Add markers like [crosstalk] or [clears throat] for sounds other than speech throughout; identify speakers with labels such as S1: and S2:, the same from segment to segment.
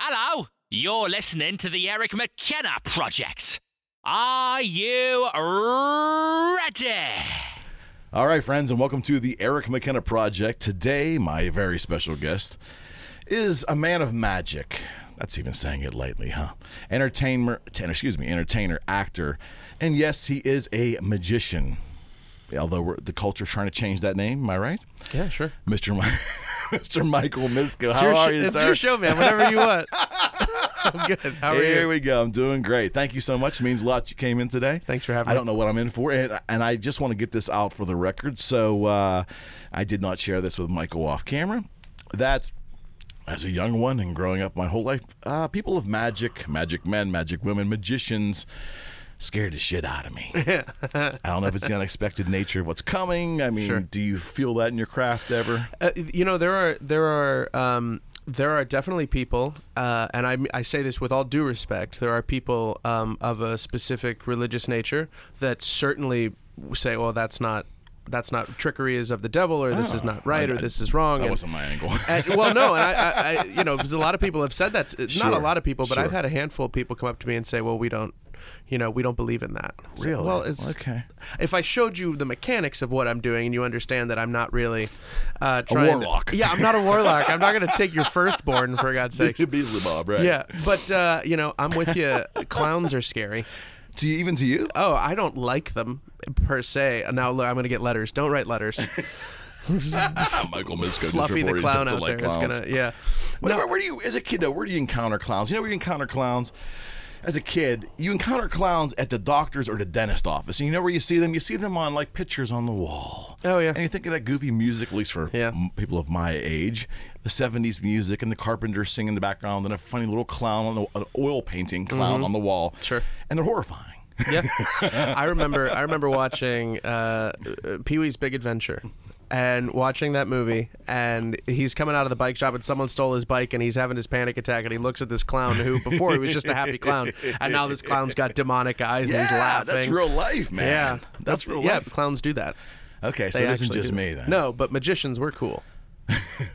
S1: Hello! You're listening to the Eric McKenna Project. Are you ready?
S2: All right, friends, and welcome to the Eric McKenna Project. Today, my very special guest is a man of magic. That's even saying it lightly, huh? Entertainer, t- excuse me, entertainer, actor, and yes, he is a magician. Although we're, the culture's trying to change that name, am I right?
S3: Yeah, sure.
S2: Mr. Mi- [laughs] Mr. Michael Misko,
S3: It's
S2: how
S3: your
S2: are
S3: sh-
S2: you,
S3: it's
S2: sir?
S3: your show, man. Whatever you want.
S2: [laughs]
S3: I'm good. How are
S2: Here
S3: you?
S2: we go. I'm doing great. Thank you so much. It means a lot you came in today.
S3: Thanks for having
S2: I
S3: me.
S2: don't know what I'm in for, and, and I just want to get this out for the record. So uh, I did not share this with Michael off camera. That, as a young one and growing up my whole life, uh, people of magic, magic men, magic women, magicians, scared the shit out of
S3: [laughs]
S2: me. I don't know if it's the unexpected nature of what's coming. I mean, do you feel that in your craft ever?
S3: Uh, you know there are there are um, there are definitely people, uh, and I, I say this with all due respect. There are people um, of a specific religious nature that certainly say, "Well, that's not." That's not trickery is of the devil, or
S2: Oh,
S3: this is not right, or this is wrong.
S2: That
S3: and-
S2: wasn't my angle. [laughs]
S3: and, well, no, and I, I, I, you know, because a lot of people have said that. to-
S2: Sure,
S3: not a lot of people, but
S2: sure.
S3: I've had a handful of people come up to me and say, "Well, we don't, you know, we don't believe in that." It's like,
S2: Really?
S3: well, it's
S2: Okay.
S3: If I showed you the mechanics of what I'm doing, and you understand that I'm not really uh, trying,
S2: warlock.
S3: yeah, I'm not a warlock. I'm not going to take your firstborn for God's sake.
S2: Beelzebub, [laughs] right?
S3: Yeah, but uh, you know, I'm with you. Clowns are scary.
S2: To you, even to you?
S3: Oh, I don't like them per se. Now look, I'm going to get letters. Don't
S2: [laughs]
S3: write letters.
S2: Ah, Michael Misko just
S3: Fluffy the
S2: reported
S3: clown
S2: doesn't
S3: out
S2: like
S3: there is
S2: clowns.
S3: going to yeah.
S2: Where,
S3: No,
S2: where, where do you, as a kid though, where do you encounter clowns? You know, where you encounter clowns. As a kid, you encounter clowns at the doctor's or the dentist office, and you know where you see them. You see them on like pictures on the wall.
S3: Oh, yeah.
S2: And you think of that goofy music, at least for
S3: Yeah.
S2: m- people of my age, the '70s music and the carpenter singing in the background, and a funny little clown on the, an oil painting clown on the wall.
S3: Mm-hmm. Sure.
S2: And they're horrifying.
S3: Yeah, I remember. I remember watching uh, Pee Wee's Big Adventure, and watching that movie. And he's coming out of the bike shop, and someone stole his bike, and he's having his panic attack. And he looks at this clown who, before he was just a happy clown, and now this clown's got demonic eyes and [laughs] he's
S2: yeah,
S3: laughing.
S2: that's real life, man.
S3: Yeah,
S2: that's real
S3: Yeah,
S2: life.
S3: clowns do that.
S2: Okay, so
S3: They
S2: it isn't
S3: actually
S2: just
S3: do
S2: me
S3: that.
S2: then.
S3: No, but magicians, we're cool.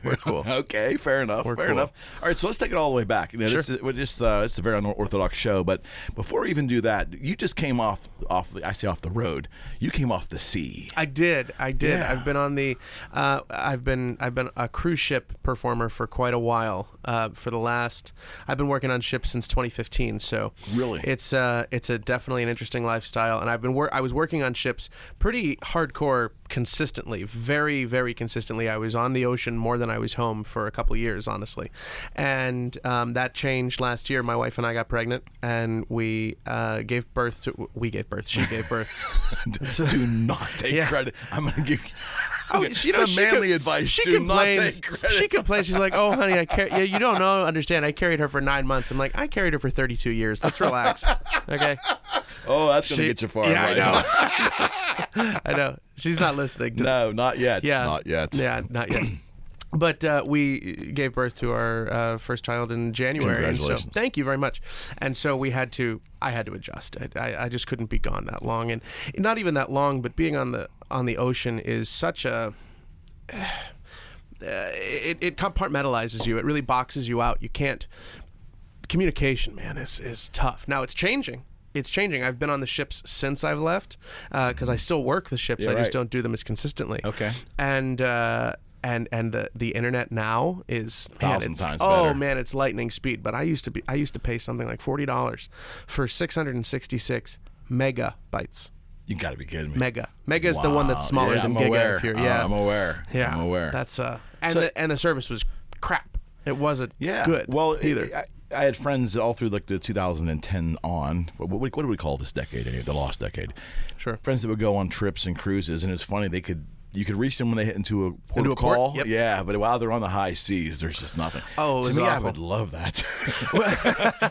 S3: We're cool.
S2: [laughs] Okay, fair enough. fair
S3: cool.
S2: enough. All right, so let's take it all the way back. You know, this
S3: Sure.
S2: is- we're just uh, it's a very unorthodox show, but before we even do that, you just came off off the I say off the road. You came off the
S3: [laughs]
S2: sea. [laughs]
S3: I did. I did. I've been on the. Uh, I've been. I've been a cruise ship performer for quite a while. Uh, for the last, I've been working on ships since 2015. So
S2: Really?
S3: it's uh, it's a definitely an interesting lifestyle, and I've been. Wor- I was working on ships pretty hardcore, consistently, very, very consistently. I was on the ocean more than I was home for a couple years, honestly, and um, that changed last year. My wife and I got pregnant, and we uh, gave birth to. We gave birth. She gave birth.
S2: do not take
S3: Yeah.
S2: credit. I'm gonna give you [laughs]
S3: Oh,
S2: Okay,
S3: she, you know,
S2: some
S3: she
S2: manly
S3: com-
S2: advice.
S3: She
S2: do not
S3: complains.
S2: take credit.
S3: She complains. She's like, "Oh, honey, I car- yeah, you don't know, understand? I carried her for nine months." I'm like, "I carried her for 32 years.
S2: [laughs]
S3: Let's relax, okay?"
S2: oh, that's gonna
S3: She-
S2: get you far.
S3: Yeah, I
S2: right?
S3: I know she's not listening.
S2: [laughs]
S3: To
S2: no, not yet.
S3: Yeah,
S2: not yet.
S3: Yeah,
S2: [clears throat]
S3: not yet. But uh, we gave birth to our uh, first child in January. and so-
S2: Congratulations.
S3: thank you very much. And so we had to. I had to adjust. I, I, I just couldn't be gone that long, and not even that long. But being on the on the ocean is such a [sighs] uh, it, it compartmentalizes you. It really boxes you out. You can't communication, man, is is tough. Now it's changing. It's changing. I've been on the ships since I've left because I still work the ships.
S2: Yeah,
S3: I just
S2: Mm-hmm. right.
S3: don't do them as consistently.
S2: Okay.
S3: And uh, and and the the internet now is man,
S2: Thousand
S3: it's,
S2: times
S3: oh
S2: better.
S3: man, it's lightning speed. But I used to be I used to pay something like forty dollars for six hundred and sixty six megabytes.
S2: You gotta be kidding me.
S3: Mega. Mega is the one
S2: Wow.
S3: that's smaller
S2: Yeah,
S3: than
S2: I'm
S3: giga.
S2: aware.
S3: If you're,
S2: Uh,
S3: yeah,
S2: I'm aware.
S3: yeah,
S2: I'm aware.
S3: That's uh, and
S2: So-
S3: the and the service was crap. It wasn't
S2: yeah.
S3: good.
S2: Well, it-
S3: either
S2: I, I had friends all through like the 2010 on. What, what, what do we call this decade? Anyway, the lost decade.
S3: sure.
S2: friends that would go on trips and cruises, and it's funny they could you could reach them when they hit into a port
S3: Into
S2: of
S3: a port?
S2: call.
S3: Yep.
S2: Yeah, but while they're on the high seas, there's just nothing.
S3: Oh, it
S2: to
S3: was
S2: me, I
S3: awful.
S2: would love that.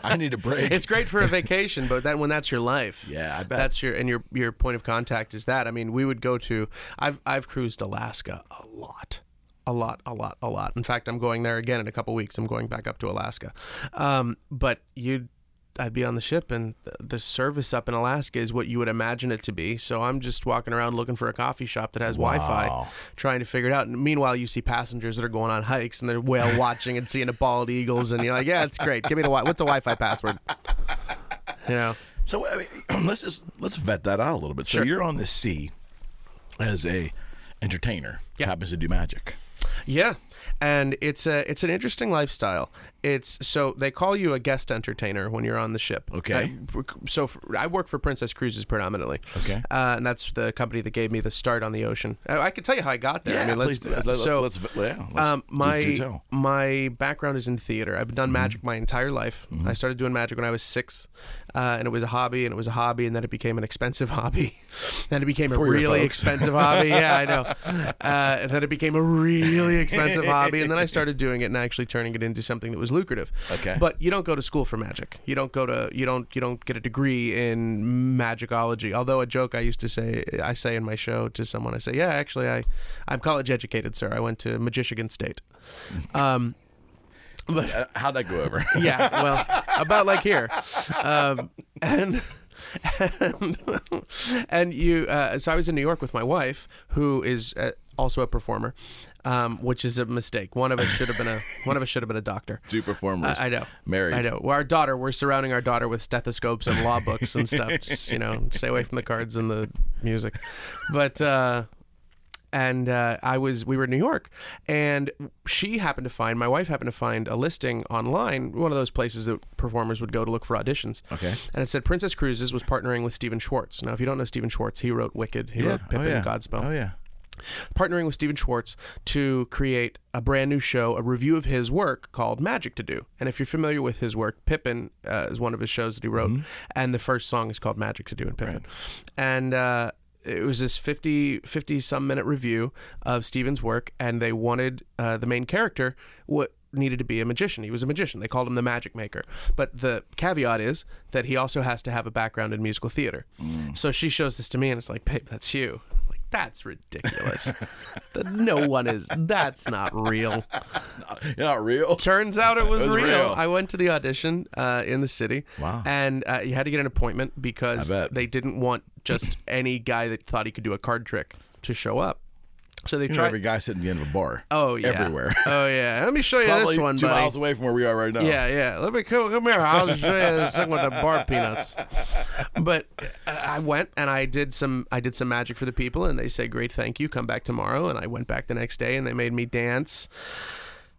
S3: [laughs]
S2: [laughs] I need a break.
S3: It's great for a vacation, but that when that's your life,
S2: Yeah, I bet.
S3: that's your and your your point of contact is that. I mean, we would go to. I've I've cruised Alaska a lot, a lot, a lot, a lot. In fact, I'm going there again in a couple weeks. I'm going back up to Alaska, um, but you. I'd be on the ship, and th- the service up in Alaska is what you would imagine it to be. So I'm just walking around looking for a coffee shop that has Wi-Fi, trying to figure it out. And meanwhile, you see passengers that are going on hikes and they're whale watching and seeing the bald eagles, and you're like, "Yeah, it's great. Give me the wi- what's a Wi-Fi password?" You know,
S2: So I mean, [clears throat] let's just let's vet that out a little bit. So
S3: Sure.
S2: you're on the sea as a entertainer, happens to do magic.
S3: yeah. And it's a it's an interesting lifestyle. It's so they call you a guest entertainer when you're on the ship.
S2: Okay.
S3: Uh, so for, I work for Princess Cruises predominantly.
S2: Okay.
S3: uh, and that's the company that gave me the start on the ocean. I, I could tell you how I got there. I mean, let's,
S2: please do. Let's-
S3: so
S2: let's, let's- yeah, let's
S3: um,
S2: do-
S3: my
S2: do tell. Mm-hmm.
S3: my background is in theater. I've done magic my entire life. I started doing magic when I was six, uh, and it was a hobby, and it was a hobby, and then it became an expensive [laughs] hobby. then it became a
S2: your
S3: really
S2: folks.
S3: expensive hobby. Yeah, I know. Uh, and then it became a really expensive hobby, and then I started doing it and actually turning it into something that was lucrative.
S2: Okay.
S3: But you don't go to school for magic. You don't go to you don't you don't get a degree in magicology. Although a joke I used to say I say in my show to someone I say, "Yeah, actually I I'm college educated, sir. I went to Magician State." Um
S2: Uh, How'd that go
S3: [laughs]
S2: over? [laughs]
S3: yeah, well, about like here, um, and and, and you. Uh, so I was in New York with my wife, who is uh, also a performer, um, which is a mistake. One of us should have been a one of us should have been a doctor.
S2: Two performers.
S3: I, I know.
S2: Married.
S3: I know. Well, our daughter. We're surrounding our daughter with stethoscopes and law books and stuff. [laughs] Just, you know, stay away from the cards and the music. But uh, and uh, I was we were in New York, and she happened to find my wife happened to find a listing online, one of those places that performers would go to look for auditions.
S2: Okay.
S3: And it said Princess Cruises was partnering with Stephen Schwartz. Now, if you don't know Stephen Schwartz, he wrote Wicked, he wrote Pippin,
S2: oh, yeah.
S3: Godspell
S2: Oh yeah.
S3: partnering with Stephen Schwartz to create a brand new show, a review of his work called Magic to Do. And if you're familiar with his work, Pippin uh, is one of his shows that he wrote, and the first song is called Magic to Do in Pippin. And uh, it was this 50, 50 some minute review of Stephen's work, and they wanted uh, the main character what needed to be a magician. He was a magician. They called him the magic maker. But the caveat is that he also has to have a background in musical theater. So she shows this to me and it's like, babe, that's you. I'm like, that's ridiculous. That no one is. That's not real.
S2: You're not real.
S3: Turns out it was,
S2: was
S3: real.
S2: real.
S3: I went to the audition uh, in the city.
S2: Wow.
S3: And uh, you had to get an appointment because
S2: I bet.
S3: they didn't want just [clears throat] any guy that thought he could do a card trick to show up. So they
S2: You know,
S3: tried.
S2: every guy sitting at the end of a bar.
S3: Oh yeah.
S2: Everywhere.
S3: [laughs] Oh yeah. Let me show you
S2: Probably
S3: this one,
S2: two
S3: buddy.
S2: miles away from where we are right now.
S3: Yeah, yeah. Let me come, come here. I'll show you this thing with the bar peanuts. But uh, I went and I did some I did some magic for the people, and they said, "Great, thank you. Come back tomorrow." And I went back the next day, and they made me dance.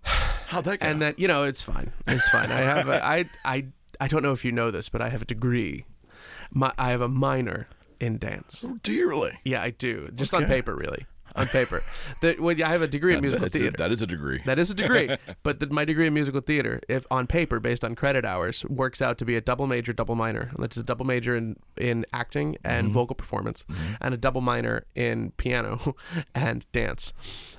S2: How'd that go?
S3: And then you know, it's fine. It's fine. I have a, I I I don't know if you know this, but I have a degree. My I have a minor in dance.
S2: do you really?
S3: Yeah, I do. Just on paper, really. On paper, the, well, I have a degree in [laughs] musical
S2: That's a-
S3: theater.
S2: that is a degree.
S3: That is a degree,
S2: [laughs]
S3: but the, my degree in musical theater, if on paper based on credit hours, works out to be a double major, double minor. That's a double major in in acting
S2: Mm-hmm.
S3: and vocal performance, and a double minor in piano [laughs] and dance.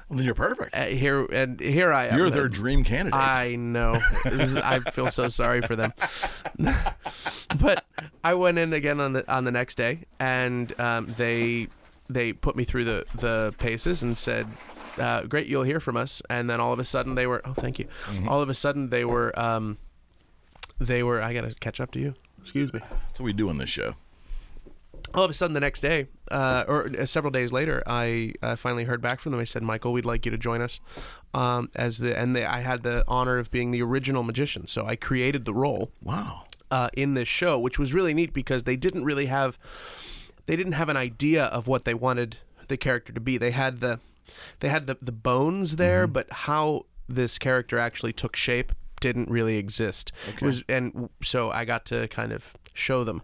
S2: Well, then you're perfect.
S3: Uh, here and here I am. uh,
S2: You're their dream candidate.
S3: I know. This is- I feel so sorry for them. [laughs] but I went in again on the on the next day, and um, they they put me through the the paces and said. Uh, great, you'll hear from us. And then all of a sudden they were. Oh, thank you. All of a sudden they were. Um, they were. I gotta catch up to you. Excuse me
S2: That's what we do on this show.
S3: all of a sudden the next day uh, or uh, several days later i uh, finally heard back from them i said michael we'd like you to join us um, as the and they, i had the honor of being the original magician so i created the role
S2: Wow.
S3: uh, in this show which was really neat because they didn't really have they didn't have an idea of what they wanted the character to be they had the they had the, the bones there but how this character actually took shape didn't really exist It was and w- so i got to kind of show them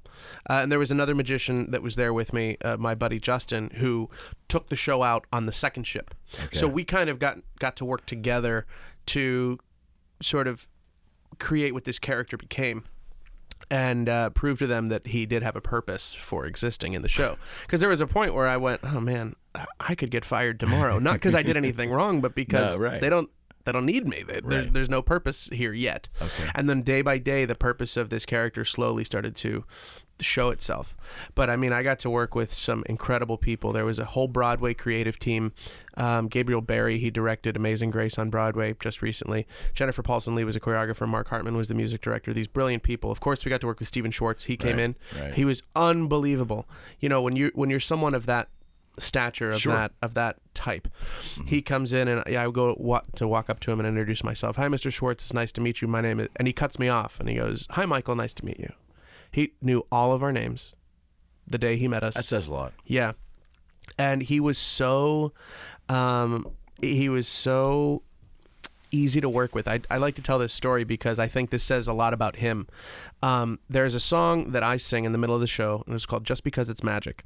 S3: uh, and there was another magician that was there with me uh, my buddy justin who took the show out on the second ship so we kind of got got to work together to sort of create what this character became and uh, prove to them that he did have a purpose for existing in the show. Because there was a point where I went, oh man, I could get fired tomorrow. Not because I did anything wrong, but because
S2: No, right.
S3: they don't they don't need me. They, there,
S2: Right.
S3: there's no purpose here yet.
S2: Okay.
S3: And then day by day, the purpose of this character slowly started to show itself. But I mean, I got to work with some incredible people. There was a whole Broadway creative team. Um, Gabriel Barry, he directed Amazing Grace on Broadway just recently. Jennifer Paulson Lee was a choreographer. Mark Hartman was the music director. These brilliant people. Of course, we got to work with Stephen Schwartz. He came in.
S2: right.
S3: He was unbelievable. You know, when you when you're someone of that stature of
S2: Sure.
S3: that of that type. He comes in and I go wa- to walk up to him and introduce myself. Hi, Mr. Schwartz. It's nice to meet you. My name is, and he cuts me off and he goes, "Hi, Michael. Nice to meet you." He knew all of our names the day he met us.
S2: That says a lot.
S3: Yeah. And he was so um he was so easy to work with. I, I like to tell this story because I think this says a lot about him. Um, there's a song that I sing in the middle of the show, and it's called Just Because It's Magic.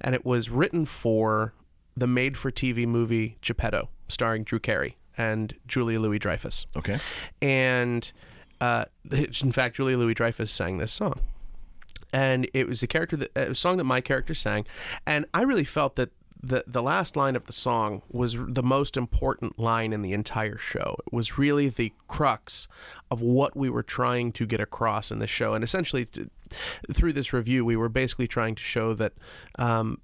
S3: And it was written for the made for TV movie Geppetto, starring Drew Carey and Julia Louis Dreyfus.
S2: Okay.
S3: And uh, in fact, Julia Louis Dreyfus sang this song and it was a character that a song that my character sang, and I really felt that the the last line of the song was r- the most important line in the entire show. It was really the crux of what we were trying to get across in the show, and essentially t- through this review, we were basically trying to show that. Um,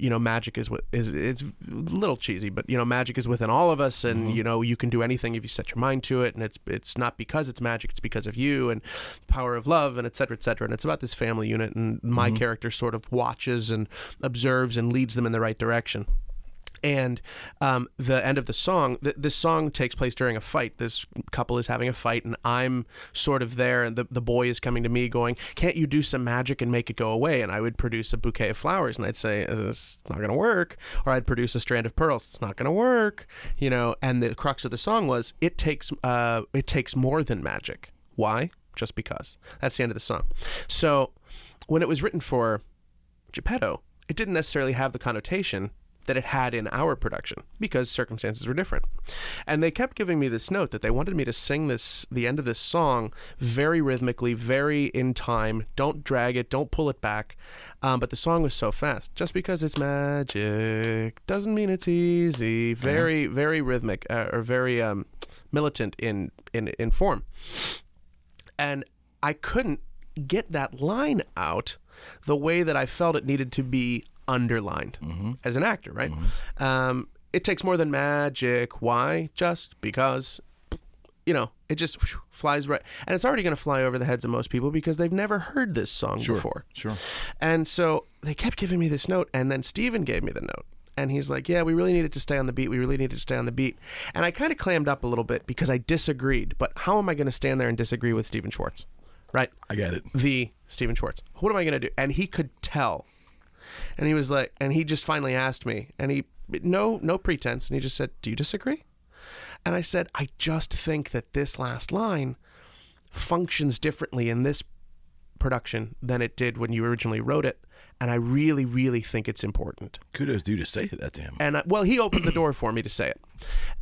S3: you know, magic is what is it's a little cheesy, but you know, magic is within all of us, and you know, you can do anything if you set your mind to it, and it's it's not because it's magic, it's because of you and power of love, and et cetera, et cetera. And it's about this family unit, and my character sort of watches and observes and leads them in the right direction. And um, the end of the song, th- this song takes place during a fight. This couple is having a fight, and I'm sort of there, and the, the boy is coming to me going, Can't you do some magic and make it go away? And I would produce a bouquet of flowers, and I'd say, It's not going to work. Or I'd produce a strand of pearls, It's not going to work. You know, and the crux of the song was, It takes, uh, it takes more than magic. Why? Just because. That's the end of the song. So when it was written for Geppetto, it didn't necessarily have the connotation that it had in our production because circumstances were different. And they kept giving me this note that they wanted me to sing this the end of this song very rhythmically, very in time. Don't drag it, don't pull it back. Um, but the song was so fast. Just because it's magic doesn't mean it's easy. Very, very rhythmic uh, or very um, militant in in in form and I couldn't get that line out the way that I felt it needed to be underlined as an actor, right? Um, it takes more than magic. Why? Just because, you know, it just whew, flies right. And it's already going to fly over the heads of most people because they've never heard this song before.
S2: Sure.
S3: And so they kept giving me this note, and then Steven gave me the note. And he's like, Yeah, we really needed to stay on the beat. We really needed to stay on the beat. And I kind of clammed up a little bit because I disagreed. But how am I going to stand there and disagree with Steven Schwartz? Right?
S2: I get it.
S3: The Steven Schwartz. What am I going to do? And he could tell. And he was like, And he just finally asked me, and he, no, no pretense. And he just said, Do you disagree? And I said, I just think that this last line functions differently in this production than it did when you originally wrote it. And I really, really think it's important.
S2: Kudos due to say that to him.
S3: And I, well, he opened the door for me to say it,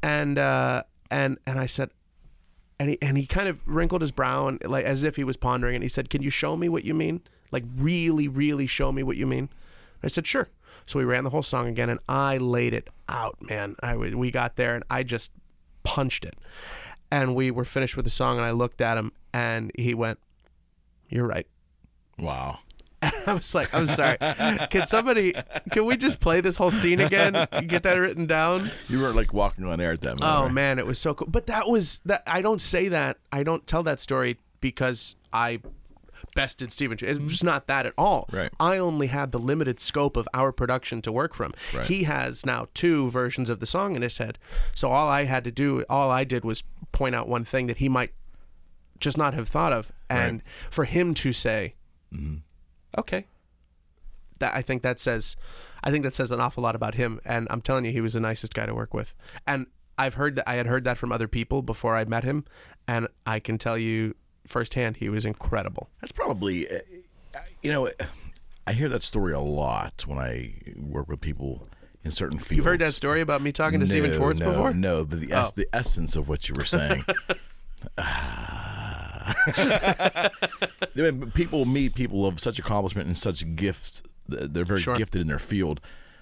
S3: and uh, and and I said, and he and he kind of wrinkled his brow and like as if he was pondering. And he said, "Can you show me what you mean? Like really, really show me what you mean." I said, "Sure." So we ran the whole song again, and I laid it out, man. I was, we got there, and I just punched it, and we were finished with the song. And I looked at him, and he went, "You're right." [laughs]
S2: Wow.
S3: I was like, I'm sorry. Can somebody, can we just play this whole scene again? Get that written down?
S2: You weren't like walking on air at that moment.
S3: Oh
S2: right?
S3: man, it was so cool. But that was that. I don't say that. I don't tell that story because I bested Steven. It was not that at all.
S2: Mm-hmm. Right.
S3: I only had the limited scope of our production to work from.
S2: Right.
S3: He has now two versions of the song in his head. So all I had to do, all I did was point out one thing that he might just not have thought of, and for him to say, "Okay." That I think that says, I think that says an awful lot about him. And I'm telling you, he was the nicest guy to work with. And I've heard that I had heard that from other people before I met him, and I can tell you firsthand, he was incredible.
S2: That's probably, uh, you know, I hear that story a lot when I work with people in certain fields.
S3: You've heard that story about me talking to Stephen
S2: no,
S3: Schwartz
S2: no,
S3: before?
S2: No, but the, es-
S3: Oh.
S2: the essence of what you were
S3: [laughs]
S2: saying. Ah. [laughs] I mean, people meet people of such accomplishment and such gifts. th- They're very
S3: Sure.
S2: gifted in their field.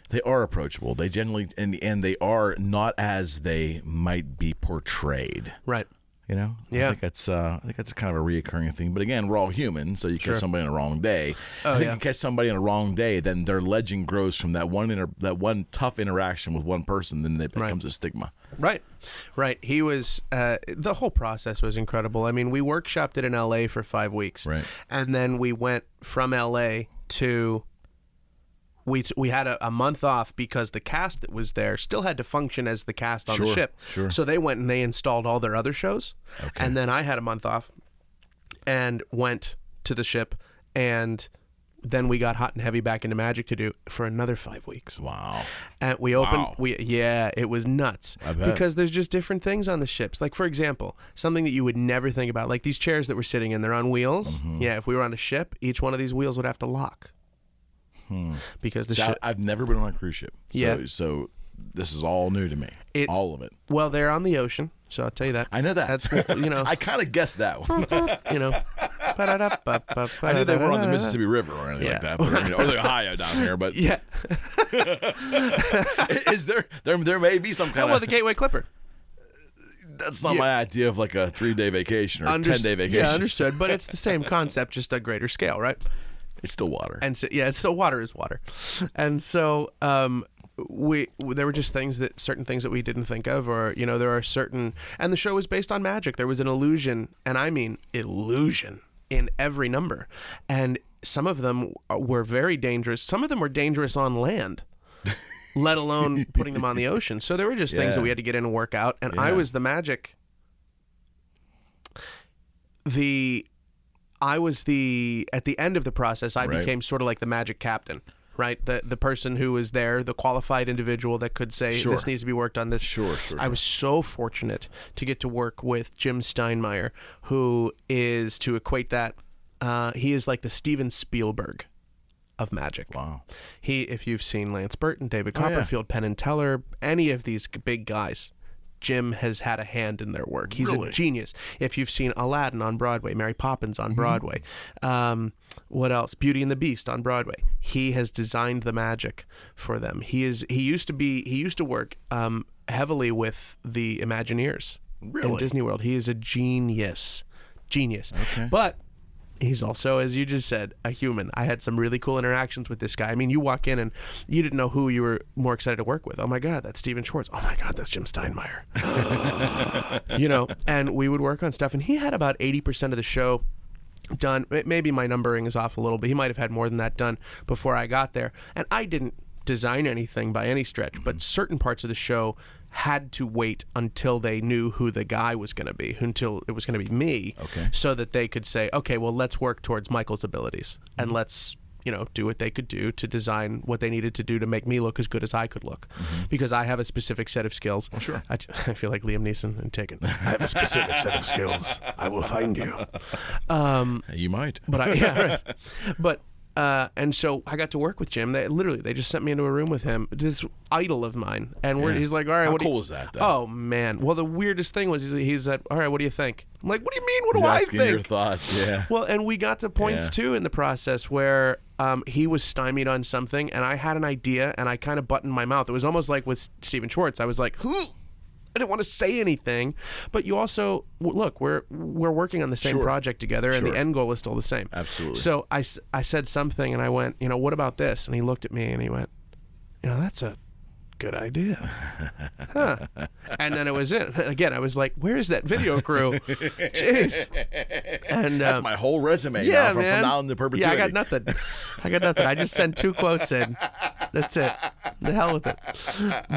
S2: they are approachable. They generally, in the end, they are not as they might be portrayed.
S3: Right.
S2: You know,
S3: Yeah.
S2: I think that's uh, I think that's kind of a reoccurring thing. But again, we're all human, so you catch somebody on a wrong day. I think
S3: yeah.
S2: you catch somebody on a wrong day, then their legend grows from that one inter- that one tough interaction with one person, then it becomes a stigma.
S3: Right, right. He was uh, the whole process was incredible. I mean, we workshopped it in L.A. for five weeks,
S2: Right.
S3: and then we went from L.A. to we we had a, a month off because the cast that was there still had to function as the cast on the
S2: Sure,
S3: ship.
S2: sure.
S3: So they went and they installed all their other shows, and then I had a month off and went to the ship and. Then we got hot and heavy back into Magic to do for another five weeks.
S2: Wow.
S3: And Uh, we opened
S2: Wow.
S3: we yeah, it was nuts.
S2: bet.
S3: Because there's just different things on the ships. Like for example, something that you would never think about, like these chairs that we're sitting in, they're on wheels.
S2: Mm-hmm.
S3: Yeah, if we were on a ship, each one of these wheels would have to lock. Because the
S2: Hmm. So
S3: ship
S2: I- I've never been on a cruise ship. So,
S3: Yeah.
S2: So this is all new to me.
S3: It-
S2: all of it.
S3: well, they're on the ocean, so I'll tell you that.
S2: I know that.
S3: That's you know,
S2: [laughs] I kind of guessed that one.
S3: [laughs] you know. I
S2: [laughs] I knew they were on the Mississippi River or anything like
S3: Yeah.
S2: that, but, I mean, or the Ohio down here. [laughs] But
S3: Yeah.
S2: is there there there may be some kind
S3: Well,
S2: of
S3: the Gateway Clipper.
S2: [laughs] that's not my idea of like a three day vacation or
S3: Under-
S2: ten day vacation.
S3: Yeah, understood, but it's the
S2: [laughs]
S3: same concept just a greater scale, right?
S2: It's still water.
S3: and so yeah, so water is water, and so um, we there were just things that certain things that we didn't think of, or you know, there are certain, and the show was based on magic. There was an illusion, and I mean illusion in every number, and some of them were very dangerous. Some of them were dangerous on
S2: [laughs]
S3: land. let alone putting them on the ocean. So there were just things that
S2: Yeah.
S3: we had to get in and work out. And I
S2: Yeah.
S3: was the magic the I was the at the end of the process I
S2: Right.
S3: became sort of like the magic captain right the the person who was there the qualified individual that could say
S2: Sure.
S3: this needs to be worked on this
S2: Sure, sure,
S3: I was so fortunate to get to work with Jim Steinmeier who is to equate that uh, he is like the Steven Spielberg of magic
S2: wow.
S3: he, if you've seen Lance Burton, David
S2: Oh, yeah.
S3: Copperfield, Penn and Teller, any of these g- big guys, Jim has had a hand in their work. He's a
S2: Really?
S3: genius. If you've seen Aladdin on Broadway, Mary Poppins
S2: Mm-hmm.
S3: on Broadway, um, what else? Beauty and the Beast on Broadway. He has designed the magic for them. He is. He used to be. He used to work um, heavily with the Imagineers in
S2: Really?
S3: Disney World. He is a genius, genius. But he's also, as you just said, a human. I had some really cool interactions with this guy. I mean, you walk in and you didn't know who you were more excited to work with. Oh my God, that's Steven Schwartz. Oh my God, that's Jim Steinmeier. you know, and we would work on stuff. And he had about 80% of the show done. M- Maybe my numbering is off a little, but he might have had more than that done before I got there. And I didn't design anything by any stretch, but certain parts of the show had to wait until they knew who the guy was going to be, until it was going to be me,
S2: Okay.
S3: so that they could say, okay, well, let's work towards Michael's abilities and let's. You know, do what they could do to design what they needed to do to make me look as good as I could look,
S4: Mm-hmm.
S3: because I have a specific set of skills. sure, I, [laughs] t- I feel like Liam Neeson and Taken.
S4: [laughs] I have a specific set of skills. I will find you.
S2: You might.
S3: But I, [laughs] yeah, right. But uh, and so I got to work with Jim. They literally they just sent me into a room with him, this idol of mine, and we're, he's like, "All right,
S2: How
S3: what do
S2: cool
S3: you,
S2: was that? Though?
S3: Oh man! Well, the weirdest thing was he's, he's like, "All right, what do you think?" I'm like, "What do you mean? What do
S2: He's
S3: I
S2: asking
S3: think?"
S2: your thoughts.
S3: [laughs]
S2: Yeah.
S3: Well, and we got to points
S2: Yeah.
S3: too in the process where um, he was stymied on something, and I had an idea, and I kind of buttoned my mouth. It was almost like with Stephen Schwartz. I was like, "Who?" I didn't want to say anything, but you also w- look. We're we're working on the same project together, and the end goal is still the same.
S2: Absolutely.
S3: So I, s- I said something, and I went, you know, what about this? And he looked at me, and he went, you know, that's a
S2: [laughs]
S3: good idea. Huh. And then it was it. [laughs] Again, I was like, where is that
S2: [laughs]
S3: video crew? Jeez. And
S2: That's
S3: um,
S2: my whole resume.
S3: yeah,
S2: now, from,
S3: man.
S2: from now into perpetuity.
S3: Yeah, I got nothing. I got nothing. I just sent two quotes in. That's it. The hell with it.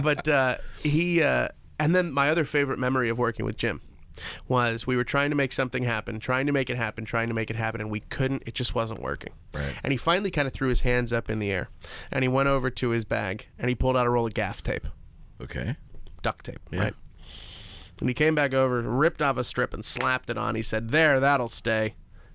S3: But uh, he, uh, and then my other favorite memory of working with Jim was we were trying to make something happen, trying to make it happen, trying to make it happen, and we couldn't. It just wasn't working. Right. And he finally kind of threw his hands up in the air, and he went over to his bag and he pulled out a roll of gaff tape
S2: Okay.
S3: duct tape, right? And he came back over, ripped off a strip, and slapped it on. He said, "There, that'll stay."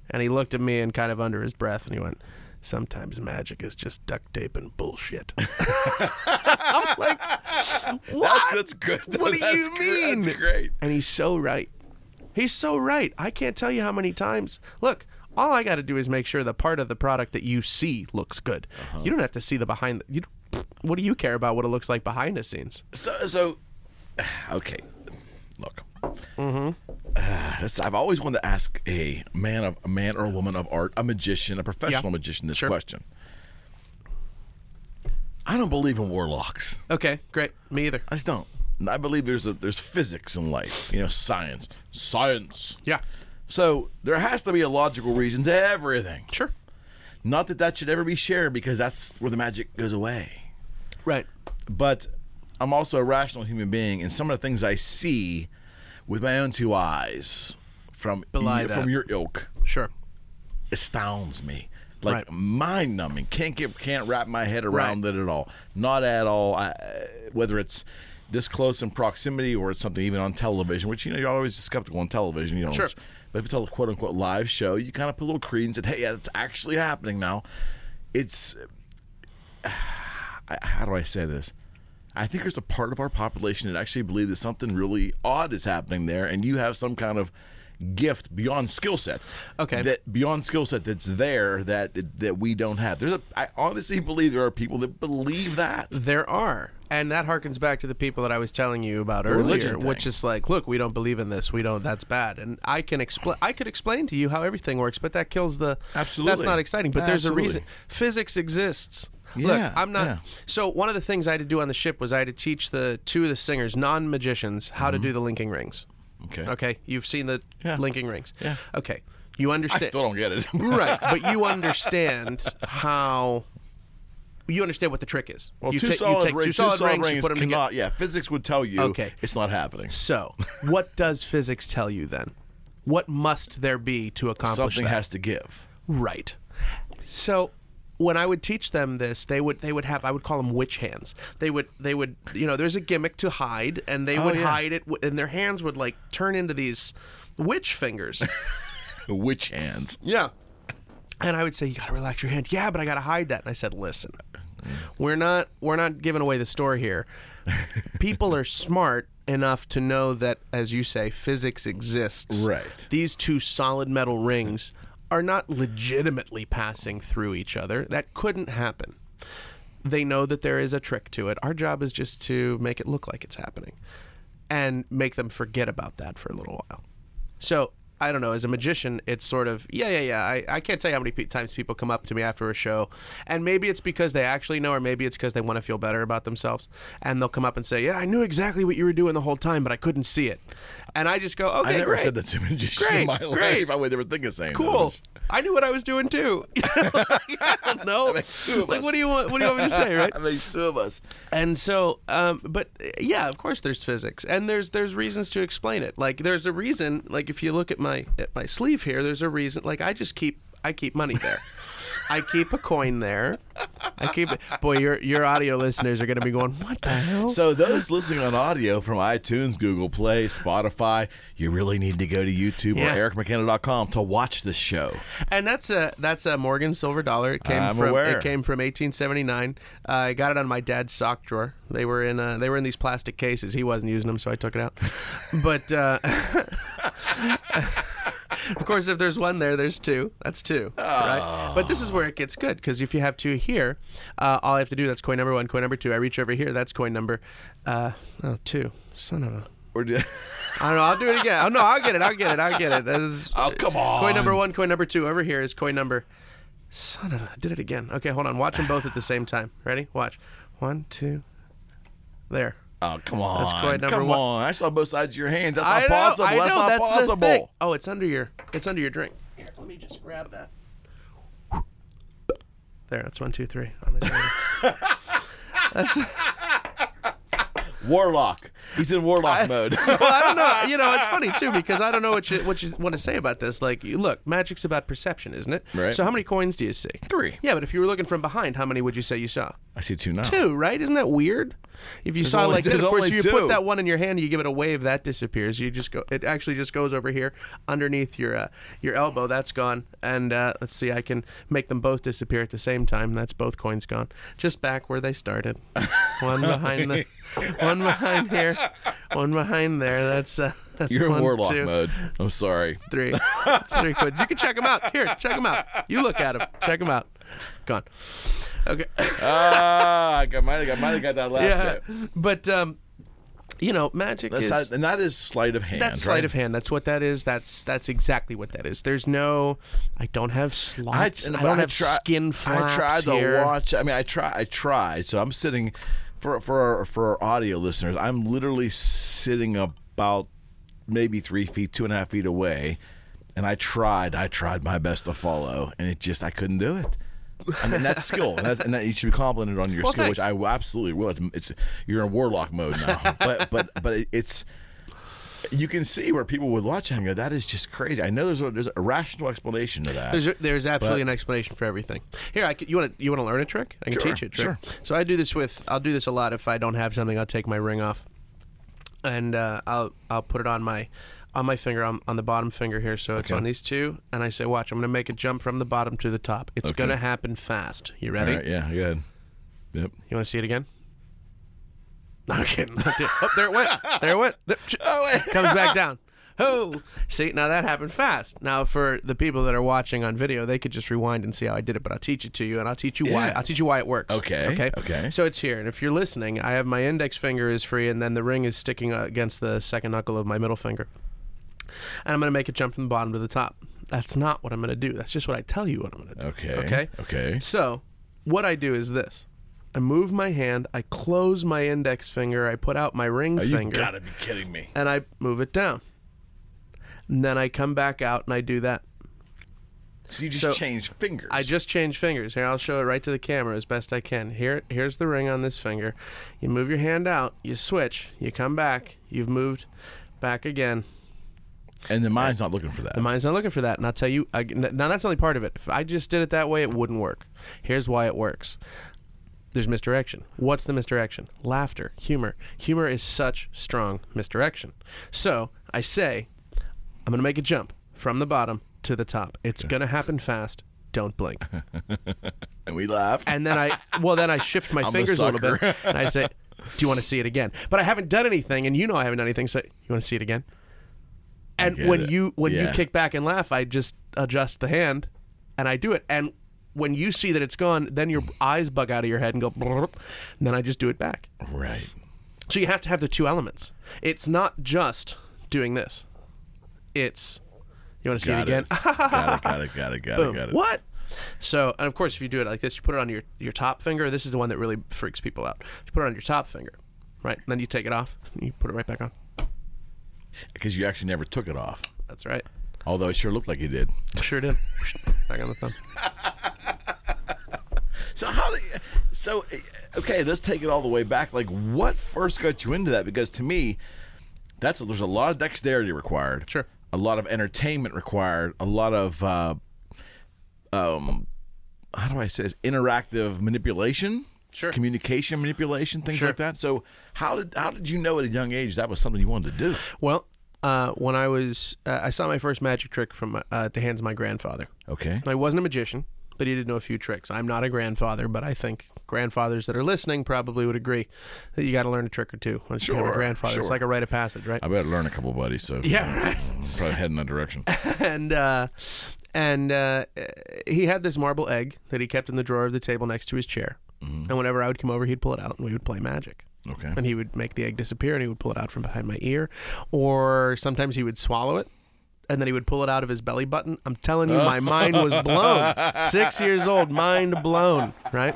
S3: And he looked at me and kind of under his breath, and he went, "Sometimes magic is just duct tape and [laughs] bullshit." I'm like,
S2: That's
S3: "What?"
S2: that's good.
S3: What do
S2: That's
S3: you
S2: gr-
S3: mean?
S2: That's great.
S3: And he's so right. He's so right. I can't tell you how many times. Look, all Uh-huh. I got to do is make sure the part of the product that you see looks good. You don't have to see the behind. The, you, what do you care about? What it looks like behind the scenes?
S2: So, so [sighs] okay. Look, mm-hmm. [sighs] that's, I've always wanted to ask a man of a man or a woman of art, a magician, a professional
S3: Yeah.
S2: magician, this
S3: Sure.
S2: question. I don't believe in warlocks.
S3: Okay, great. Me either.
S2: I just don't. And I believe there's a, there's physics in life. You know, science, science.
S3: Yeah,
S2: So there has to be a logical reason to everything.
S3: sure.
S2: Not that that should ever be shared because that's where the magic goes away.
S3: Right.
S2: but I'm also a rational human being, and some of the things I see with my own two eyes from
S3: Belie
S2: y-
S3: that.
S2: from your ilk
S3: Sure.
S2: astounds me, like
S3: Right.
S2: mind numbing. Can't give, can't wrap my head around
S3: Right.
S2: it at all. Not at all. I, whether it's this close in proximity or it's something even on television, which you know you're always skeptical on television. You know,
S3: Sure.
S2: but if it's a quote unquote live show, you kind of put a little credence and hey, yeah, it's actually happening now. It's [sighs] I, how do I say this? I think there's a part of our population that actually believe that something really odd is happening there, and you have some kind of gift beyond skill set.
S3: Okay.
S2: That beyond skill set that's there that that we don't have. There's a. I honestly believe there are people that believe that.
S3: There are. And that harkens back to the people that I was telling you about
S2: religion
S3: earlier,
S2: thing.
S3: which is like, look, we don't believe in this. We don't. That's bad. And I can explain. I could explain to you how everything works, but that kills the. That's
S2: Absolutely.
S3: not exciting. But there's
S2: Absolutely.
S3: a reason. Physics exists.
S2: Yeah,
S3: look, I'm not.
S2: yeah.
S3: So one of the things I had to do on the ship was I had to teach the two of the singers, non-magicians, how to do the linking rings.
S2: Okay.
S3: Okay. You've seen the
S2: Mm-hmm. Yeah.
S3: linking rings.
S2: Yeah.
S3: Okay. You
S2: I
S3: understand.
S2: still don't get it.
S3: right but you understand how you understand what the trick is
S2: [laughs] Well,
S3: you,
S2: two,
S3: ta- you
S2: solid
S3: take
S2: rings,
S3: two solid rings, you
S2: rings
S3: put them
S2: cannot.
S3: together
S2: Yeah, physics would tell you.
S3: Okay.
S2: It's not happening.
S3: so what does physics tell you then what must there be to accomplish
S2: Something
S3: that
S2: has to give.
S3: right so when I would teach them this, they would they would have I would call them witch hands. They would they would you know there's a gimmick to hide, and they would
S2: Oh, yeah.
S3: hide it, w- and their hands would like turn into these witch fingers.
S2: Witch hands.
S3: Yeah. And I would say, you gotta relax your hand. Yeah, but I gotta hide that. And I said, listen, we're not we're not giving away the store here. People are smart enough to know that, as you say, physics exists.
S2: Right.
S3: These two solid metal rings are not legitimately passing through each other. That couldn't happen. They know that there is a trick to it. Our job is just to make it look like it's happening and make them forget about that for a little while. So I don't know. As a magician, it's sort of yeah, yeah, yeah. I, I can't tell you how many pe- times people come up to me after a show, and maybe it's because they actually know, or maybe it's because they want to feel better about themselves, and they'll come up and say, "Yeah, I knew exactly what you were doing the whole time, but I couldn't see it." And I just go, "Okay,
S2: I never
S3: great.
S2: said that to a magician in
S3: Great,
S2: my
S3: great.
S2: life. I would never think of saying that.
S3: Cool. I knew what I was doing too. [laughs] I
S2: [laughs]
S3: don't know.
S2: two of
S3: Like,
S2: us.
S3: what do you want? What do you want me to say, right?
S2: I mean, it's two of us.
S3: And so, um, but uh, yeah, of course, there's physics, and there's there's reasons to explain it. Like there's a reason. Like if you look at my at my sleeve here, there's a reason. Like I just keep I keep money there. I keep a coin there. I keep it. Boy, your your audio listeners are going to be going, what the hell?
S2: So those listening on audio from iTunes, Google Play, Spotify, you really need to go to YouTube
S3: Yeah.
S2: or ericmckenna.com to watch this show.
S3: And that's a that's a Morgan silver dollar. It came
S2: I'm
S3: from
S2: aware.
S3: it came from 1879. Uh, I got it on my dad's sock drawer. They were in uh, they were in these plastic cases. He wasn't using them, so I took it
S2: [laughs]
S3: out. but uh, [laughs] of course, if there's one there, there's two. That's two, right? But this is where it gets good because if you have two here, uh, all I have to do that's coin number one, coin number two. I reach over here, that's coin number uh, oh two. Son of a.
S2: Or do, [laughs]
S3: I don't know. I'll do it again. Oh no, I'll get it. I'll get it. I'll get it. That is-
S2: oh, come on.
S3: Coin number one, coin number two. Over here is coin number. Son of a, I did it again. Okay, hold on. Watch them both at the same time. Ready? Watch. One, two. There.
S2: Oh, come on.
S3: coin number
S2: come
S3: one.
S2: on. I saw both sides of your hands. That's
S3: I
S2: not
S3: know,
S2: possible.
S3: I
S2: that's
S3: know,
S2: not
S3: that's the
S2: possible.
S3: thing. Oh, it's under your. It's under your drink. Here, let me just grab that. There. That's one, two, three. On the table.
S2: [laughs] Warlock. He's in warlock
S3: [laughs]
S2: mode.
S3: well, I don't know. You know, it's funny too because I don't know what you what you want to say about this. Like, you, look, magic's about perception, isn't it?
S2: Right.
S3: So, how many coins do you see?
S2: Three.
S3: Yeah, but if you were looking from behind, how many would you say you saw?
S2: I see two now.
S3: two, right? Isn't that weird? If you saw
S2: only-
S3: like,
S2: [laughs]
S3: that,
S2: there's
S3: of course,
S2: only
S3: you
S2: two.
S3: put that one in your hand, you give it a wave, that disappears. You just go, it actually just goes over here underneath your uh, your elbow. That's gone. And uh, let's see, I can make them both disappear at the same time. That's both coins gone. Just back where
S2: [laughs]
S3: they started. One behind the, one behind here, one behind there. That's uh,
S2: You're in
S3: One,
S2: warlock
S3: two,
S2: mode. I'm sorry.
S3: Three. three quids. You can check them out. Here, check them out. You look at them. Check them out. Gone. Okay.
S2: Ah, I got- might have got, might have got that last
S3: yeah.
S2: bit.
S3: But, um, you know, magic
S2: That's
S3: is.
S2: not, and that is sleight of hand.
S3: That's
S2: right?
S3: sleight of hand. That's what that is. That's that's exactly what that is. There's no, I don't have slots. and I don't have
S2: try-
S3: skin flaps
S2: I tried to
S3: here.
S2: watch. I mean, I try. I tried. So I'm sitting for for our, for our audio listeners. I'm literally sitting about maybe three feet, two and a half feet away, and I tried. I tried my best to follow, and it just I couldn't do it. I mean that's skill, and, that's, and that you should be complimented on your skill,
S3: thanks.
S2: which I absolutely will. It's, it's you're in warlock mode
S3: [laughs]
S2: now, but but but it's you can see where people would watch it and go, "That is just crazy." I know there's a, there's a rational explanation to that.
S3: There's, there's absolutely an explanation for everything. Here, I c you want to you want to learn a trick? I can
S2: Sure,
S3: teach you. a trick.
S2: sure.
S3: So I do this with I'll do this a lot. If I don't have something, I'll take my ring off, and uh, I'll I'll put it on my on my finger on, on the bottom finger here. So it's on these two, and I say, "Watch, I'm going to make a jump from the bottom to the top. It's going to happen fast. You ready?
S2: All right, yeah, good. Yep.
S3: You want to see it again? No, I'm [laughs] kidding. oh, there it went. There it went. There- [laughs] Comes back down. Oh, see, now that happened fast. Now, for the people that are watching on video, they could just rewind and see how I did it. But I'll teach it to you, and I'll teach you why.
S2: Yeah.
S3: I'll teach you why it works.
S2: Okay,
S3: Okay.
S2: okay.
S3: So it's here, and if you're listening, I have my index finger is free, and then the ring is sticking uh, against the second knuckle of my middle finger and I'm going to make it jump from the bottom to the top. That's not what I'm going to do. That's just what I tell you what I'm going to do.
S2: Okay,
S3: Okay.
S2: okay.
S3: So, what I do is this. I move my hand, I close my index finger, I put out my ring
S2: Oh, you
S3: finger,
S2: gotta be kidding me.
S3: and I move it down. And then I come back out and I do that.
S2: So you just
S3: So-
S2: changed fingers.
S3: I just changed fingers. Here, I'll show it right to the camera as best I can. Here, here's the ring on this finger. You move your hand out, you switch, you come back, you've moved back again,
S2: and the mind's not looking for that.
S3: The mind's not looking for that. And I'll tell you, I, now that's only part of it. If I just did it that way, it wouldn't work. Here's why it works there's misdirection. What's the misdirection? Laughter, humor. Humor is such strong misdirection. So I say, I'm going to make a jump from the bottom to the top. It's going to happen fast. Don't blink.
S2: and we laugh.
S3: And then I, well, then I shift my
S2: a
S3: fingers a, little
S2: sucker.
S3: bit and I say, Do you want to see it again? But I haven't done anything, and you know I haven't done anything. So you want to see it again? And
S2: get
S3: when
S2: it.
S3: you when
S2: Yeah.
S3: you kick back and laugh, I just adjust the hand, and I do it. And when you see that it's gone, then your eyes bug out of your head and go, "Brrrr," and then I just do it back.
S2: right.
S3: So you have to have the two elements. It's not just doing this. It's you want to see
S2: Got
S3: it again? [laughs]
S2: got it. Got it. Got it. Got it. Got it.
S3: What? So, and of course, if you do it like this, you put it on your, your top finger. This is the one that really freaks people out. You put it on your top finger, right? And then you take it off. And you put it right back on.
S2: Because you actually never took it off.
S3: That's right.
S2: Although it sure looked like you did.
S3: Sure did. [laughs] back on the thumb.
S2: So how do you, so uh, okay, let's take it all the way back. Like what first got you into that? Because to me, that's there's a lot of dexterity required.
S3: Sure.
S2: A lot of entertainment required, a lot of uh um how do I say this? Interactive manipulation.
S3: Sure.
S2: Communication manipulation, things
S3: Sure.
S2: like that. So how did how did you know at a young age that was something you wanted to do?
S3: Well, uh, when I was, uh, I saw my first magic trick from uh, at the hands of my grandfather.
S2: Okay.
S3: I wasn't a magician, but he did know a few tricks. I'm not a grandfather, but I think grandfathers that are listening probably would agree that you got to learn a trick or two once you become
S2: Sure,
S3: a grandfather.
S2: sure.
S3: It's like a rite of passage, right?
S2: I better learn a couple buddies, so
S3: Yeah, right.
S2: I'm probably heading that
S3: [laughs]
S2: direction.
S3: and uh, and uh, he had this marble egg that he kept in the drawer of the table next to his chair. And whenever I would come over, he'd pull it out, and we would play magic.
S2: Okay.
S3: And he would make the egg disappear, and he would pull it out from behind my ear, or sometimes he would swallow it, and then he would pull it out of his belly button. I'm telling you, my mind was blown. Six years old, mind blown. Right?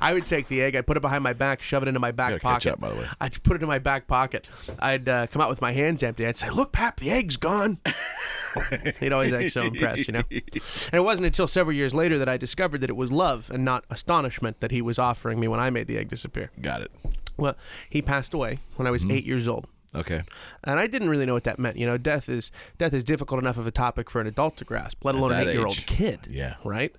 S3: I would take the egg, I'd put it behind my back, shove it into my back
S2: Gotta catch
S3: pocket.
S2: up, by the way.
S3: I'd put it in my back pocket. I'd uh, come out with my hands empty. I'd say, "Look, Pap, the egg's gone." [laughs] He'd always act so impressed, you know. And it wasn't until several years later that I discovered that it was love and not astonishment that he was offering me when I made the egg disappear.
S2: Got it.
S3: Well, he passed away when I was
S2: Mm-hmm.
S3: eight years old,
S2: Okay.
S3: and I didn't really know what that meant. You know, death is death is difficult enough of a topic for an adult to grasp, let alone an
S2: that
S3: eight-year-old
S2: age.
S3: kid.
S2: Yeah.
S3: right.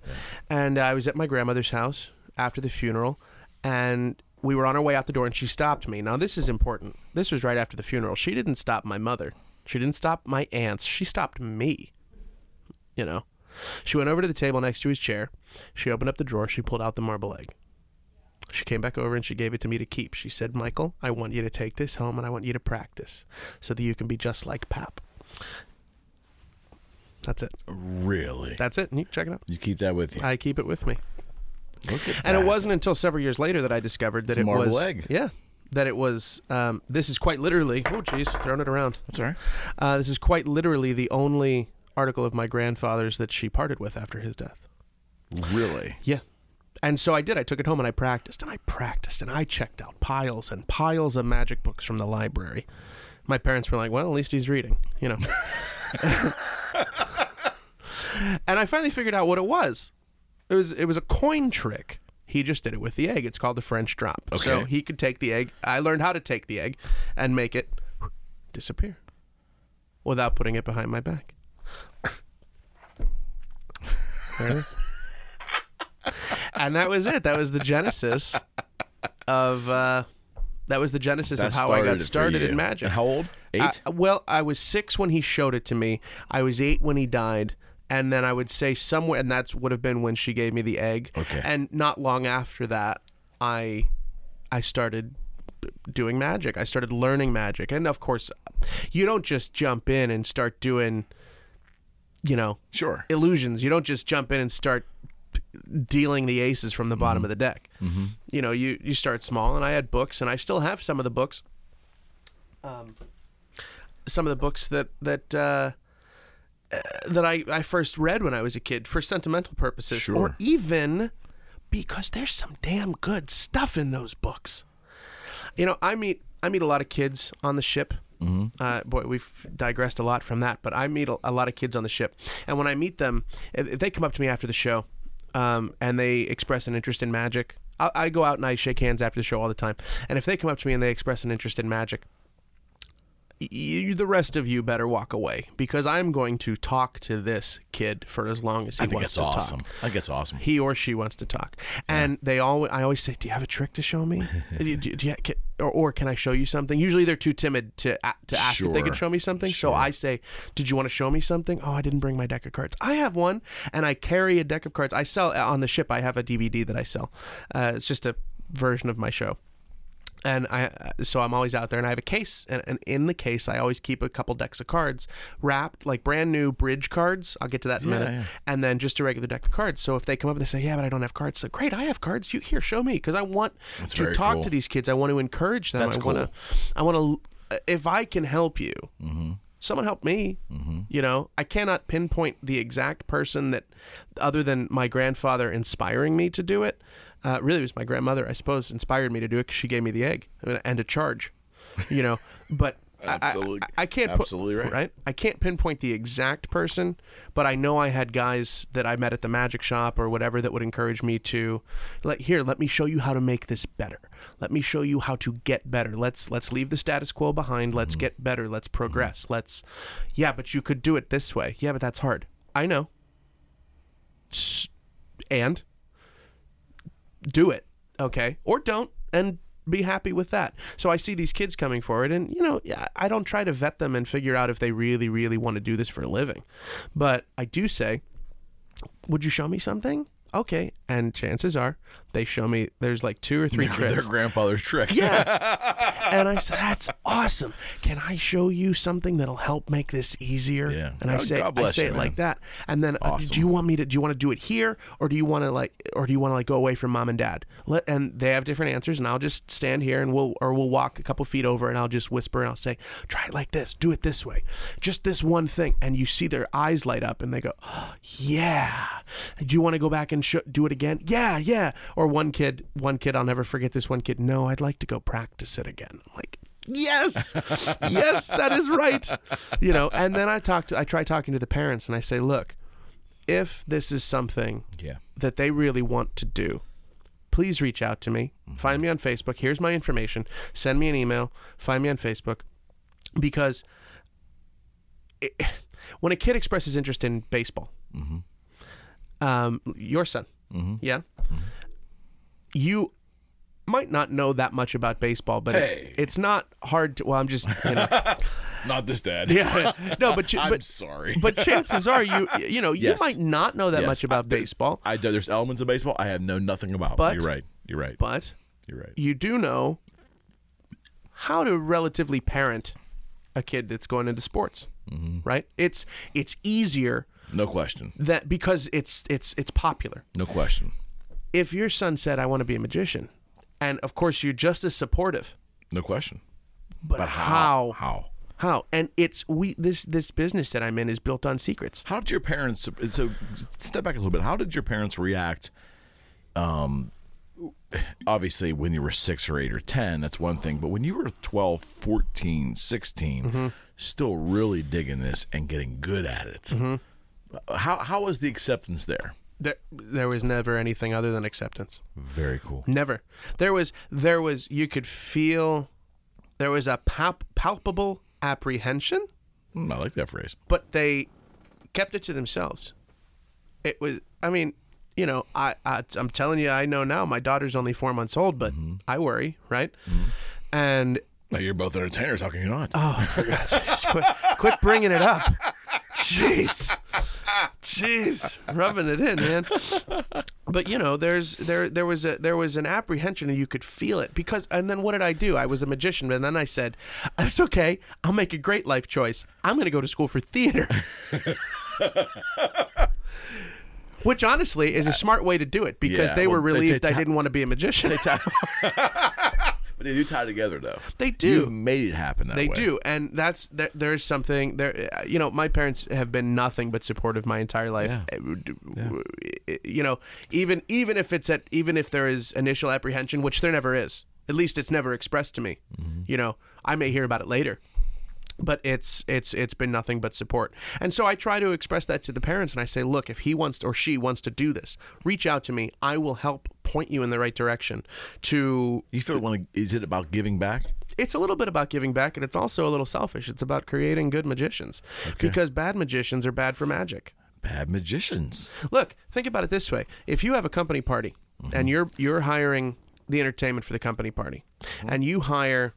S3: And uh, I was at my grandmother's house after the funeral, and we were on our way out the door, and she stopped me. Now this is important. This was right after the funeral. She didn't stop my mother. She didn't stop my aunts. She stopped me. You know, she went over to the table next to his chair. She opened up the drawer. She pulled out the marble egg. She came back over and she gave it to me to keep. She said, Michael, I want you to take this home and I want you to practice so that you can be just like Pap. That's it.
S2: Really?
S3: That's it. And you can check it out.
S2: You keep that with you.
S3: I keep it with me.
S2: Look at
S3: And it
S2: that.
S3: wasn't until several years later that I discovered that
S2: a
S3: it
S2: marble
S3: was
S2: egg.
S3: yeah that it was um, this is quite literally oh jeez throwing it around
S2: That's all right.
S3: uh, this is quite literally the only article of my grandfather's that she parted with after his death.
S2: Really?
S3: Yeah. And so I did. I took it home and I practiced and I practiced and I checked out piles and piles of magic books from the library. My parents were like, well, at least he's reading, you know. [laughs] and I finally figured out what it was. It was it was a coin trick. He just did it with the egg. It's called the French drop. So
S2: Okay.
S3: he could take the egg. I learned how to take the egg and make it disappear without putting it behind my back. There it is. and that was it. That was the genesis of uh, that was the genesis
S2: That
S3: of how
S2: started
S3: I
S2: it
S3: got
S2: for
S3: started
S2: you.
S3: in magic.
S2: And how old? Eight?
S3: I- well, I was six when he showed it to me. I was eight when he died. And then I would say somewhere, and that's would have been when she gave me the egg.
S2: Okay.
S3: And not long after that, I, I started b- doing magic. I started learning magic, and of course, you don't just jump in and start doing, you know,
S2: sure.
S3: illusions. You don't just jump in and start dealing the aces from the
S2: Mm-hmm.
S3: bottom of the deck. You know, you you start small, and I had books, and I still have some of the books. Um, some of the books that that uh, uh, that I I first read when I was a kid for sentimental purposes,
S2: Sure.
S3: or even because there's some damn good stuff in those books. You know, I meet I meet a lot of kids on the ship.
S2: Mm-hmm.
S3: Uh, boy, we've digressed a lot from that, but I meet a, a lot of kids on the ship, and when I meet them, if, if they come up to me after the show, um, and they express an interest in magic, I, I go out and I shake hands after the show all the time. And if they come up to me and they express an interest in magic, you, the rest of you better walk away because I'm going to talk to this kid for as long as he
S2: I think
S3: wants
S2: that's
S3: to talk
S2: awesome. I think that's awesome.
S3: he or she wants to talk. And they all, I always say, "Do you have a trick to
S2: [laughs]
S3: show me? do you, do you- do you- can- or, or can I show you something?" Usually they're too timid to a- to ask if they
S2: Sure.
S3: can show me something. So I say, "Did you want to show me something?" Oh, I didn't bring my deck of cards. I have one, and I carry a deck of cards. I sell uh, on the ship. I have a DVD that I sell. Uh, it's just a version of my show and I uh, so I'm always out there, and I have a case, and, and in the case I always keep a couple decks of cards wrapped, like brand new bridge cards. I'll get to that in a minute, and then just a regular deck of cards. So if they come up and they say, "Yeah, but I don't have cards," so great, I have cards. You here, show me, because I want to
S2: very
S3: talk
S2: cool.
S3: to these kids. I want to encourage them.
S2: That's
S3: I want to, I want to, if I can help you, someone help me.
S2: Mm-hmm.
S3: You know, I cannot pinpoint the exact person that, other than my grandfather inspiring me to do it. Uh, really, it was my grandmother, I suppose, inspired me to do it because she gave me the egg and a charge. You know,
S2: [laughs]
S3: but I- I-
S2: Absolutely-
S3: I, I can't put-
S2: absolutely right.
S3: right. I can't pinpoint the exact person, but I know I had guys that I met at the magic shop or whatever that would encourage me to, like, here, let me show you how to make this better. Let me show you how to get better. Let's let's leave the status quo behind. Let's get better. Let's progress. Let's, yeah, but you could do it this way. Yeah, but that's hard. I know. S- And do it, okay, or don't, and be happy with that. So I see these kids coming forward, and you know, yeah, I don't try to vet them and figure out if they really, really want to do this for a living, but I do say, "Would you show me something?" Okay, and chances are they show me there's like two or three tricks.
S2: Their grandfather's trick.
S3: Yeah.
S2: [laughs]
S3: and I said, "That's awesome. Can I show you something that'll help make this easier?"
S2: Yeah.
S3: And I
S2: Oh,
S3: say,
S2: God
S3: I
S2: bless
S3: say
S2: you,
S3: it
S2: man.
S3: like that. And then, uh, do you want me to? Do you want to do it here, or do you want to like, or do you want to like go away from mom and dad? Let and they have different answers, and I'll just stand here, and we'll or we'll walk a couple feet over, and I'll just whisper, and I'll say, "Try it like this. Do it this way. Just this one thing." And you see their eyes light up, and they go, [gasps] oh, "Yeah." Do you want to go back and sho do it again? Yeah, yeah. Or one kid, one kid, I'll never forget this one kid. No, I'd like to go practice it again. I'm like, yes yes that is right you know and then i talk to i try talking to the parents and i say look if this is something
S2: Yeah.
S3: that they really want to do please reach out to me find me on facebook here's my information send me an email find me on facebook because it, when a kid expresses interest in baseball um, your son
S2: Mm-hmm.
S3: yeah you might not know that much about baseball but it-
S2: Hey.
S3: it's not hard to well i'm just
S2: [laughs]
S3: you know [laughs]
S2: Not this dad.
S3: yeah. No, but you,
S2: I'm
S3: but,
S2: sorry. [laughs]
S3: but chances are you you know
S2: Yes.
S3: you might not know that
S2: Yes.
S3: much about baseball,
S2: I there's elements of baseball I have known nothing about.
S3: But-
S2: you're right. You're right.
S3: but
S2: You're right.
S3: you do know how to relatively parent a kid that's going into sports,
S2: Mm-hmm.
S3: right? It's it's easier
S2: No question.
S3: that because it's it's it's popular.
S2: No question.
S3: If your son said, "I want to be a magician," and of course you're just as supportive,
S2: No question.
S3: but,
S2: How?
S3: how,
S2: How?
S3: how? And it's we this this business that I'm in is built on secrets.
S2: How did your parents? So step back a little bit. How did your parents react? Um, obviously, when you were six or eight or ten, that's one thing. But when you were 12, 14, 16,
S3: Mm-hmm.
S2: still really digging this and getting good at it.
S3: Mm-hmm.
S2: How how was the acceptance there?
S3: There, there was never anything other than acceptance.
S2: Very cool.
S3: Never. There was there was you could feel there was a palp- palpable apprehension,
S2: Mm, I like that phrase.
S3: but they kept it to themselves. It was I mean, you know, I, I I'm telling you I know now my daughter's only 4 months old, but I worry, right? And
S2: Now you're both entertainers. How can you not?
S3: Oh. quit, quit bringing it up. Jeez, jeez, rubbing it in, man. But you know, there's there there was a there was an apprehension, and you could feel it because. And then what did I do? I was a magician, and then I said, "That's okay. I'll make a great life choice. I'm going to go to school for theater." Which honestly is a smart way to do it because
S2: Yeah,
S3: they
S2: well,
S3: were
S2: they- they
S3: relieved I
S2: ta-
S3: didn't want to be a magician.
S2: [laughs] but they do tie together though.
S3: They do.
S2: You've made it happen that
S3: They
S2: way.
S3: do, and that's there, there's something there. uh, You know, my parents have been nothing but supportive my entire life. Uh, d- w- i- You know, even even if it's at even if there is initial apprehension, which there never is. At least it's never expressed to me.
S2: Mm-hmm.
S3: You know, I may hear about it later, but it's it's it's been nothing but support. And so I try to express that to the parents, and I say, look, if he wants to, or she wants to do this, reach out to me. I will help point you in the right direction to
S2: You feel like is it about giving back?
S3: it's a little bit about giving back and it's also a little selfish it's about creating good magicians because bad magicians are bad for magic
S2: Bad magicians.
S3: look think about it this way if you have a company party
S2: Mm-hmm.
S3: and you're you're hiring the entertainment for the company party
S2: Mm-hmm.
S3: and you hire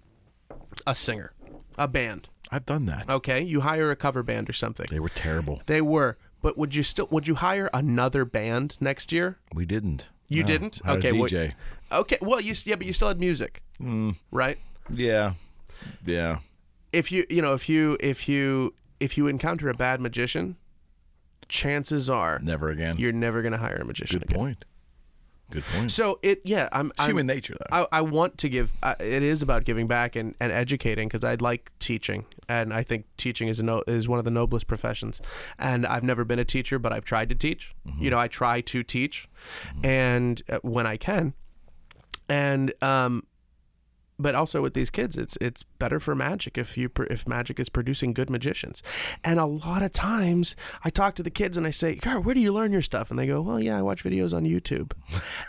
S3: a singer a band
S2: I've done that.
S3: okay you hire a cover band or something
S2: They were terrible.
S3: they were but would you still would you hire another band next year
S2: We didn't.
S3: you
S2: No.
S3: didn't
S2: Hired a
S3: okay well-
S2: DJ.
S3: okay well you s- yeah but you still had music
S2: Mm.
S3: right
S2: Yeah. Yeah.
S3: if you you know if you if you if you encounter a bad magician chances are
S2: Never again.
S3: you're never going to hire a magician
S2: Good
S3: again
S2: point. Good point.
S3: so it yeah i'm, I'm
S2: human nature, though.
S3: I, I want to give uh, it is about giving back and, and educating because i like teaching and i think teaching is a no, is one of the noblest professions and i've never been a teacher but i've tried to teach
S2: Mm-hmm.
S3: you know i try to teach and uh, when i can and um but also with these kids it's it's better for magic if you pr- if magic is producing good magicians and a lot of times i talk to the kids and i say Gar, where do you learn your stuff and they go well yeah i watch videos on youtube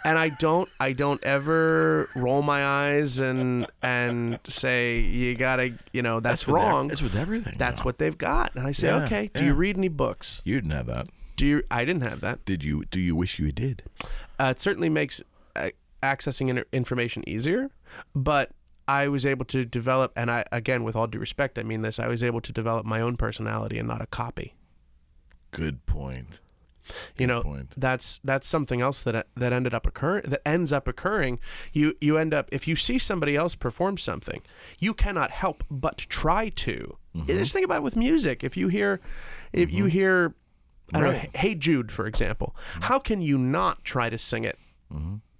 S3: and i don't i don't ever roll my eyes and and say you gotta you know that's,
S2: with ev-
S3: wrong
S2: that's with everything,
S3: that's
S2: though.
S3: what they've got and i say
S2: Yeah,
S3: okay do you
S2: yeah.
S3: read any books
S2: you didn't have that.
S3: do you i didn't have that
S2: Did you? Do you wish you did?
S3: uh, it certainly makes uh, accessing in- information easier but i was able to develop and i again with all due respect i mean this i was able to develop my own personality and not a copy
S2: Good point.
S3: you know
S2: point.
S3: that's that's something else that that ended up occur that ends up occurring you you end up if you see somebody else perform something you cannot help but try to just think about it with music if you hear if you hear i don't know hey jude for example how can you not try to sing it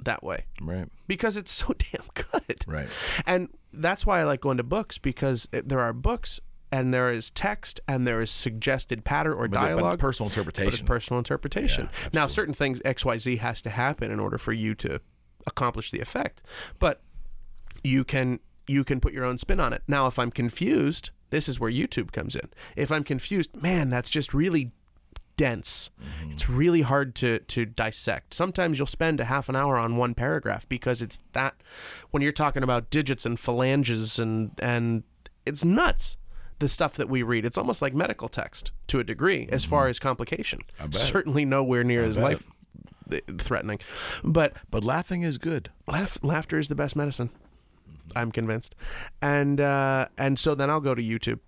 S3: that way
S2: Right.
S3: because it's so [laughs] damn good.
S2: Right.
S3: And that's why I like going to books because it, there are books and there is text and there is suggested pattern or
S2: But it's
S3: dialogue.
S2: personal
S3: but it's
S2: interpretation.
S3: personal interpretation. now, certain things XYZ has to happen in order for you to accomplish the effect. But you can you can put your own spin on it. Now, if I'm confused, this is where YouTube comes in. If I'm confused, man, that's just really dense. It's really hard to to dissect. Sometimes you'll spend a half an hour on one paragraph because it's that when you're talking about digits and phalanges and and it's nuts. The stuff that we read, it's almost like medical text to a degree as far as complication. Certainly nowhere near as life th- threatening. But
S2: but laughing is good.
S3: laugh, laughter is the best medicine. I'm convinced, and uh, and so then I'll go to YouTube,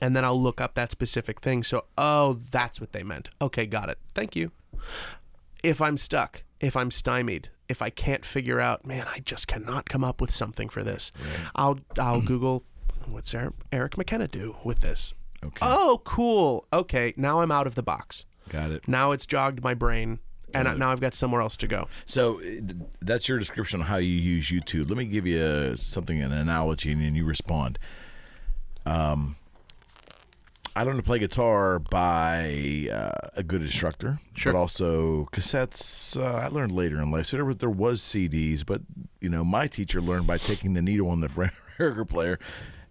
S3: and then I'll look up that specific thing. So oh, that's what they meant. Okay, got it. Thank you. If I'm stuck, if I'm stymied, if I can't figure out, man, I just cannot come up with something for this. I'll
S2: [clears throat]
S3: I'll Google what's Eric, Eric McKenna do with this.
S2: Okay.
S3: Oh, cool. Okay, now I'm out of the box.
S2: Got it.
S3: Now it's jogged my brain, and I, now I've got somewhere else to go.
S2: So uh, that's your description of how you use YouTube. Let me give you uh something, an analogy, and then you respond. Um, I learned to play guitar by uh, a good instructor,
S3: Sure.
S2: but also cassettes. Uh, I learned later in life, so there was, there was CDs, but you know, my teacher learned by taking the needle on the [laughs] record player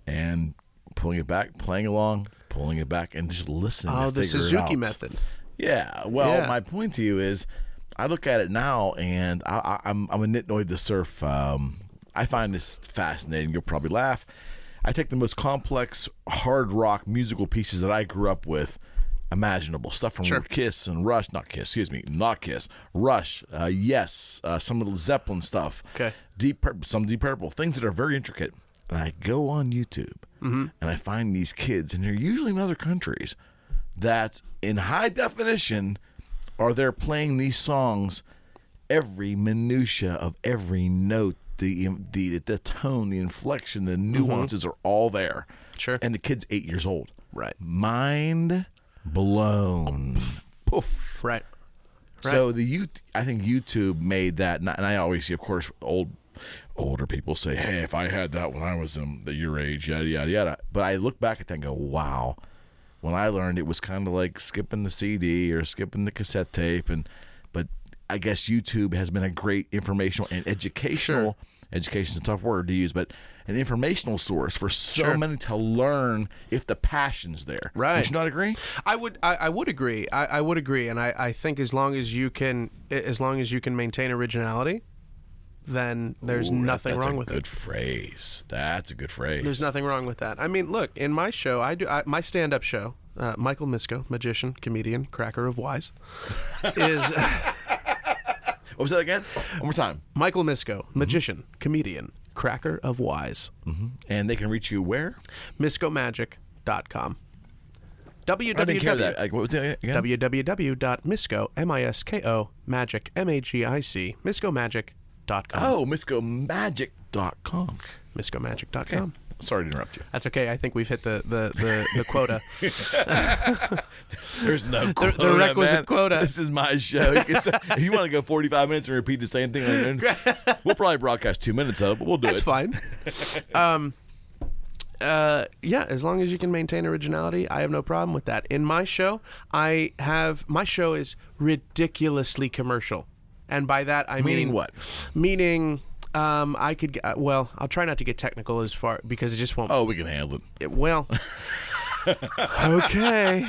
S2: and pulling it back, playing along, pulling it back, and just listening.
S3: Oh,
S2: to
S3: the
S2: figure it
S3: Suzuki
S2: out.
S3: method.
S2: Yeah. Well,
S3: Yeah.
S2: my point to you is, I look at it now, and I, I, I'm I'm a nitnoid to surf. Um, I find this fascinating. You'll probably laugh. I take the most complex hard rock musical pieces that I grew up with, imaginable stuff from Kiss and Rush, not Kiss, excuse me, not Kiss, Rush, uh, Yes, uh, some of the Zeppelin stuff,
S3: Okay.
S2: Deep Purple, some Deep Purple, things that are very intricate. And I go on YouTube
S3: Mm-hmm.
S2: and I find these kids, and they're usually in other countries, that in high definition are they're playing these songs, every minutia of every note, the the the tone, the inflection, the nuances are all there.
S3: Mm-hmm. Sure.
S2: And the kid's eight years old.
S3: Right.
S2: Mind blown. Poof.
S3: Right.
S2: So the you, I think YouTube made that, and I- and I always see, of course, old, older people say, "Hey, if I had that when I was um, the your age, yada yada yada." But I look back at that and go, "Wow." When I learned, it was kind of like skipping the CD or skipping the cassette tape, and but I guess YouTube has been a great informational and educational. Education's a tough word to use, but an informational source for so many to learn if the passion's there.
S3: Right.
S2: Would you not agree?
S3: I would I, I would agree. I, I would agree, and I, I think as long as you can as long as you can maintain originality, then there's
S2: Ooh, that-
S3: nothing
S2: that's
S3: wrong
S2: a
S3: with
S2: good
S3: it.
S2: phrase. That's a good phrase.
S3: There's nothing wrong with that. I mean, look in my show, I do I, my stand up show. Uh, Michael Misko, magician, comedian, cracker
S2: [laughs]
S3: of wise, is [laughs]
S2: What was that again? One more time.
S3: Michael Misko,
S2: Mm-hmm.
S3: magician, comedian, cracker of wise.
S2: And they can reach you where?
S3: MiscoMagic.com.
S2: Mm-hmm. I didn't care
S3: www.
S2: that. Like, what was it again?
S3: www.misco, M-I-S-K-O, magic, M-A-G-I-C, miscomagic.com.
S2: oh, miscomagic.com.
S3: Miscomagic.com.
S2: Sorry to interrupt you.
S3: That's okay. I think we've hit the, the, the, the
S2: [laughs]
S3: quota.
S2: There's
S3: [laughs]
S2: no quota,
S3: requisite
S2: man.
S3: quota.
S2: This is my show.
S3: [laughs]
S2: You can say- if you want to go 45 minutes and repeat the same thing,
S3: [laughs]
S2: like, we'll probably broadcast two minutes of it, but we'll do
S3: That's
S2: it.
S3: fine. Um, uh, yeah, as long as you can maintain originality, I have no problem with that. In my show, I have my show is ridiculously commercial, and by that I
S2: Meaning
S3: mean
S2: what?
S3: Meaning, um, I could g- uh, well, I'll try not to get technical as far because it just won't
S2: Oh, we can handle it.
S3: It- well okay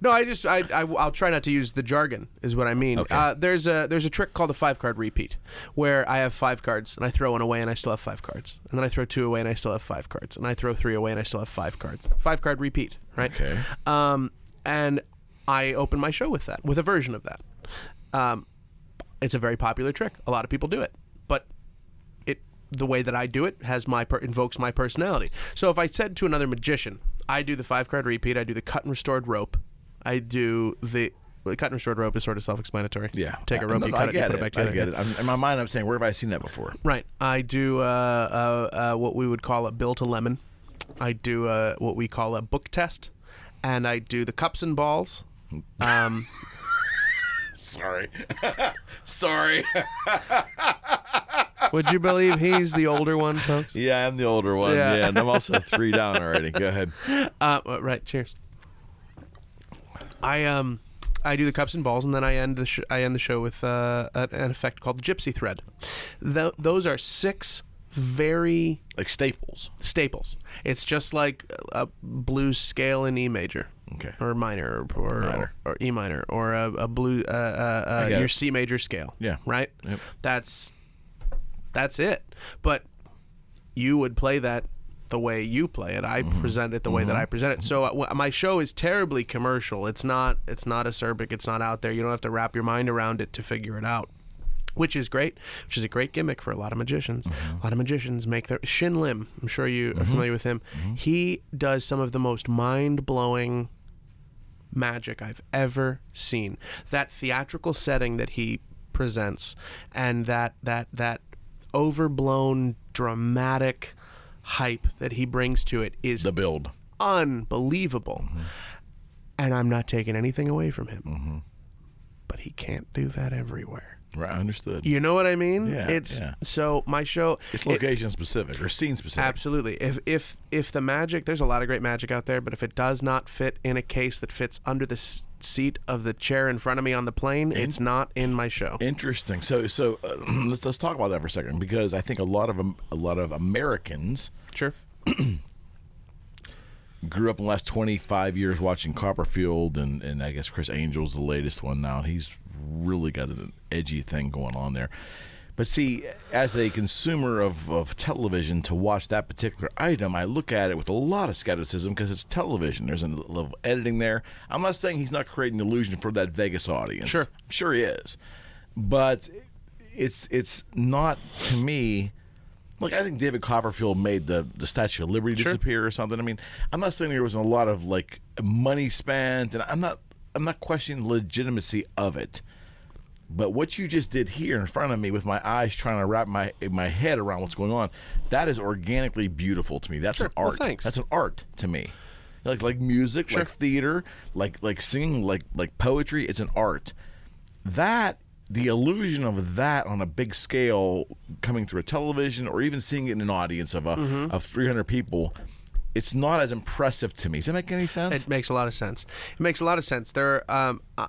S3: no i just I, I i'll try not to use the jargon is what i mean uh, there's a there's a trick called the five card repeat where i have five cards and i throw one away and i still have five cards and then i throw two away and i still have five cards and i throw three away and i still have five cards five card repeat right
S2: Okay.
S3: um and i open my show with that with a version of that um it's a very popular trick a lot of people do it but it the way that I do it has my per- invokes my personality. So if I said to another magician, I do the five card repeat, I do the cut and restored rope, I do the well, cut and restored rope is sort of self explanatory.
S2: Yeah.
S3: take a rope,
S2: No,
S3: you
S2: no, I
S3: cut it, you
S2: get
S3: put
S2: it.
S3: it, back
S2: I
S3: together.
S2: get it. I'm, in my mind, I'm saying, where have I seen that before?
S3: Right. I do uh, uh, uh, what we would call a bill to lemon. I do uh, what we call a book test, and I do the cups and balls. Um,
S2: Sorry. [laughs]
S3: [laughs]
S2: Sorry.
S3: would you believe he's the older one, folks?
S2: yeah, I'm the older one.
S3: Yeah.
S2: Yeah. and I'm also three down already. Go
S3: [laughs]
S2: ahead.
S3: Uh, uh, right. Cheers. I um, I do the cups and balls, and then I end the sh- I end the show with uh, an, an effect called the Gypsy Thread. Tho- those are six very
S2: Like staples.
S3: staples. It's just like a blues scale in E major,
S2: Okay.
S3: or minor, or or,
S2: Minor.
S3: or E minor, or a, a blue uh, uh, uh,
S2: get
S3: your
S2: it.
S3: C major scale.
S2: Yeah.
S3: right.
S2: Yep.
S3: That's that's it. But you would play that the way you play it. I present it the way that I present it. So uh, wh- my show is terribly commercial. It's not. It's not acerbic. It's not out there. You don't have to wrap your mind around it to figure it out. Which is great, which is a great gimmick for a lot of magicians. A lot of magicians make their Shin Lim. I'm sure you are familiar with him. He does some of the most mind blowing magic I've ever seen. That theatrical setting that he presents, and that that that overblown dramatic hype that he brings to it is
S2: the build.
S3: unbelievable. And I'm not taking anything away from him, but he can't do that everywhere.
S2: Right, understood.
S3: You know what I mean?
S2: Yeah,
S3: it's
S2: yeah.
S3: so my show.
S2: It's
S3: it-
S2: location specific or scene specific.
S3: Absolutely. If if if the magic, there's a lot of great magic out there, but if it does not fit in a case that fits under the s- seat of the chair in front of me on the plane, it's not in my show.
S2: Interesting. So, so uh, [clears throat] let's let's talk about that for a second because I think a lot of Am- a lot of Americans
S3: sure.
S2: grew up in the last twenty five years watching Copperfield and and I guess Chris Angel's the latest one now. and He's really got an edgy thing going on there. But see, as a consumer of, of television, to watch that particular item, I look at it with a lot of skepticism because it's television. There's a level of editing there. I'm not saying he's not creating an illusion for that Vegas audience.
S3: Sure.
S2: I'm sure he is. But it's it's not to me like I think David Copperfield made the, the Statue of Liberty disappear or something. I mean, I'm not saying there was a lot of like money spent and I'm not I'm not questioning the legitimacy of it. But what you just did here in front of me with my eyes trying to wrap my my head around what's going on, that is organically beautiful to me. That's an
S3: Well,
S2: art.
S3: thanks.
S2: That's an art to me. Like like music, like theater, like like singing, like like poetry, it's an art. That the illusion of that on a big scale coming through a television or even seeing it in an audience of a,
S3: Mm-hmm.
S2: of 300 people, it's not as impressive to me. Does that make any sense?
S3: It makes a lot of sense. It makes a lot of sense. There, are, um, uh,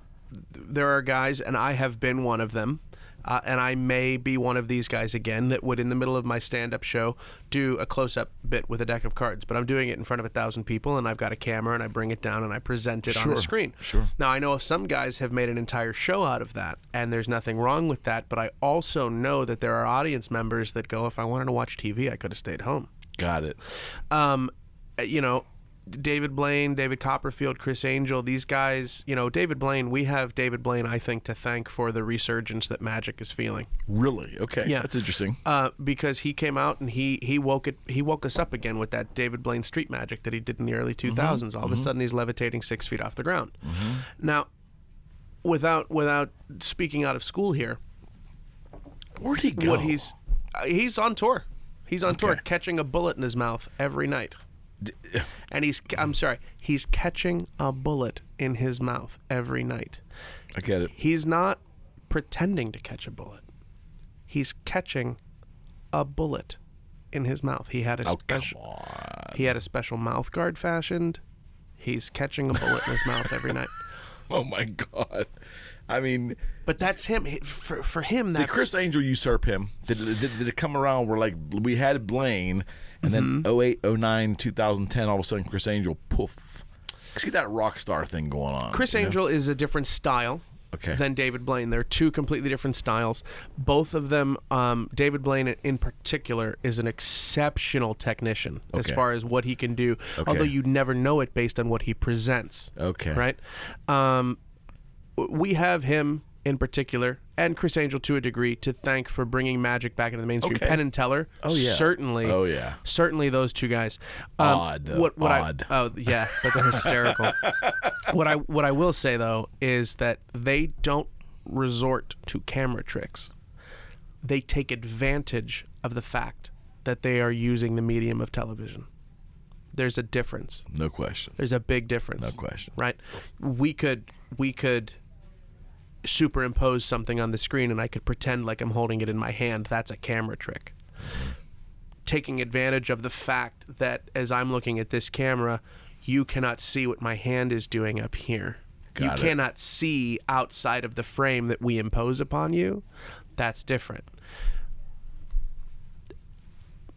S3: there are guys, and I have been one of them, uh, and I may be one of these guys again that would, in the middle of my stand-up show, do a close-up bit with a deck of cards. But I'm doing it in front of a thousand people, and I've got a camera, and I bring it down, and I present it on the screen. Sure. Now I know some guys have made an entire show out of that, and there's nothing wrong with that. But I also know that there are audience members that go, "If I wanted to watch TV, I could have stayed home."
S2: Got it.
S3: um, you know, David Blaine, David Copperfield, Chris Angel, these guys, you know, David Blaine, we have David Blaine, I think, to thank for the resurgence that Magic is feeling.
S2: Really? Okay.
S3: Yeah.
S2: That's interesting.
S3: Uh, because he came out and he he woke it he woke us up again with that David Blaine street magic that he did in the early two thousands. All of a sudden, he's levitating six feet off the ground. Now, without without speaking out of school here,
S2: Where'd he go?
S3: what he's uh, he's on tour. He's on tour, catching a bullet in his mouth every night. And he's I'm sorry, he's catching a bullet in his mouth every night.
S2: I get it.
S3: He's not pretending to catch a bullet. He's catching a bullet in his mouth. He had a special He had a special mouth guard fashioned. He's catching a bullet in his mouth every night.
S2: Oh my god! I mean,
S3: But that's him. He- For, for him, that's
S2: did Chris Angel usurp him? Did, did, did it come around where like we had Blaine, and
S3: Mm-hmm.
S2: then 08, 09, 2010, all of a sudden Chris Angel, poof. Let's get that rock star thing going on.
S3: Chris Angel is a different style
S2: Okay.
S3: than David Blaine. They're two completely different styles. Both of them, um, David Blaine in particular, is an exceptional technician
S2: Okay.
S3: as far as what he can do, although you never know it based on what he presents.
S2: Okay.
S3: Right? Um, w- we have him in particular and Chris Angel to a degree to thank for bringing magic back into the mainstream.
S2: Okay.
S3: Penn and Teller. Oh,
S2: yeah.
S3: Certainly.
S2: Oh, yeah.
S3: Certainly those two guys. Um,
S2: Odd, though.
S3: What, what I-
S2: Odd.
S3: oh, yeah, but they're hysterical.
S2: [laughs]
S3: what I what I will say though is that they don't resort to camera tricks. They take advantage of the fact that they are using the medium of television. There's a difference.
S2: no question.
S3: There's a big difference. No
S2: question.
S3: Right? We could we could superimpose something on the screen and I could pretend like I'm holding it in my hand. That's a camera trick. Taking advantage of the fact that as I'm looking at this camera, you cannot see what my hand is doing up here. you
S2: Got it.
S3: cannot see outside of the frame that we impose upon you. That's different.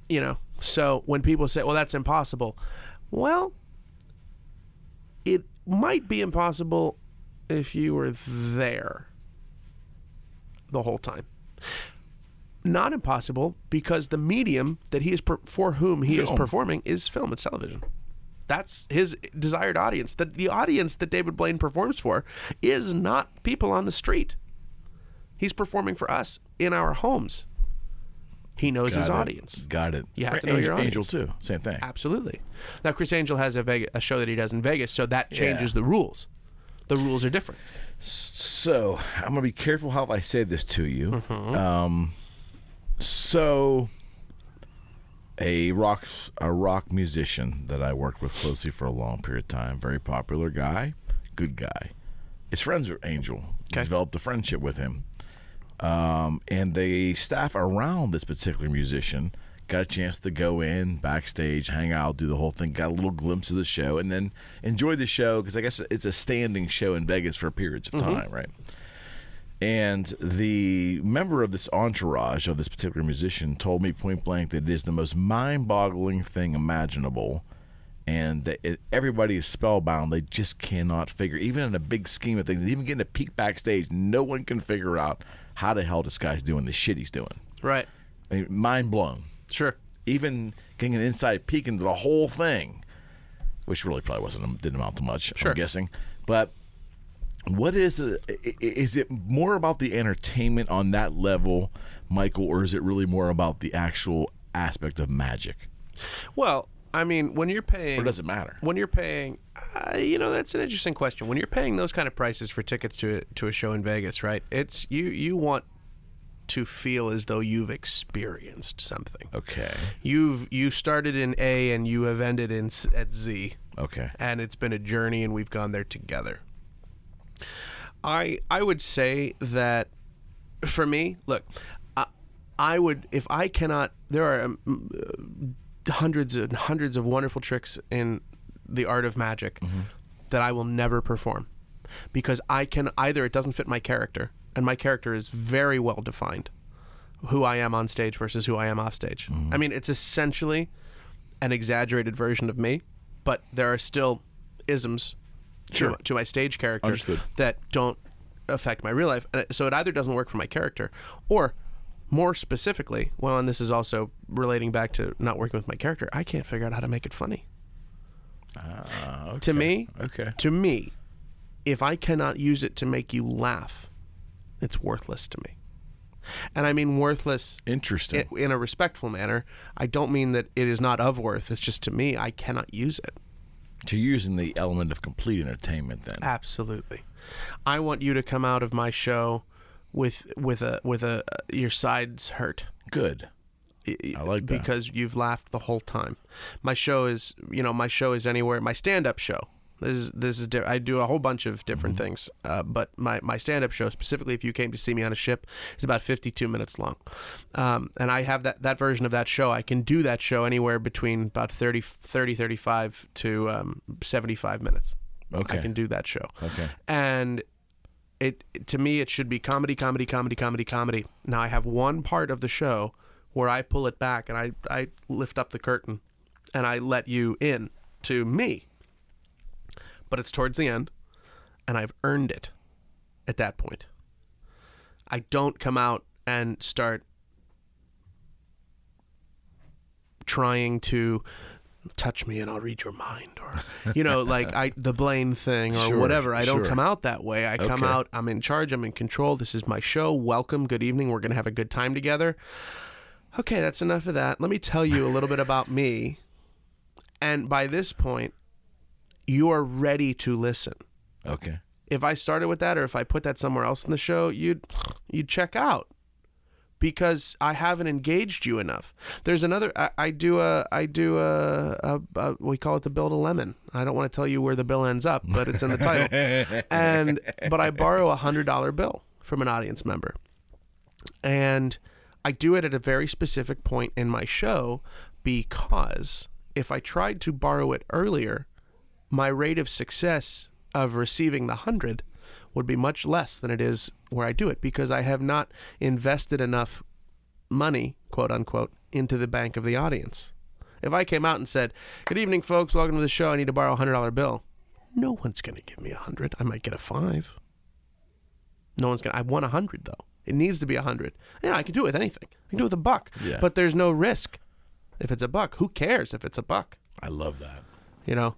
S3: You know, so when people say, well, that's impossible, well, it might be impossible if you were there the whole time. Not impossible because the medium that he is per- for whom he is
S2: Film.
S3: performing is film. It's television. That's his desired audience. The, the audience that David Blaine performs for is not people on the street. He's performing for us in our homes. He knows his
S2: Got it.
S3: audience.
S2: Got it.
S3: You have
S2: Right,
S3: to know
S2: Angel,
S3: your
S2: Angel too.
S3: audience.
S2: Same thing.
S3: Absolutely. Now, Chris Angel has a, Vegas, a show that he does in Vegas, so that changes the rules. The rules are different.
S2: So I'm gonna be careful how I say this to you.
S3: Mm-hmm.
S2: Um, so a rock a rock musician that I worked with closely for a long period of time, very popular guy, good guy. His friends are Angel.
S3: Okay.
S2: Developed a friendship with him, um, and the staff around this particular musician got a chance to go in backstage, hang out, do the whole thing, got a little glimpse of the show, and then enjoyed the show because I guess it's a standing show in Vegas for periods of time, right? And the member of this entourage of this particular musician told me point blank that it is the most mind boggling thing imaginable. And that it, everybody is spellbound. They just cannot figure, even in a big scheme of things, even getting a peek backstage, no one can figure out how the hell this guy's doing the shit he's doing.
S3: Right.
S2: I mean, mind blown.
S3: Sure.
S2: Even getting an inside peek into the whole thing, which really probably wasn't didn't amount to much.
S3: Sure.
S2: I'm guessing, but what is it? i- i- Is it more about the entertainment on that level, Michael, or is it really more about the actual aspect of magic?
S3: Well, I mean, when you're paying,
S2: Or does it matter?
S3: When you're paying, uh, you know, that's an interesting question. When you're paying those kind of prices for tickets to a, to a show in Vegas, right? It's you you want to feel as though you've experienced something.
S2: Okay.
S3: You've you started in A and you have ended in s- at Z,
S2: Okay.
S3: and it's been a journey, and we've gone there together. I I would say that for me, look, I, I would if I cannot. There are um, uh, hundreds and hundreds of wonderful tricks in the art of magic that I will never perform because I can either it doesn't fit my character, and my character is very well defined, who I am on stage versus who I am off stage.
S2: Mm-hmm.
S3: I mean, it's essentially an exaggerated version of me, but there are still isms to, to my stage character
S2: Understood.
S3: that don't affect my real life. And it- So it either doesn't work for my character, or more specifically, well, and this is also relating back to not working with my character, I can't figure out how to make it funny.
S2: Ah, okay.
S3: To me,
S2: Okay.
S3: to me, if I cannot use it to make you laugh, it's worthless to me. And I mean worthless
S2: Interesting.
S3: i- in a respectful manner. I don't mean that it is not of worth. It's just to me, I cannot use it.
S2: to using the element of complete entertainment, then.
S3: Uh, Absolutely. I want you to come out of my show with with a with a your sides hurt.
S2: Good. I like that.
S3: because you've laughed the whole time. My show is, you know, my show is anywhere. My stand-up show. This is this is. Di- I do a whole bunch of
S2: Mm-hmm.
S3: different things, uh, but my my stand-up show specifically, if you came to see me on a ship, is about 52 minutes long, um, and I have that that version of that show. I can do that show anywhere between about 30 30 35 to um, 75 minutes.
S2: Okay.
S3: I can do that show.
S2: Okay.
S3: And it to me it should be comedy, comedy, comedy, comedy, comedy. Now I have one part of the show where I pull it back and I, I lift up the curtain and I let you in to me. But it's towards the end and I've earned it at that point. I don't come out and start trying to touch me and I'll read your mind or you know like I the Blaine thing or
S2: [laughs] Sure,
S3: whatever I don't
S2: sure.
S3: come out that way I come
S2: Okay.
S3: out I'm in charge I'm in control this is my show welcome good evening we're going to have a good time together okay that's enough of that let me tell you a little bit about me and by this point you are ready to listen
S2: Okay.
S3: if I started with that or if I put that somewhere else in the show, you'd you'd check out because I haven't engaged you enough. There's another I, I do a I do a, a, a we call it the build a lemon. I don't want to tell you where the bill ends up, but it's in the title. and but I borrow a hundred dollar bill from an audience member, and I do it at a very specific point in my show because if I tried to borrow it earlier, my rate of success of receiving the 100 would be much less than it is where I do it because I have not invested enough money, quote unquote, into the bank of the audience. If I came out and said, Good evening, folks, welcome to the show, I need to borrow a $100 bill, no one's going to give me a 100. I might get a 5. No one's going to. I want a 100, though. It needs to be a 100. Yeah, I can do it with anything. I can do it with a buck.
S2: Yeah.
S3: But there's no risk if it's a buck. Who cares if it's a buck?
S2: I love that.
S3: You know,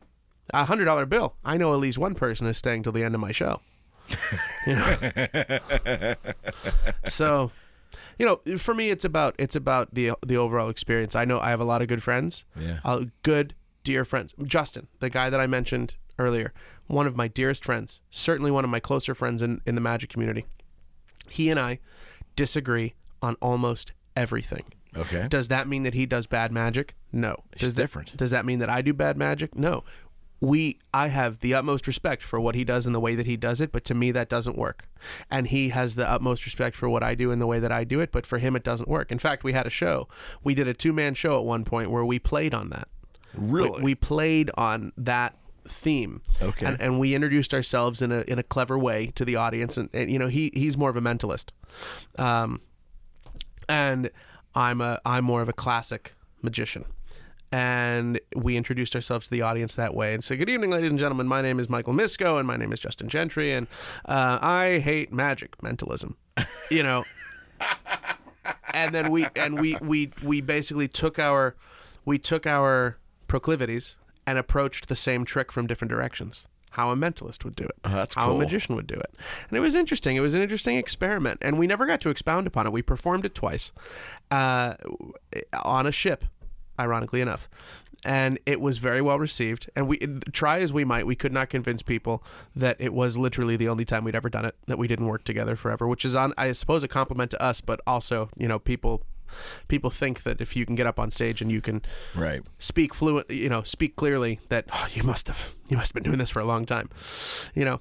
S3: a hundred dollar bill. I know at least one person is staying till the end of my show. [laughs] You know? so, you know, for me, it's about it's about the the overall experience. I know I have a lot of good friends.
S2: Yeah.
S3: Uh, good dear friends. Justin, the guy that I mentioned earlier, one of my dearest friends, certainly one of my closer friends in, in the magic community, he and I disagree on almost everything.
S2: Okay.
S3: Does that mean that he does bad magic? No. Does that-
S2: different.
S3: does that mean that I do bad magic? No. We I have the utmost respect for what he does and the way that he does it, but to me that doesn't work. And he has the utmost respect for what I do and the way that I do it, but for him it doesn't work. In fact, we had a show. We did a two-man show at one point where we played on that.
S2: Really?
S3: We, we played on that theme.
S2: Okay.
S3: And, and we introduced ourselves in a in a clever way to the audience and, and you know, he he's more of a mentalist. Um and I'm a I'm more of a classic magician. And we introduced ourselves to the audience that way and said, "Good evening, ladies and gentlemen. My name is Michael Misko, and my name is Justin Gentry, and uh, I hate magic mentalism." You know, [laughs] and then we and we we we basically took our we took our proclivities and approached the same trick from different directions how a mentalist would do it
S2: that's
S3: how
S2: cool.
S3: a magician would do it and it was interesting it was an interesting experiment and we never got to expound upon it we performed it twice uh, on a ship ironically enough and it was very well received and we try as we might we could not convince people that it was literally the only time we'd ever done it that we didn't work together forever which is on i suppose a compliment to us but also you know people people think that if you can get up on stage and you can
S2: Right.
S3: speak fluent you know speak clearly that oh, you must have you must have been doing this for a long time you know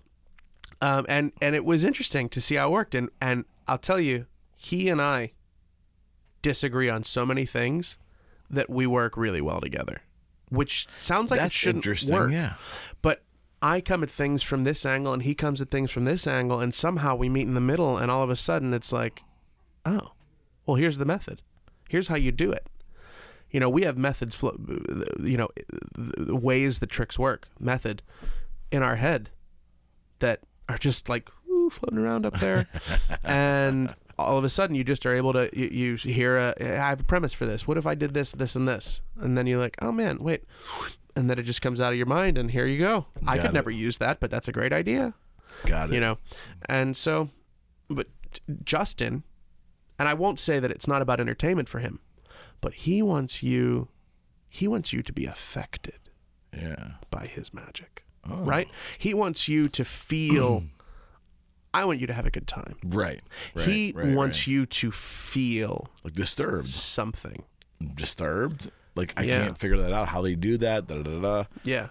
S3: um, and and it was interesting to see how it worked and and i'll tell you he and i disagree on so many things that we work really well together which sounds like it
S2: That's
S3: shouldn't
S2: interesting,
S3: work
S2: yeah.
S3: but I come at things from this angle and he comes at things from this angle and somehow we meet in the middle and all of a sudden it's like, oh, well here's the method. Here's how you do it. You know, we have methods, flo- you know, ways the tricks work, method in our head that are just like ooh, floating around
S2: [laughs]
S3: up there, and all of a sudden you just are able to you, you hear a I have a premise for this. What if I did this, this, and this? And then you're like, oh man, wait, and then it just comes out of your mind, and here you go. I
S2: Got
S3: could
S2: it.
S3: never use that, but that's a great idea,
S2: Got it.
S3: you know. And so, but Justin, and I won't say that it's not about entertainment for him, but he wants you, he wants you to be affected
S2: yeah.
S3: by his magic.
S2: Oh.
S3: Right? He wants you to
S2: [clears throat]
S3: feel I want you to have a good time.
S2: Right. right
S3: he
S2: right,
S3: wants
S2: right.
S3: you to feel
S2: like disturbed.
S3: something.
S2: Disturbed. Like I
S3: Yeah.
S2: can't figure that out. How they do that? Da da da. da.
S3: Yeah.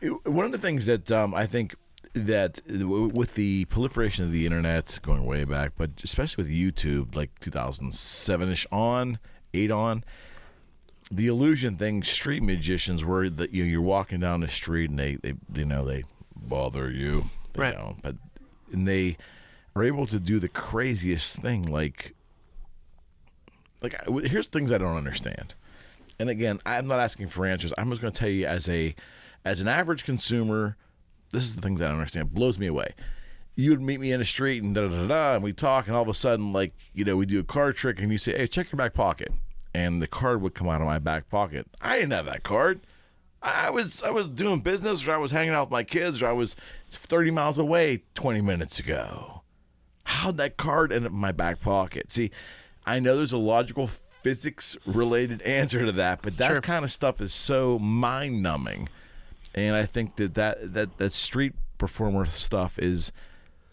S2: It- one of the things that um, I think that w- with the proliferation of the internet going way back, but especially with YouTube, like 2007 ish on, eight on, the illusion thing, street magicians were that you know, you're walking down the street and they, they you know they bother you, they
S3: Right.
S2: don't, but and they are able to do the craziest thing like like I- w- here's things I don't understand. And again, I'm not asking for answers. I'm just going to tell you as a as an average consumer, this is the things I don't understand. It blows me away. You would meet me in the street and da da da, da and we talk, and all of a sudden, like you know, we do a card trick, and you say, "Hey, check your back pocket," and the card would come out of my back pocket. I didn't have that card. I I was I was doing business, or I was hanging out with my kids, or I was 30 miles away 20 minutes ago how'd that card end up in my back pocket? See, I know there's a logical physics related [laughs] answer to that, but that kind of stuff is so mind numbing. And I think that, that that that street performer stuff is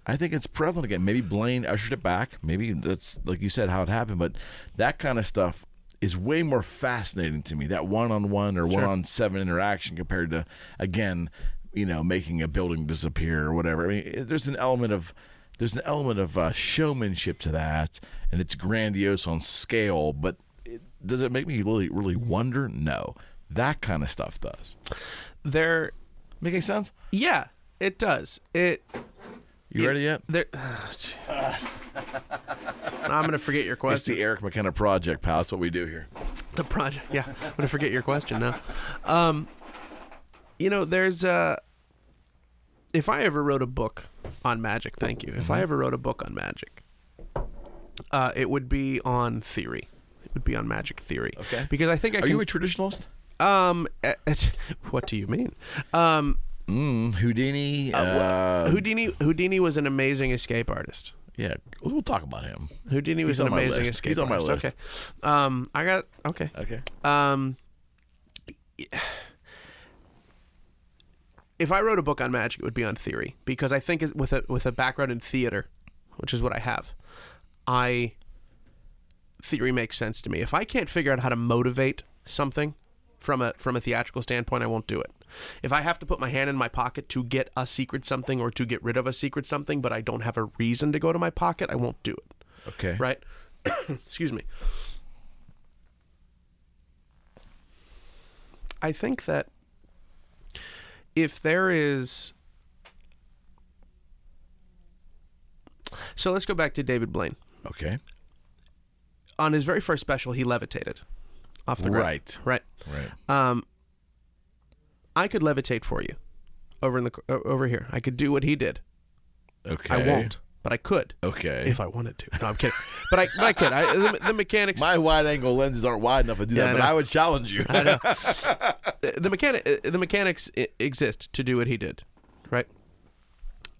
S2: I think it's prevalent again. Maybe Blaine ushered it back. Maybe that's like you said how it happened, but that kind of stuff is way more fascinating to me. That one on one or one on seven interaction compared to again, you know, making a building disappear or whatever. I mean, it- there's an element of there's an element of uh, showmanship to that, and it's grandiose on scale. But it, does it make me really really wonder? No, that kind of stuff does.
S3: There
S2: Making sense?
S3: yeah, it does. It
S2: You ready yet?
S3: there [sighs] I'm going to forget your
S2: It's
S3: question.
S2: the Eric McKenna project, pal. That's what we do here.
S3: the project. Yeah, I'm gonna forget your question now. Um, you know, there's uh, if I ever wrote a book on magic, thank you.
S2: Mm-hmm.
S3: If I ever wrote a book on magic, uh, it would be on theory. It would be on magic theory.
S2: Okay.
S3: Because I think I
S2: Are
S3: can.
S2: you a traditionalist?
S3: um, [laughs] eh, eh, what do you mean? Um,
S2: Mm, Houdini. uh,
S3: Houdini. Houdini was an amazing escape artist.
S2: yeah, we'll talk about him.
S3: Houdini was
S2: He's
S3: an
S2: on my
S3: amazing
S2: list.
S3: escape
S2: He's on my
S3: artist.
S2: list.
S3: Okay. Um, I got Um, okay.
S2: Okay.
S3: Um, if I wrote a book on magic, it would be on theory because I think as- with a with a background in theater, which is what I have, I theory makes sense to me. If I can't figure out how to motivate something from a from a theatrical standpoint, I won't do it. If I have to put my hand in my pocket to get a secret something or to get rid of a secret something, but I don't have a reason to go to my pocket, I won't do it.
S2: Okay.
S3: Right? [coughs] Excuse me. I think that if there is So let's go back to David Blaine.
S2: Okay.
S3: On his very first special, he levitated off the ground.
S2: Right.
S3: Right.
S2: Right.
S3: Um, I could levitate for you over in the co- o- over here. I could do what he did.
S2: Okay.
S3: I won't, but I could
S2: Okay.
S3: if I wanted to. No, I'm kidding. But I, but I could. I, the,
S2: [laughs]
S3: the mechanics.
S2: My wide angle lenses aren't wide enough to do
S3: Yeah, I
S2: that, but
S3: know.
S2: I would challenge
S3: [laughs]
S2: you. [laughs]
S3: the mechanic uh, the mechanics i- exist to do what he did, right?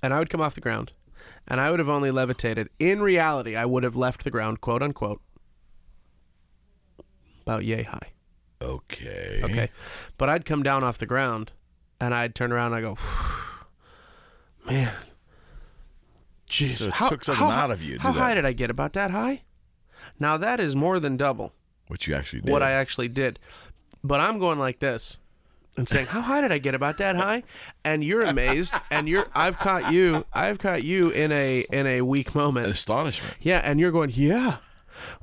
S3: And I would come off the ground, and I would have only levitated. In reality, I would have left the ground, quote unquote, about yay high.
S2: okay.
S3: Okay, but I'd come down off the ground, and I'd turn around. and I go, man, jeez,
S2: So it took something out of you to
S3: How
S2: do
S3: high
S2: that.
S3: did I get? About that high? Now that is more than double
S2: What you actually did.
S3: what I actually did. But I'm going like this and saying, "How high did I get about that high?" And you're amazed, and you're I've caught you, I've caught you in a in a weak moment.
S2: astonishment.
S3: Yeah, and you're going, "Yeah."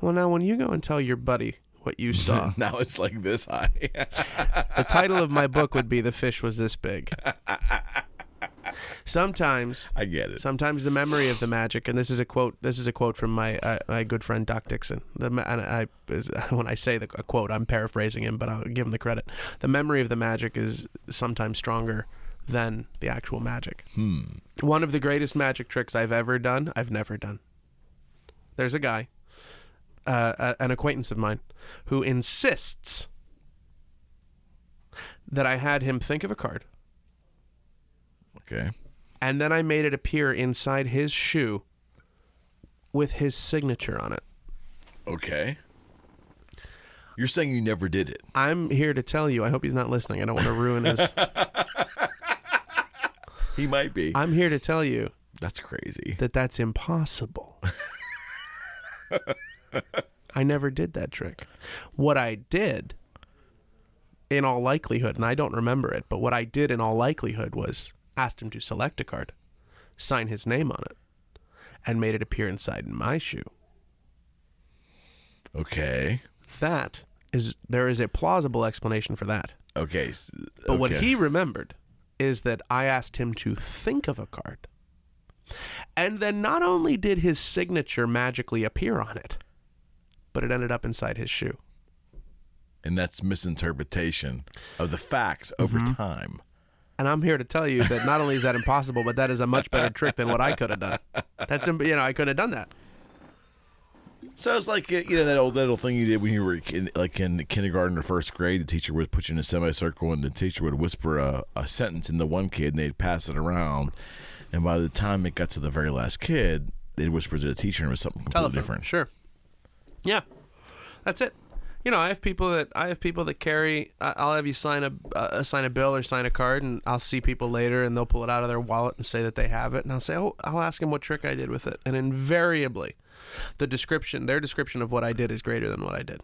S3: Well, now when you go and tell your buddy what you saw,
S2: [laughs] Now it's like this high. [laughs]
S3: the title of my book would be "The Fish Was This Big." Sometimes
S2: I get it.
S3: Sometimes the memory of the magic, and this is a quote. This is a quote from my uh, my good friend Doc Dixon. The ma- and I is, [laughs] when I say the a quote, I'm paraphrasing him, but I'll give him the credit. The memory of the magic is sometimes stronger than the actual magic. Hmm. One of the greatest magic tricks I've ever done. I've never done. There's a guy, uh, a- an acquaintance of mine, who insists that I had him think of a card
S2: Okay.
S3: and then I made it appear inside his shoe with his signature on it.
S2: Okay. You're saying you never did it.
S3: I'm here to tell you. I hope he's not listening. I don't want to ruin his.
S2: He might be.
S3: I'm here to tell you
S2: That's crazy.
S3: that that's impossible. I never did that trick. What I did, in all likelihood, and I don't remember it, but what I did in all likelihood was asked him to select a card, sign his name on it, and made it appear inside my shoe.
S2: Okay.
S3: That is, there is a plausible explanation for that.
S2: Okay. s-
S3: But what
S2: okay.
S3: he remembered is that I asked him to think of a card. And then not only did his signature magically appear on it, but it ended up inside his shoe.
S2: and that's misinterpretation of the facts over
S3: Mm-hmm.
S2: time.
S3: And I'm here to tell you that not only is that impossible, but that is a much better trick than what I could have done. That's im- you know I couldn't have done that.
S2: So it's like uh, you know that old little thing you did when you were in, like in kindergarten or first grade. The teacher would put you in a semicircle, and the teacher would whisper a, a sentence into one kid, and they'd pass it around. And by the time it got to the very last kid, they'd whisper to the teacher, and it was something completely
S3: Telephone,
S2: different.
S3: Sure. Yeah, that's it. You know, I have people that I have people that carry. I- I'll have you sign a uh, sign a bill or sign a card, and I'll see people later, and they'll pull it out of their wallet and say that they have it, and I'll say, oh, I'll ask them what trick I did with it, and invariably, the description, their description of what I did is greater than what I did.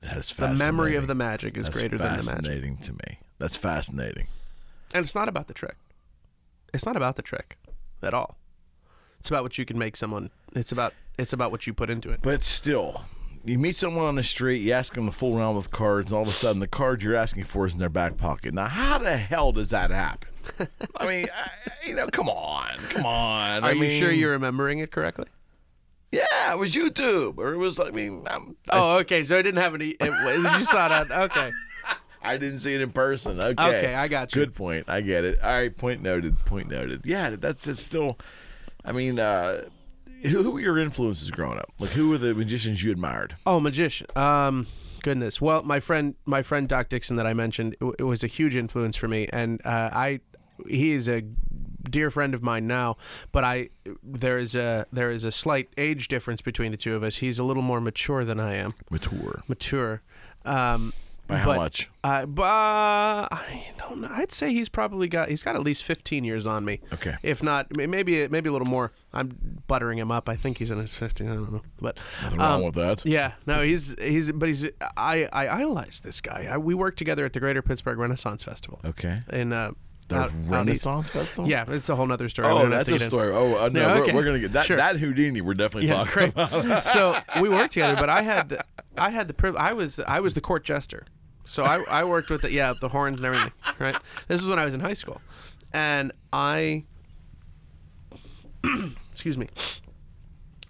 S2: That is
S3: The
S2: fascinating.
S3: memory of the magic is
S2: That's
S3: greater than the magic,
S2: fascinating to me. That's fascinating.
S3: and it's not about the trick. It's not about the trick at all. It's about what you can make someone. It's about it's about what you put into it.
S2: But still, you meet someone on the street, you ask them to fool around with cards, and all of a sudden the card you're asking for is in their back pocket. Now, how the hell does that
S3: [laughs]
S2: happen? I mean, I, you know, come on, come on.
S3: Are
S2: I
S3: you
S2: mean,
S3: sure you're remembering it correctly?
S2: Yeah, it was YouTube, or it was. I mean, I'm, I,
S3: Oh, okay. So it didn't have any. It, it- you saw that. Okay.
S2: I didn't see it in person. Okay,
S3: Okay, I got you.
S2: Good point. I get it. All right, point noted. Point noted. Yeah, that's it's still. I mean, uh, who, who were your influences growing up? Like, who were the magicians you admired?
S3: Oh, magician. Um, goodness. Well, my friend, my friend Doc Dixon that I mentioned, it, was a huge influence for me, and uh, I, he is a dear friend of mine now. But I, there is a there is a slight age difference between the two of us. He's a little more mature than I am.
S2: Mature.
S3: Mature. Um,
S2: By how
S3: But,
S2: much?
S3: Uh, but I don't know. I'd say he's probably got he's got at least 15 years on me.
S2: Okay.
S3: If not, m- maybe maybe a little more. I'm buttering him up. I think he's in his 15. I don't know. But uh,
S2: Nothing wrong with that.
S3: um, yeah, no, he's he's but he's I I idolize this guy. I, we worked together at the Greater Pittsburgh Renaissance Festival.
S2: Okay.
S3: In uh,
S2: The
S3: out- out east.
S2: Renaissance Festival?
S3: Yeah, it's a whole nother story. We
S2: Oh,
S3: don't have
S2: that's
S3: to
S2: a
S3: get in-
S2: story. Oh, uh, no,
S3: Yeah,
S2: we're,
S3: okay.
S2: we're gonna get that.
S3: Sure.
S2: That Houdini, we're definitely
S3: Yeah,
S2: talking
S3: great.
S2: about. [laughs]
S3: so we worked together, but I had the, I had the priv- I was I was the court jester. So I, I worked with the yeah the horns and everything. Right. This is when I was in high school, and I [clears throat] excuse me.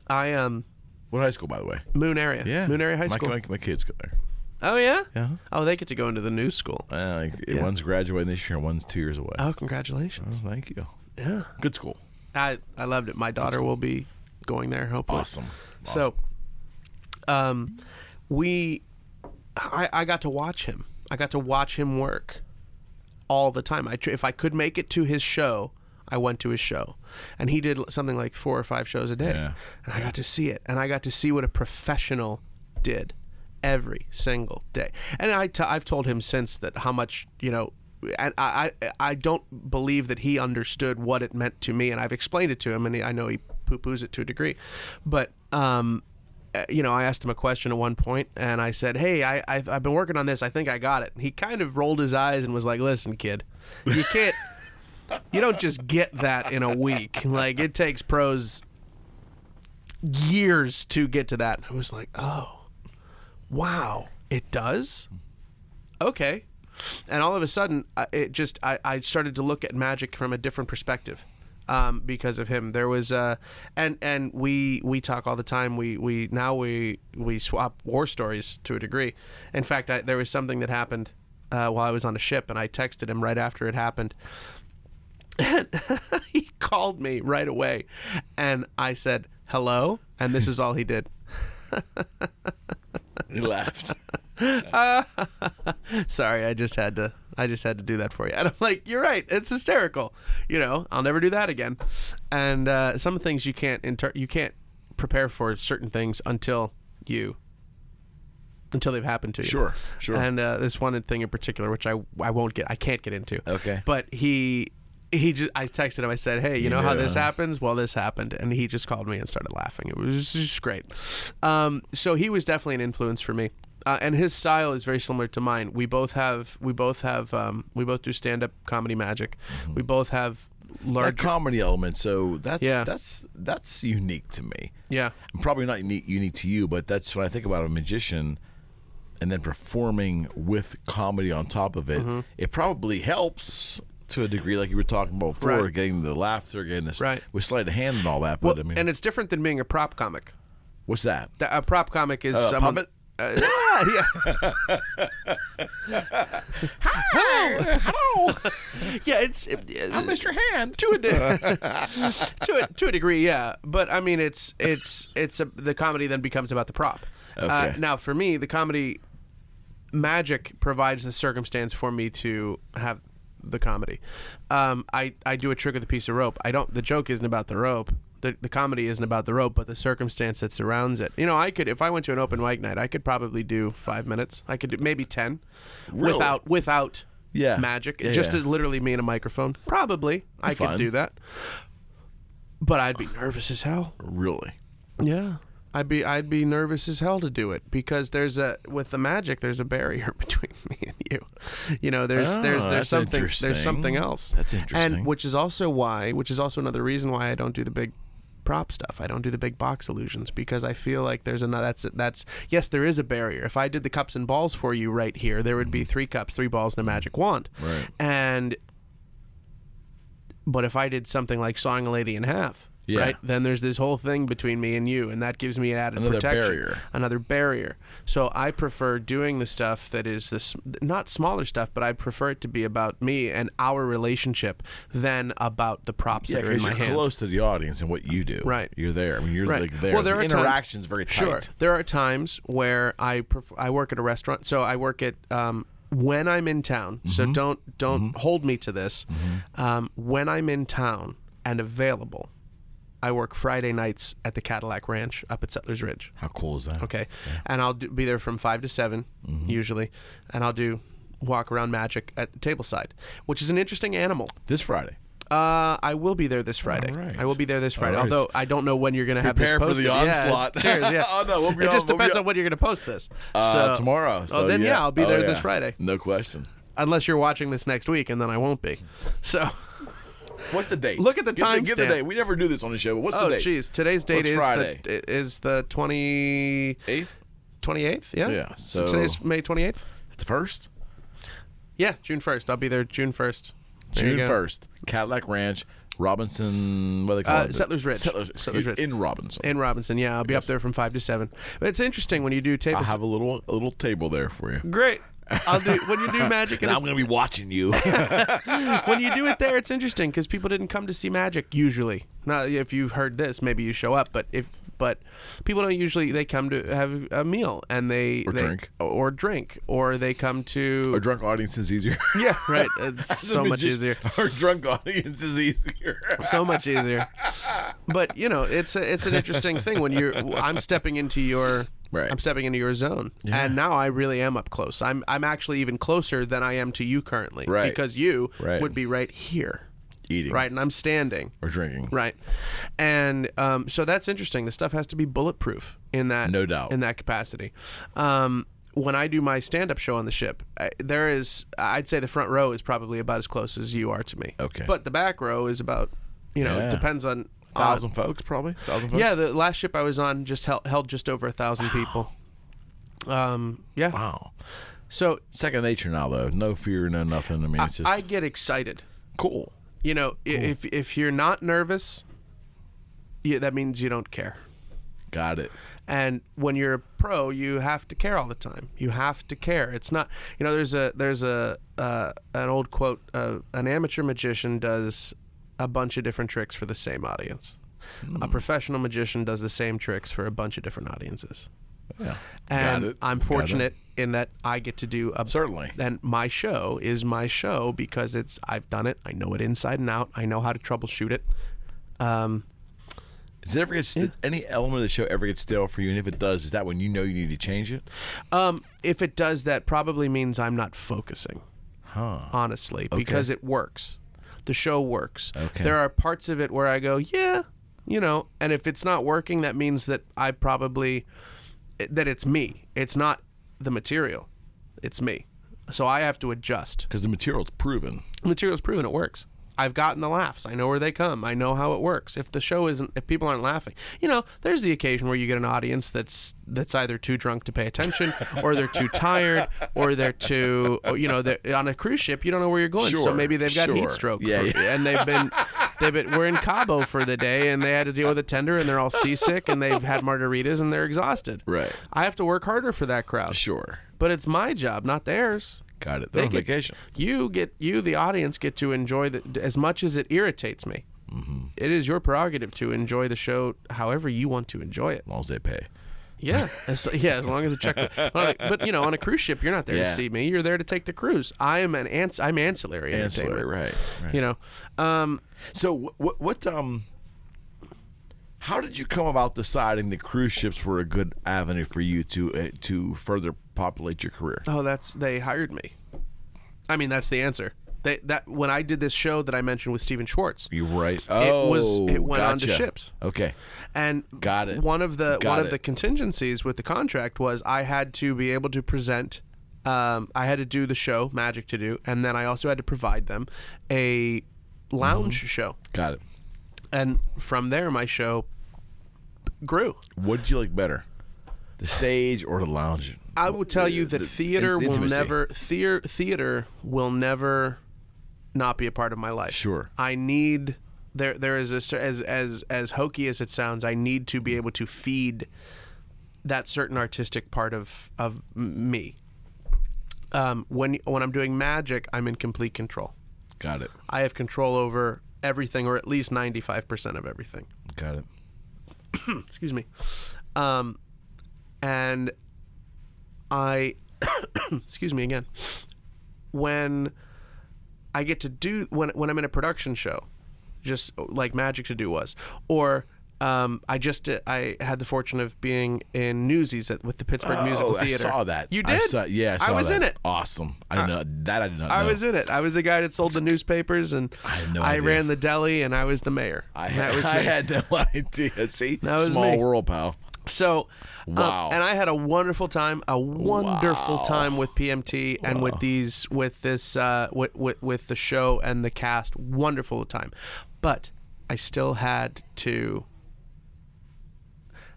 S3: I um
S2: What high school, by the way?
S3: Moon area.
S2: Yeah,
S3: Moon area high
S2: My-
S3: school.
S2: My, my kids go there.
S3: Oh yeah.
S2: Yeah.
S3: Oh, they get to go into the new school.
S2: Uh, like, One's graduating this year, one's two years away.
S3: Oh, congratulations.
S2: Thank you.
S3: Yeah.
S2: Good school.
S3: I I loved it. My daughter will be going there hopefully.
S2: Awesome.
S3: So, um, we, I, I got to watch him. I got to watch him work all the time. I tr- if I could make it to his show, I went to his show, and he did something like four or five shows a day,
S2: Yeah.
S3: and I got to see it, and I got to see what a professional did every single day. And I t- I've told him since that how much you know. And I, I I don't believe that he understood what it meant to me, and I've explained it to him, and he, I know he poo poos it to a degree, but um, uh, you know, I asked him a question at one point, and I said, "Hey, I, I've, I've been working on this. I think I got it." And he kind of rolled his eyes and was like, "Listen, kid, you can't, you don't just get that in a week. Like it takes pros years to get to that." And I was like, "Oh, wow, it does." Okay, and all of a sudden, I- it just I, I started to look at magic from a different perspective um, because of him. There was uh, and and we we talk all the time. We we now we we swap war stories to a degree. In fact, I, there was something that happened uh, while I was on a ship, and I texted him right after it happened. [laughs] he called me right away, and I said hello, and this is all he did.
S2: He laughed.
S3: [laughs] sorry i just had to i just had to do that for you and i'm like you're right it's hysterical you know i'll never do that again and uh, some things you can't inter- you can't prepare for certain things until you until they've happened to you
S2: Sure, sure.
S3: and uh, this one thing in particular which i i won't get i can't get into
S2: Okay.
S3: but he he just i texted him i said hey you know how this
S2: Yeah.
S3: happens well this happened and he just called me and started laughing it was just great um, so he was definitely an influence for me uh, and his style is very similar to mine we both have we both have um, we both do stand-up comedy magic we both have
S2: Mm-hmm. That
S3: large
S2: comedy element. So that's
S3: Yeah.
S2: that's that's unique to me.
S3: yeah
S2: I'm probably not unique, unique to you, but that's when I think about a magician and then performing with comedy on top of it.
S3: Mm-hmm.
S2: It probably helps to a degree, like you were talking about before,
S3: Right.
S2: getting the laughter, getting the
S3: Right.
S2: with sleight of hand and all that.
S3: well,
S2: But I mean,
S3: and it's different than being a prop comic
S2: what's that?
S3: Th- a prop comic is someone
S2: puppet?
S3: [laughs] Uh, yeah,
S2: [laughs]
S3: yeah.
S2: Hello,
S3: [laughs] yeah it's it-
S2: Mr. Hand.
S3: to a de- [laughs] to a, to a degree, yeah. But I mean, it's it's it's a, the comedy then becomes about the prop. Uh,
S2: Okay.
S3: now, for me, the comedy magic provides the circumstance for me to have the comedy. Um, I I do a trick with a piece of rope. I don't. The joke isn't about the rope. The, the comedy isn't about the rope, but the circumstance that surrounds it. You know, I could if I went to an open mic night, I could probably do five minutes. I could do maybe ten,
S2: Really?
S3: without without
S2: Yeah.
S3: magic.
S2: Yeah,
S3: just
S2: yeah.
S3: as literally me and a microphone. Probably I
S2: Fun.
S3: could do that, but I'd be nervous as hell.
S2: Really?
S3: Yeah, I'd be I'd be nervous as hell to do it because there's a with the magic there's a barrier [laughs] between me and you. You know, there's
S2: Oh,
S3: there's there's
S2: that's
S3: something
S2: interesting.
S3: there's something else.
S2: That's interesting.
S3: And which is also why which is also another reason why I don't do the big prop stuff. I don't do the big box illusions because I feel like there's another that's that's yes, there is a barrier. If I did the cups and balls for you right here, there would be three cups, three balls and a magic wand.
S2: Right.
S3: And but if I did something like sawing a lady in half,
S2: Yeah.
S3: right, then there's this whole thing between me and you, and that gives me an added
S2: Another
S3: protection,
S2: barrier.
S3: another barrier. So I prefer doing the stuff that is this not smaller stuff, but I prefer it to be about me and our relationship than about the props
S2: Yeah,
S3: that are in
S2: because
S3: my
S2: you're
S3: hand.
S2: close to the audience and what you do.
S3: Right.
S2: You're there. I mean, you're like there. the
S3: are times-
S2: interactions very tight.
S3: Sure, there are times where I pref- I work at a restaurant, so I work at um, when I'm in town. So don't don't hold me to this. Um, when I'm in town and available, I work Friday nights at the Cadillac Ranch up at Settlers Ridge.
S2: How cool is that?
S3: Okay. And I'll do, be there from five to 7 usually, and I'll do walk around magic at the table side, which is an interesting animal.
S2: This Friday.
S3: Uh, I will be there this Friday.
S2: All right.
S3: I will be there this Friday.
S2: right.
S3: Although I don't know when you're going to have this
S2: Prepare for
S3: posted.
S2: the
S3: Yeah,
S2: onslaught.
S3: cheers, yeah.
S2: [laughs] Oh, no, we'll be
S3: it
S2: on-
S3: just
S2: we'll be
S3: depends
S2: on-
S3: on when you're going to post this.
S2: Uh,
S3: So-
S2: tomorrow.
S3: oh,
S2: so
S3: then yeah, I'll be
S2: Oh,
S3: there this
S2: yeah.
S3: Friday.
S2: No question.
S3: Unless you're watching this next week, and then I won't be.
S2: [laughs]
S3: So,
S2: What's the date?
S3: Look at the
S2: Give Give the
S3: timestamp.
S2: date. We never do this on the show, but what's
S3: oh
S2: the date?
S3: geez, today's date
S2: What's
S3: is
S2: Friday?
S3: the is the twenty
S2: Eighth,
S3: 28th? Yeah.
S2: Yeah, so-
S3: today's May 28th.
S2: the first,
S3: Yeah, June 1st. I'll be there June 1st. There you
S2: June
S3: go.
S2: first, Cadillac Ranch, Robinson. What do they call
S3: Uh,
S2: it?
S3: Settlers Ridge.
S2: Settlers,
S3: Settlers Ridge.
S2: in Robinson.
S3: In Robinson, yeah, I'll be up there from five to seven. But it's interesting when you do tape.
S2: I have a little a little table there for you.
S3: Great. I'll do when
S2: [laughs]
S3: you do magic and
S2: Now I'm going to be watching you.
S3: [laughs] when you do it there, it's interesting because people didn't come to see magic usually. Now, if you heard this, maybe you show up, but if but people don't usually they come to have a meal and they or
S2: drink.
S3: or drink or they come to [laughs]
S2: Our drunk audience is easier.
S3: yeah right. It's so much
S2: Just-
S3: easier.
S2: Our drunk audience is easier.
S3: so much easier. But you know, it's a, it's an interesting thing when you're. I'm stepping into your.
S2: Right.
S3: I'm stepping into your zone, and now I really am up close. I'm I'm actually even closer than I am to you currently,
S2: Right.
S3: Because you
S2: Right.
S3: would be right here,
S2: Eating,
S3: right, and I'm standing,
S2: Or drinking,
S3: right, and um, so that's interesting. The stuff has to be bulletproof in that,
S2: No doubt.
S3: in that capacity. Um, when I do my stand-up show on the ship, I, there is, I'd say the front row is probably about as close as you are to me.
S2: Okay.
S3: but the back row is about, you know,
S2: Yeah.
S3: it depends on
S2: Thousand folks, probably. Thousand
S3: on-
S2: folks.
S3: yeah, the last ship I was on just held, held just over a thousand people. Um, yeah.
S2: Wow.
S3: So
S2: Second nature now, though. No fear, no nothing. I mean, it's just
S3: I get excited.
S2: cool.
S3: You know, i if if you're not nervous, yeah, that means you don't care.
S2: Got it.
S3: And when you're a pro, you have to care all the time. You have to care. It's not, you know, there's a there's a uh, an old quote: uh, an amateur magician does a bunch of different tricks for the same audience.
S2: Hmm.
S3: A professional magician does the same tricks for a bunch of different audiences.
S2: Yeah.
S3: And
S2: Got it.
S3: I'm
S2: Got it.
S3: fortunate in that I get to do a
S2: Certainly.
S3: And my show is my show because it's I've done it. I know it inside and out. I know how to troubleshoot it. Um,
S2: Does it ever get st- any element of the show ever get stale for you? And if it does, is that when you know you need to change it?
S3: Um, if it does that, probably means I'm not focusing. Honestly, because it works. The show works.
S2: Okay.
S3: There are parts of it where I go, yeah, you know, and if it's not working, that means that I probably eh, that it's me. It's not the material. It's me. So I have to adjust.
S2: Because the material's proven.
S3: The material's proven it works. I've gotten the laughs. I know where they come. I know how it works. If the show isn't, if people aren't laughing, you know, there's the occasion where you get an audience that's that's either too drunk to pay attention,
S2: [laughs]
S3: or they're too tired, or they're too, or, you know, they're, on a cruise ship you don't know where you're going,
S2: Sure,
S3: so maybe they've got
S2: sure.
S3: heat stroke,
S2: Yeah,
S3: for- and
S2: [laughs]
S3: they've been. They've been, we're in Cabo for the day, and they had to deal with a tender, and they're all seasick, and they've had margaritas, and they're exhausted.
S2: Right.
S3: I have to work harder for that crowd,
S2: Sure.
S3: but it's my job, not theirs
S2: Got it. They're on
S3: get-
S2: vacation.
S3: you get you the audience get to enjoy the as much as it irritates me.
S2: Mm-hmm.
S3: It is your prerogative to enjoy the show however you want to enjoy it.
S2: As long as they pay. [laughs]
S3: Yeah, as, yeah, as long as the check. but, on a- but, you know, on a cruise ship, you're not there to
S2: Yeah.
S3: see me. You're there to take the cruise. I am an ans- I'm ancillary
S2: Ancillary,
S3: entertainment.
S2: right. right.
S3: You know, um,
S2: So wh- what, what um how did you come about deciding that cruise ships were a good avenue for you to uh, to further populate your career?
S3: Oh, that's they hired me. I mean, that's the answer. They, that when I did this show that I mentioned with Steven Schwartz,
S2: You right. Oh,
S3: was- it went onto
S2: gotcha.
S3: ships.
S2: Okay.
S3: and
S2: Got it.
S3: One of the
S2: Got
S3: one
S2: it.
S3: of the contingencies with the contract was I had to be able to present. Um, I had to do the show Magic to do, and then I also had to provide them a lounge
S2: Mm-hmm.
S3: show,
S2: Got it.
S3: and from there my show grew.
S2: What did you like better? The stage or the lounge?
S3: I will tell you that theater
S2: in-
S3: will
S2: intimacy.
S3: never theater theater will never not be a part of my life.
S2: Sure.
S3: I need there there is a cer- as as as hokey as it sounds, I need to be able to feed that certain artistic part of of m- me. Um, when when I'm doing magic, I'm in complete control.
S2: Got it.
S3: I have control over everything or at least 95% of everything
S2: Got it.
S3: excuse me um and i [coughs] excuse me again when i get to do when when i'm in a production show just like magic to do was or Um, I just uh, I had the fortune of being in Newsies at, with the Pittsburgh Musical
S2: oh, I
S3: Theater.
S2: saw that.
S3: You
S2: I
S3: did?
S2: saw- yeah, I, saw
S3: was
S2: that.
S3: in it.
S2: Awesome. I didn't know that. I did not.
S3: I
S2: know.
S3: was in it. I was the guy that sold the newspapers, and I,
S2: had no idea.
S3: ran the deli, and I was the mayor. [laughs]
S2: I
S3: And
S2: had,
S3: that
S2: [laughs]
S3: was
S2: I
S3: me.
S2: had no idea. See,
S3: That was
S2: small
S3: me.
S2: world, pal.
S3: So, um,
S2: Wow.
S3: and I had a wonderful time, a wonderful time with PMT and with these, with this, uh, with, with with the show and the cast. Wonderful time, but I still had to.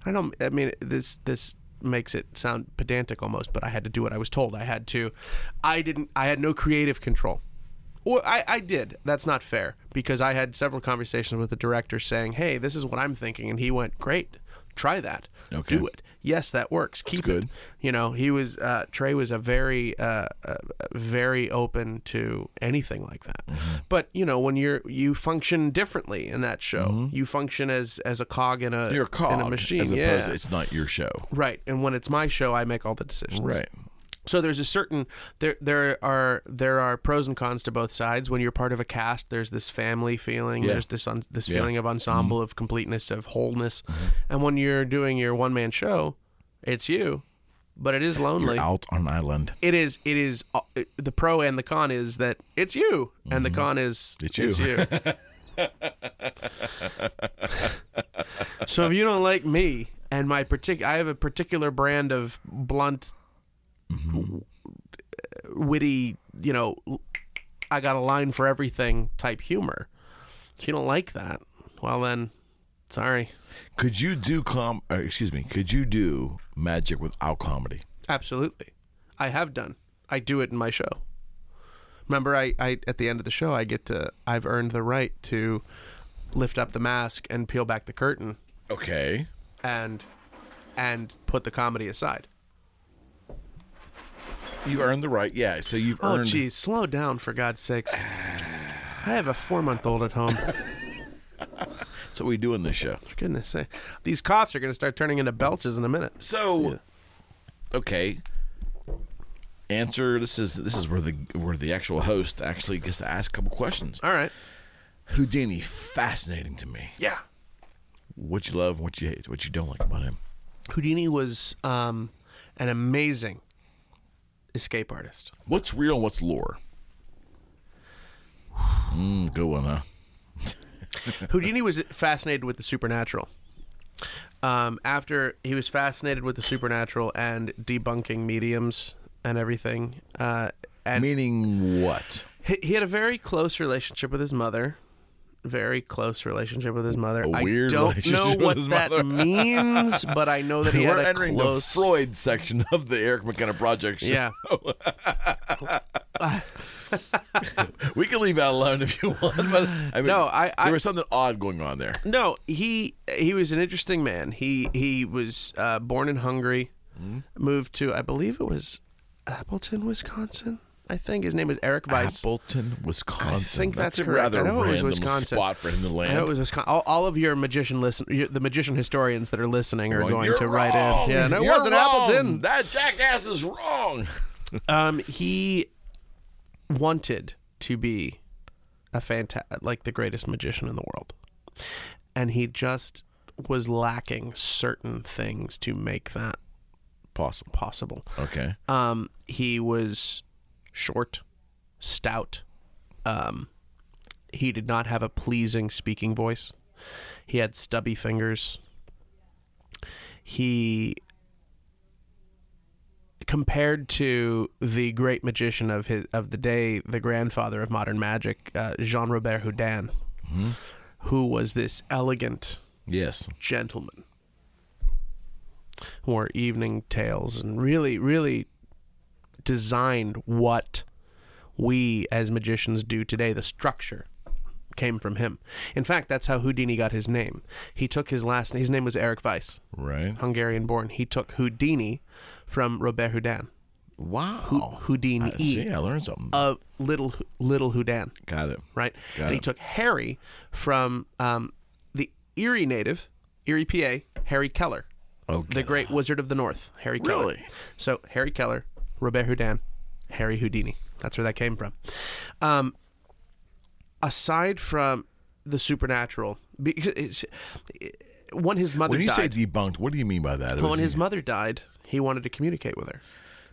S3: I don't. I mean, this this makes it sound pedantic almost, but I had to do what I was told. I had to. I didn't. I had no creative control. Or I, I did. That's not fair because I had several conversations with the director saying, "Hey, this is what I'm thinking," and he went, "Great, try that.
S2: Okay.
S3: Do it. Yes, that works. Keep
S2: good.
S3: it." You know, he was uh, Trey was a very, uh, uh, very open to anything like that.
S2: Mm-hmm.
S3: But you know, when you're you function differently in that show,
S2: Mm-hmm.
S3: you function as as a cog in a
S2: You're a cog
S3: in a machine.
S2: as opposed
S3: yeah.
S2: to it's not your show.
S3: Right, and when it's my show, I make all the decisions. So there's a certain there there are there are pros and cons to both sides. When you're part of a cast, there's this family feeling. There's this un, this feeling
S2: Mm-hmm.
S3: of ensemble, of completeness, of wholeness. And when you're doing your one man show, it's you, but it is lonely
S2: Out on an island.
S3: it is it is uh, the pro and the con is that it's you and the con is
S2: Mm-hmm. It's you. [laughs]
S3: you. [laughs] so if you don't like me and my partic I have a particular brand of blunt
S2: Mm-hmm.
S3: witty, you know, I got a line for everything type humor. If you don't like that, well then sorry.
S2: Could you do com? Or excuse me. Could you do magic without comedy?
S3: Absolutely. I have done. I do it in my show. Remember I, I at the end of the show I get to I've earned the right to lift up the mask and peel back the curtain
S2: Okay.
S3: and and put the comedy aside.
S2: You earned the right. Yeah. So you've
S3: Oh
S2: earned.
S3: geez, slow down for God's sakes. I have a four month old at home. [laughs]
S2: So we do in this show.
S3: For goodness sake. These coughs are gonna start turning into belches in a minute.
S2: So, okay. Answer. This is this is where the where the actual host actually gets to ask a couple questions.
S3: All right.
S2: Houdini, fascinating to me.
S3: Yeah.
S2: What you love, what you hate, what you don't like about him.
S3: Houdini was um, an amazing escape artist.
S2: What's real and what's lore? Mm, good one, huh?
S3: Houdini was fascinated with the supernatural. Um, after he was fascinated with the supernatural and debunking mediums and everything, uh, and
S2: Meaning what?
S3: he, he had a very close relationship with his mother. Very close relationship with his mother.
S2: A
S3: I
S2: weird
S3: don't
S2: relationship
S3: know
S2: with
S3: what
S2: his
S3: that
S2: mother.
S3: means, but I know that
S2: [laughs]
S3: he
S2: We're
S3: had a
S2: entering
S3: close.
S2: the Freud section of the Eric McKenna Project. Show.
S3: yeah,
S2: we can leave that alone if you want. But I
S3: [laughs]
S2: mean,
S3: No, I- I-
S2: there was something odd going on there.
S3: No, he he was an interesting man. He he was uh, born in Hungary,
S2: Hmm?
S3: moved to I believe it was Appleton, Wisconsin. I think his name is Eric Weiss.
S2: Appleton, Wisconsin. I
S3: think that's
S2: a
S3: correct.
S2: rather
S3: I know it was
S2: random
S3: Wisconsin.
S2: spot for him to land.
S3: I know it was Wisconsin. All, all of your magician listen, your, the magician historians that are listening are
S2: Well,
S3: going
S2: you're
S3: to write
S2: wrong.
S3: in. Yeah, no, it
S2: You're
S3: wasn't
S2: wrong.
S3: Appleton.
S2: That jackass is wrong.
S3: Um, he wanted to be a fanta- like the greatest magician in the world, and he just was lacking certain things to make that
S2: Possible.
S3: possible.
S2: Okay.
S3: Um, he was short, stout. Um, he did not have a pleasing speaking voice. He had stubby fingers. He compared to the great magician of his of the day, the grandfather of modern magic, uh, Jean Robert Houdin, who was this elegant
S2: Yes.
S3: gentleman or evening tales and really really designed what we as magicians do today the structure came from him in fact that's how houdini got his name he took his last his name was eric weiss
S2: Right.
S3: hungarian born he took houdini from robert houdin
S2: Wow.
S3: houdini
S2: See, I learned something.
S3: of little little houdin
S2: Got it.
S3: right?
S2: Got
S3: and he
S2: it.
S3: took Harry from um, the Erie native, Erie, PA, Harry Keller,
S2: Okay.
S3: the great wizard of the north, Harry Keller.
S2: Really?
S3: So Harry Keller, Robert Houdin, Harry Houdini. That's where that came from. Um, aside from the supernatural, because it's, when his mother
S2: When you
S3: died,
S2: say debunked, what do you mean by that? It
S3: when
S2: was-
S3: his mother died, he wanted to communicate with her,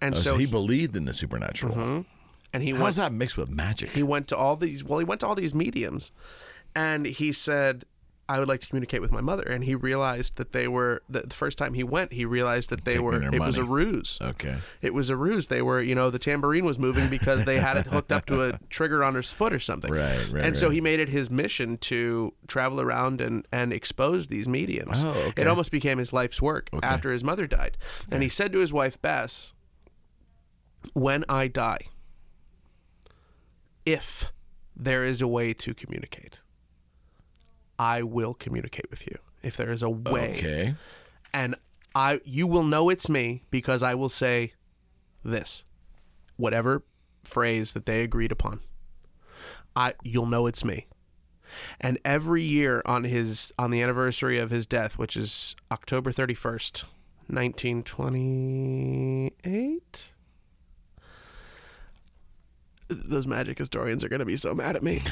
S3: and
S2: oh,
S3: so,
S2: so he
S3: he,
S2: believed in the supernatural.
S3: and he
S2: How is
S3: went
S2: that mixed with magic?
S3: he went to all these well he went to all these mediums and he said i would like to communicate with my mother and he realized that they were that the first time he went he realized that they
S2: Taking
S3: were it
S2: their
S3: was a
S2: money.
S3: ruse
S2: okay.
S3: it was a ruse they were you know the tambourine was moving because they had it hooked up to
S2: [laughs]
S3: a trigger on his foot or something
S2: Right, right,
S3: and so
S2: right.
S3: he made it his mission to travel around and and expose these mediums
S2: Oh, okay.
S3: it almost became his life's work after his mother died and he said to his wife bess when i die if there is a way to communicate i will communicate with you if there is a way
S2: Okay.
S3: and I you will know it's me because I will say this whatever phrase that they agreed upon I you'll know it's me and every year on his on the anniversary of his death which is October 31st 1928 those magic historians are going to be so mad at me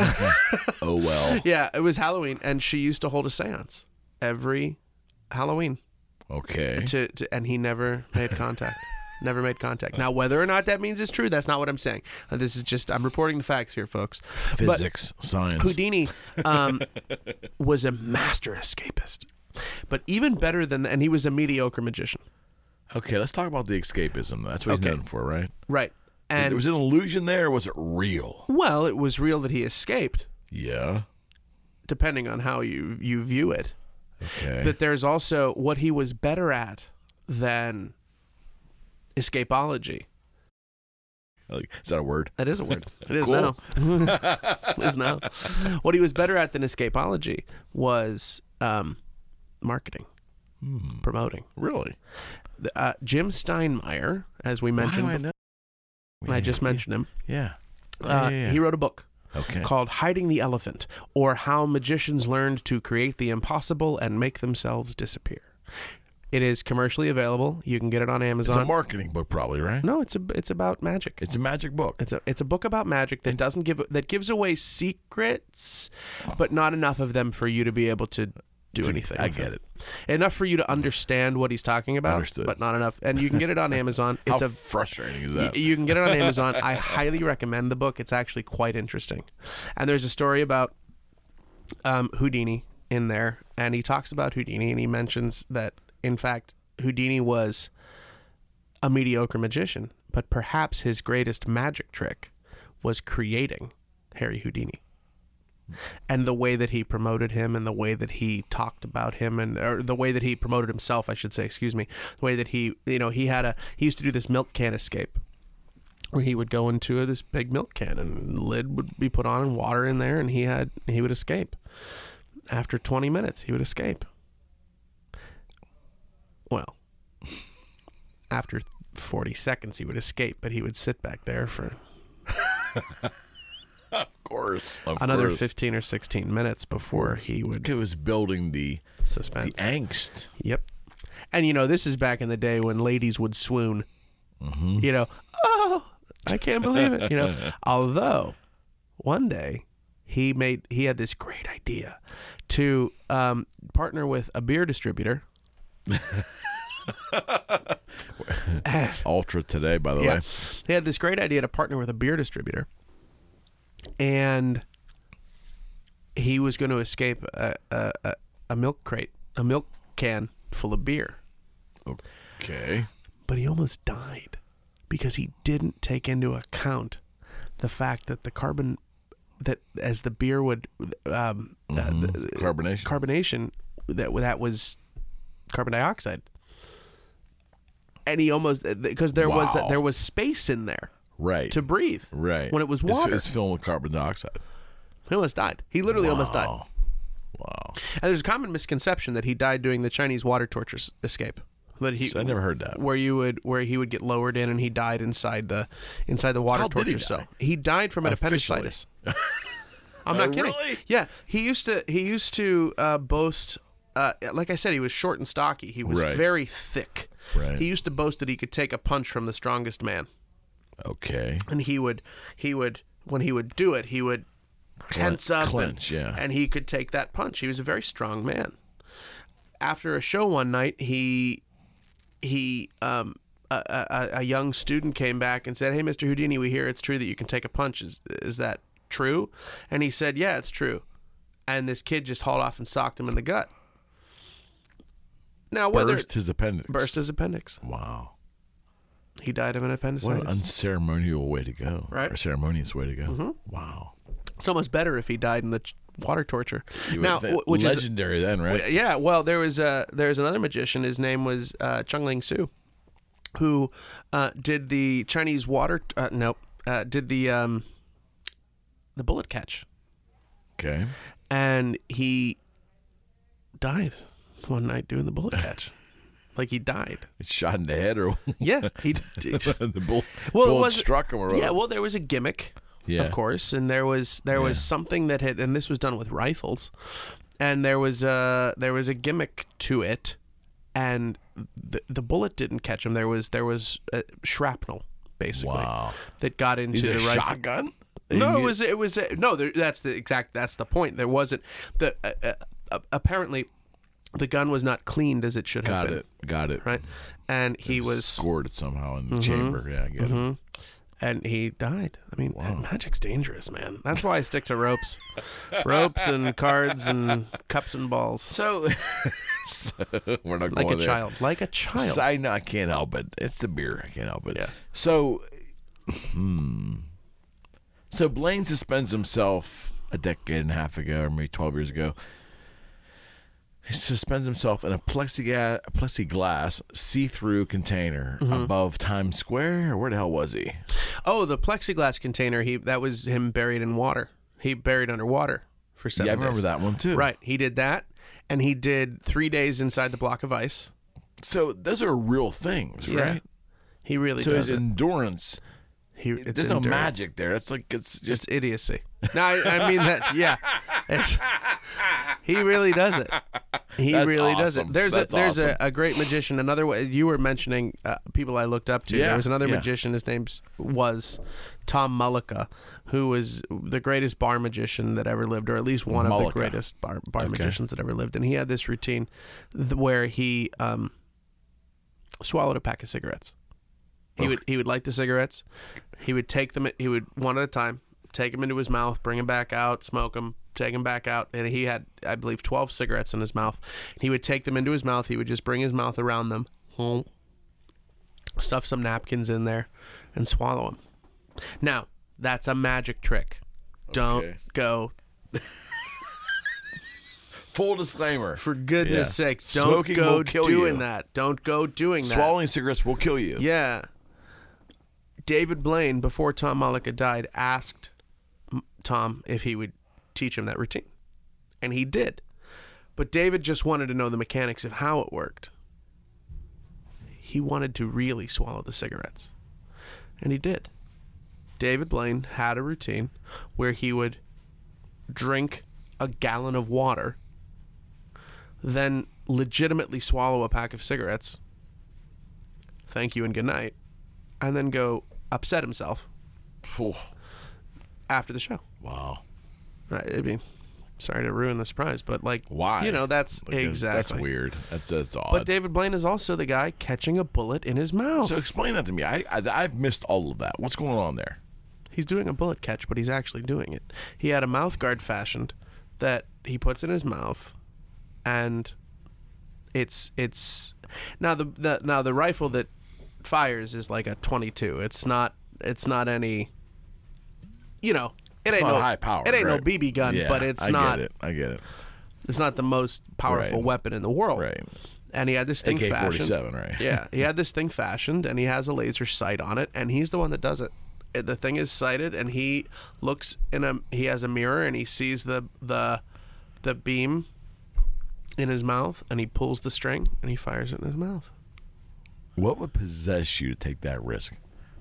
S2: Oh well.
S3: yeah it was Halloween and she used to hold a séance every Halloween
S2: Okay.
S3: to, to and he never made contact never made contact now whether or not that means it's true that's not what i'm saying Uh, this is just i'm reporting the facts here folks but
S2: Physics, science.
S3: houdini
S2: [laughs]
S3: um, was a master escapist but even better than and he was a mediocre magician
S2: Okay, let's talk about the escapism. That's what he's known for, right?
S3: right and
S2: there was an illusion there. Or was it real?
S3: well it was real that he escaped
S2: Yeah.
S3: depending on how you you view it
S2: Okay.
S3: but there's also what he was better at than escapology
S2: Like, is that a word?
S3: That is
S2: [laughs]
S3: a word. It is
S2: Cool.
S3: now. it is now. What he was better at than escapology was um, marketing, promoting.
S2: Hmm. Really?
S3: The- Uh, Jim Steinmeier, as we mentioned,
S2: I
S3: bef-
S2: know?
S3: I just mentioned him.
S2: Yeah.
S3: Uh,
S2: Yeah, yeah, yeah.
S3: He wrote a book
S2: Okay.
S3: called "Hiding the Elephant," or "How Magicians Learned to Create the Impossible and Make Themselves Disappear." It is commercially available. You can get it on
S2: It's a
S3: Amazon.
S2: marketing book, probably, right?
S3: no, it's a, it's about magic.
S2: It's a magic book.
S3: It's a it's a book about magic that doesn't give that gives away secrets, but not enough of them for you to be able to do anything.
S2: I
S3: with
S2: get
S3: Enough for you to understand what he's talking about,
S2: Understood.
S3: but not enough. And you can get it on Amazon.
S2: [laughs] How
S3: It's a
S2: frustrating is
S3: y-
S2: that?
S3: you can get it on Amazon. I highly recommend the book. It's actually quite interesting. And there's a story about um, Houdini in there, and he talks about Houdini, and he mentions that in fact Houdini was a mediocre magician, but perhaps his greatest magic trick was creating Harry Houdini. And the way that he promoted him and the way that he talked about him and or the way that he promoted himself, I should say, excuse me, the way that he, you know, he had a he used to do this milk can escape where he would go into this big milk can and lid would be put on and water in there and he had he would escape. After 20 minutes, he would escape. Well, after 40 seconds he would escape, but he would sit back there for
S2: Of course. Of
S3: another
S2: course.
S3: 15 or 16 minutes before he would
S2: It was building the the
S3: suspense.
S2: angst.
S3: Yep. And you know, this is back in the day when ladies would swoon. You know, oh, I can't believe it. You know, although one day he made he had this great idea to um, partner with a beer distributor.
S2: Ultra today, by the
S3: Yeah,
S2: way.
S3: he had this great idea to partner with a beer distributor, and he was going to escape a a, a, a milk crate, a milk can full of beer.
S2: Okay.
S3: but he almost died because he didn't take into account the fact that the carbon that as the beer would um, uh,
S2: Mm-hmm.
S3: the-
S2: Carbonation.
S3: carbonation that that was carbon dioxide and he almost because there was uh,
S2: Wow.
S3: there was space in there
S2: right.
S3: to breathe
S2: right.
S3: when it was
S2: It's-
S3: water
S2: It's, filled with carbon dioxide.
S3: he almost died he literally almost died
S2: Wow. Wow.
S3: and there's a common misconception that he died during the chinese water torture s- escape that he
S2: So I never heard that.
S3: where you would where he would get lowered in and he died inside the inside the water
S2: How did
S3: torture
S2: he die?
S3: cell. He died from an
S2: Officially.
S3: appendicitis. [laughs] I'm not
S2: Oh,
S3: kidding.
S2: really?
S3: Yeah, he used to he used to uh, boast. Uh, like I said, he was short and stocky. He was
S2: Right.
S3: very thick.
S2: Right.
S3: He used to boast that he could take a punch from the strongest man,
S2: Okay.
S3: and he would he would when he would do it, he would tense up and-
S2: clench, yeah.
S3: and he could take that punch. He was a very strong man. after a show one night, he he um a, a, a young student came back and said, "Hey, Mr. Houdini, we hear it's true that you can take a punch. Is is that true?" And he said, "Yeah, it's true." And this kid just hauled off and socked him in the gut. Now whether
S2: burst his appendix.
S3: burst his appendix,
S2: Wow.
S3: he died of an
S2: What
S3: appendicitis.
S2: an unceremonial way to go.
S3: Right. Mm-hmm.
S2: Or ceremonious way to go. Wow.
S3: it's almost better if he died in the ch- water torture. now,
S2: Th-
S3: wh- which is
S2: legendary then, right?
S3: yeah well there was uh there's another magician his name was uh chung ling su who uh did the chinese water uh, nope uh did the um the bullet catch
S2: okay.
S3: and he died one night doing the bullet catch like he died
S2: It's shot in the head or [laughs]
S3: yeah he [laughs] did
S2: the bull,
S3: well, it
S2: bullet
S3: was
S2: struck him or
S3: Yeah,
S2: whatever.
S3: well, there was a gimmick,
S2: Yeah.
S3: of course, and there was there was
S2: Yeah.
S3: something that had, and this was done with rifles, and there was a there was a gimmick to it, and the the bullet didn't catch him. There was there was uh, shrapnel basically
S2: Wow.
S3: that got into
S2: Is it
S3: the
S2: a
S3: rifle.
S2: shotgun?
S3: No, it was it was no. There, that's the exact that's the point. There wasn't the uh, uh, uh, apparently the gun was not cleaned as it should have
S2: Got
S3: been.
S2: it. Got it.
S3: Right, and he was
S2: Scored somehow in the chamber. Yeah, I get it.
S3: and he died. I mean, magic's dangerous, man. That's why I stick
S2: [laughs]
S3: to ropes, ropes and cards and cups and balls,
S2: [laughs] So, we're not
S3: like
S2: going
S3: a
S2: there.
S3: child, like a child.
S2: I know I can't help it. It's the beer. I can't help it.
S3: Yeah.
S2: So, hmm. So Blaine suspends himself a decade and a half ago, or maybe twelve years ago. He suspends himself in a plexiglass, plexiglass see-through container
S3: Mm-hmm.
S2: above Times Square. Where the hell was he?
S3: oh, the plexiglass container. He that was him buried in water. He buried underwater for seven.
S2: Yeah, I
S3: days.
S2: remember that one too.
S3: Right, he did that, and he did three days inside the block of ice.
S2: So those are real things,
S3: Yeah.
S2: right?
S3: He really
S2: So
S3: does
S2: his
S3: it.
S2: endurance.
S3: He, it's
S2: there's no
S3: endurance.
S2: magic there. It's like it's just
S3: It's idiocy. [laughs] No, I, I mean that. Yeah, It's- he really does it. He
S2: That's
S3: really does
S2: awesome.
S3: it. There's
S2: That's
S3: a there's
S2: awesome.
S3: a, a great magician. Another way you were mentioning uh, people I looked up to.
S2: Yeah,
S3: there was another
S2: yeah.
S3: magician. His name was Tom Mullica, who was the greatest bar magician that ever lived, or at least one of
S2: Mullica.
S3: the greatest bar bar magicians that ever lived. And he had this routine th- where he um, swallowed a pack of cigarettes. He would he would light the cigarettes. He would take them. He would one at a time. Take them into his mouth. Bring them back out. Smoke them. Take them back out. And he had, I believe, twelve cigarettes in his mouth. He would take them into his mouth. He would just bring his mouth around them. Stuff some napkins in there, and swallow them. Now that's a magic trick. Don't
S2: Okay.
S3: go.
S2: full disclaimer.
S3: For goodness'
S2: Yeah.
S3: sakes, don't
S2: Smoking
S3: go
S2: will kill
S3: doing
S2: you.
S3: that. Don't go doing that.
S2: Swallowing cigarettes will kill you.
S3: Yeah. David Blaine, before Tom Malika died, asked M- Tom if he would teach him that routine. And he did. But David just wanted to know the mechanics of how it worked. He wanted to really swallow the cigarettes. And he did. David Blaine had a routine where he would drink a gallon of water, then legitimately swallow a pack of cigarettes, thank you and good night, and then go upset himself
S2: Phew.
S3: after the show.
S2: Wow.
S3: I I mean, sorry to ruin the surprise, but like,
S2: Why?
S3: You know, that's
S2: Because
S3: exactly
S2: That's weird. That's that's odd.
S3: But David Blaine is also the guy catching a bullet in his mouth.
S2: so explain that to me. I, I I've missed all of that. What's going on there?
S3: he's doing a bullet catch, but he's actually doing it. He had a mouth guard fashioned that he puts in his mouth, and it's it's now the, the now the rifle that fires is like a twenty two. It's not it's not any, you know, it ain't
S2: not
S3: no
S2: high powered,
S3: It ain't
S2: right?
S3: no BB gun,
S2: Yeah,
S3: but it's
S2: I
S3: not
S2: Get it. I get it.
S3: it's not the most powerful
S2: Right.
S3: weapon in the world.
S2: Right.
S3: And he had this thing fashioned.
S2: AK-47, right?
S3: [laughs] yeah, he had this thing fashioned, and he has a laser sight on it, and he's the one that does it. It- The thing is sighted, and he looks in a he has a mirror, and he sees the the the beam in his mouth, and he pulls the string, and he fires it in his mouth.
S2: What would possess you to take that risk?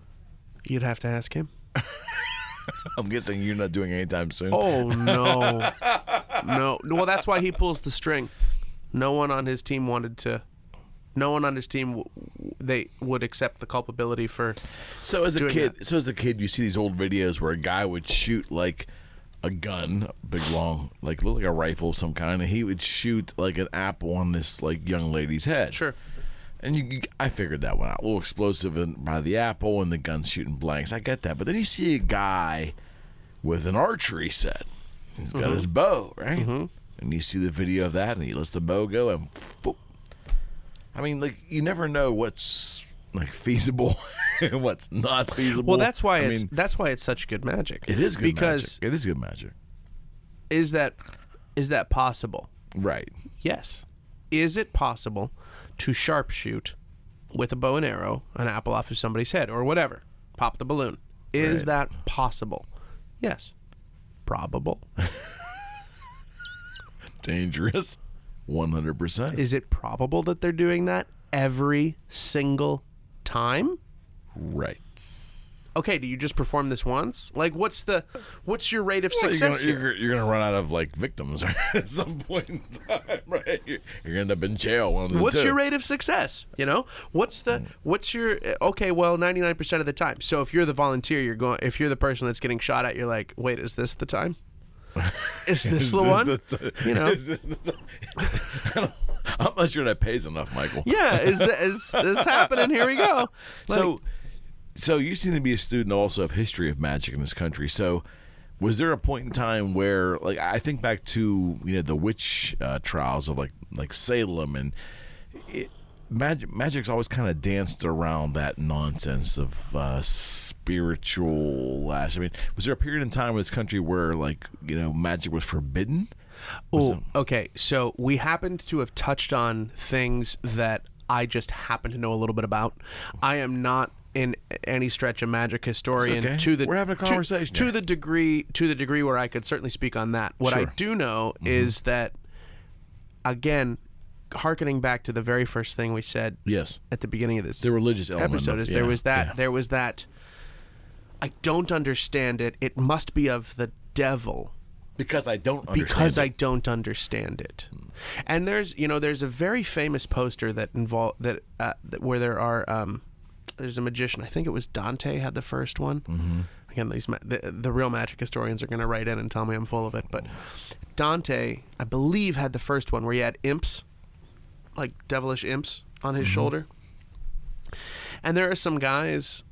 S2: [laughs]
S3: You'd have to ask him.
S2: I'm guessing you're not doing it anytime soon. [laughs]
S3: Oh no, no. Well, that's why he pulls the string. No one on his team wanted to. No one on his team w- w- they would accept the culpability for.
S2: so as a
S3: doing
S2: kid, so as a kid, you see these old videos where a guy would shoot like a gun, big long, like looked like a rifle of some kind, and he would shoot like an apple on this like young lady's head.
S3: Sure.
S2: And you, you- I figured that one out. A little explosive in, by the apple and the gun shooting blanks. I get that. But then you see a guy with an archery set. He's got
S3: Mm-hmm.
S2: his bow, right? And you see the video of that, and he lets the bow go, and boop. I mean, like you never know what's like feasible [laughs] and what's not feasible.
S3: Well, that's why
S2: I
S3: it's
S2: mean,
S3: that's why it's such good magic.
S2: it is good
S3: because
S2: magic. it is good magic,
S3: is that is that possible?
S2: right?
S3: Yes. Is it possible to sharpshoot with a bow and arrow an apple off of somebody's head or whatever? Pop the balloon. Is
S2: Right.
S3: that possible? Yes. Probable.
S2: Dangerous, [laughs] one hundred percent.
S3: Is it probable that they're doing that every single time?
S2: Right.
S3: Okay, do you just perform this once? Like what's the what's your rate of
S2: Well,
S3: success
S2: you're,
S3: here?
S2: gonna, you're, you're gonna run out of like victims [laughs] at some point in time, right? You're gonna end up in jail. One of the
S3: what's
S2: two.
S3: your rate of success you know
S2: Mm.
S3: what's the what's your eh, okay well 99% of the time so if you're the volunteer you're going if you're the person that's getting shot at you're like wait is this
S2: [laughs]
S3: the time is this
S2: Is
S3: the
S2: this
S3: one
S2: the t-
S3: you know
S2: [laughs] is this the t- I don't- I'm not sure that pays enough, Michael.
S3: yeah is the, is it's happening here we go
S2: [laughs] so, so you seem to be a student also of history of magic in this country. So, was there a point in time where, like, I think back to you know the witch uh, trials of like like Salem and it, magic. Magic's always kind of danced around that nonsense of uh, spiritual. Lash. I mean, was there a period in time in this country where like you know magic was forbidden?
S3: Ooh, okay. So we happened to have touched on things that I just happen to know a little bit about. I am not in any stretch a magic historian
S2: okay.
S3: to the
S2: We're having a
S3: to-
S2: conversation
S3: to,
S2: here.
S3: the degree to the degree where I could certainly speak on that. What I
S2: Sure. Mm-hmm.
S3: do know is that again, harkening back to the very first thing we said
S2: Yes,
S3: at the beginning of this
S2: the religious element.
S3: episode
S2: of-
S3: is
S2: yeah,
S3: there was that
S2: yeah.
S3: there was that I don't understand it. It must be of the devil
S2: because I don't understand
S3: because
S2: it. Hmm.
S3: I don't understand it. And there's you know there's a very famous poster that involve that, uh, that where there are um, there's a magician. I think it was Dante had the first one. Mm-hmm. Again, these ma- the, the real magic historians are going to write in and tell me I'm full of it, but Dante I believe had the first one where he had imps, like devilish imps on
S2: Mm-hmm.
S3: his shoulder. And there are some guys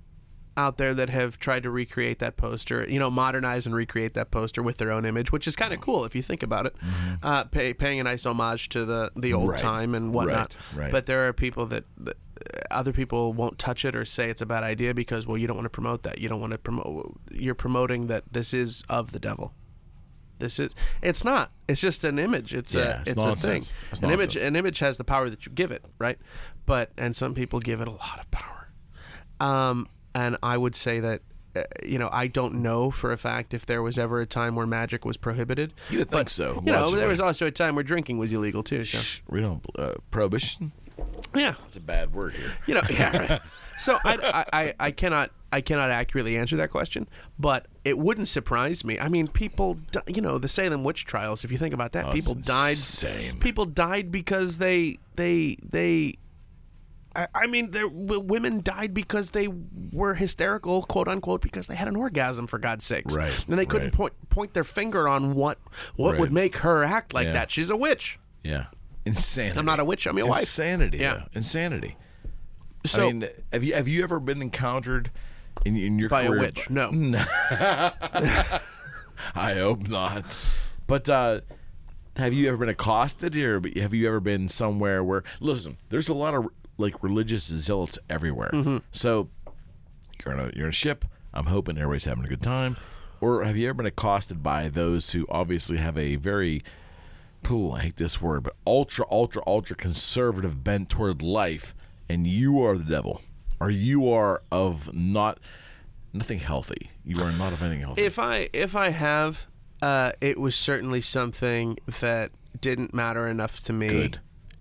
S3: out there that have tried to recreate that poster, you know, modernize and recreate that poster with their own image, which is kind
S2: Oh.
S3: of cool if you think about it. Uh, pay, paying a nice homage to the, the old
S2: Mm-hmm. Right.
S3: time and whatnot.
S2: Right, right.
S3: But there are people that, that uh, other people won't touch it or say it's a bad idea because, well, you don't want to promote that. You don't want to promote, you're promoting that this is of the devil. This is it's not. It's just an image. It's
S2: Yeah,
S3: a
S2: it's
S3: it's, a thing.
S2: nonsense. It's
S3: an image
S2: nonsense.
S3: an image has the power that you give it, right? But and some people give it a lot of power. Um, and I would say that uh, you know I don't know for a fact if there was ever a time where magic was prohibited.
S2: You'd think
S3: but,
S2: so,
S3: You know,
S2: logically.
S3: there was also a time where drinking was illegal too. So.
S2: Shh, we don't uh, prohibition.
S3: Yeah,
S2: It's a bad word here.
S3: you know. Yeah.
S2: [laughs]
S3: Right. so I, I, I, I cannot I cannot accurately answer that question, but it wouldn't surprise me. I mean, people, di- you know, the Salem witch trials. If you think about that,
S2: Oh, it's
S3: people died.
S2: insane.
S3: People died because they they they. I, I mean, there, w- women died because they were hysterical, quote unquote, because they had an orgasm. For God's sakes,
S2: Right,
S3: And they couldn't
S2: right.
S3: point point their finger on what what
S2: Right.
S3: would make her act like
S2: Yeah.
S3: that. She's a witch.
S2: Yeah, insanity.
S3: I'm not a witch. I'm your wife.
S2: Insanity.
S3: Yeah.
S2: though. insanity.
S3: So
S2: I mean, have you have you ever been encountered in, in your
S3: by a
S2: career
S3: witch, no.
S2: [laughs] I hope not. But uh, have you ever been accosted, or have you ever been somewhere where? Listen, there's a lot of like religious zealots everywhere.
S3: Mm-hmm.
S2: So you're on a you're on a ship. I'm hoping everybody's having a good time. Or have you ever been accosted by those who obviously have a very pool, I hate this word, but ultra, ultra, ultra conservative bent toward life, and you are the devil, or you are of not nothing healthy. You are not of anything healthy.
S3: if I if I have, uh, it was certainly something that didn't matter enough to me
S2: Good.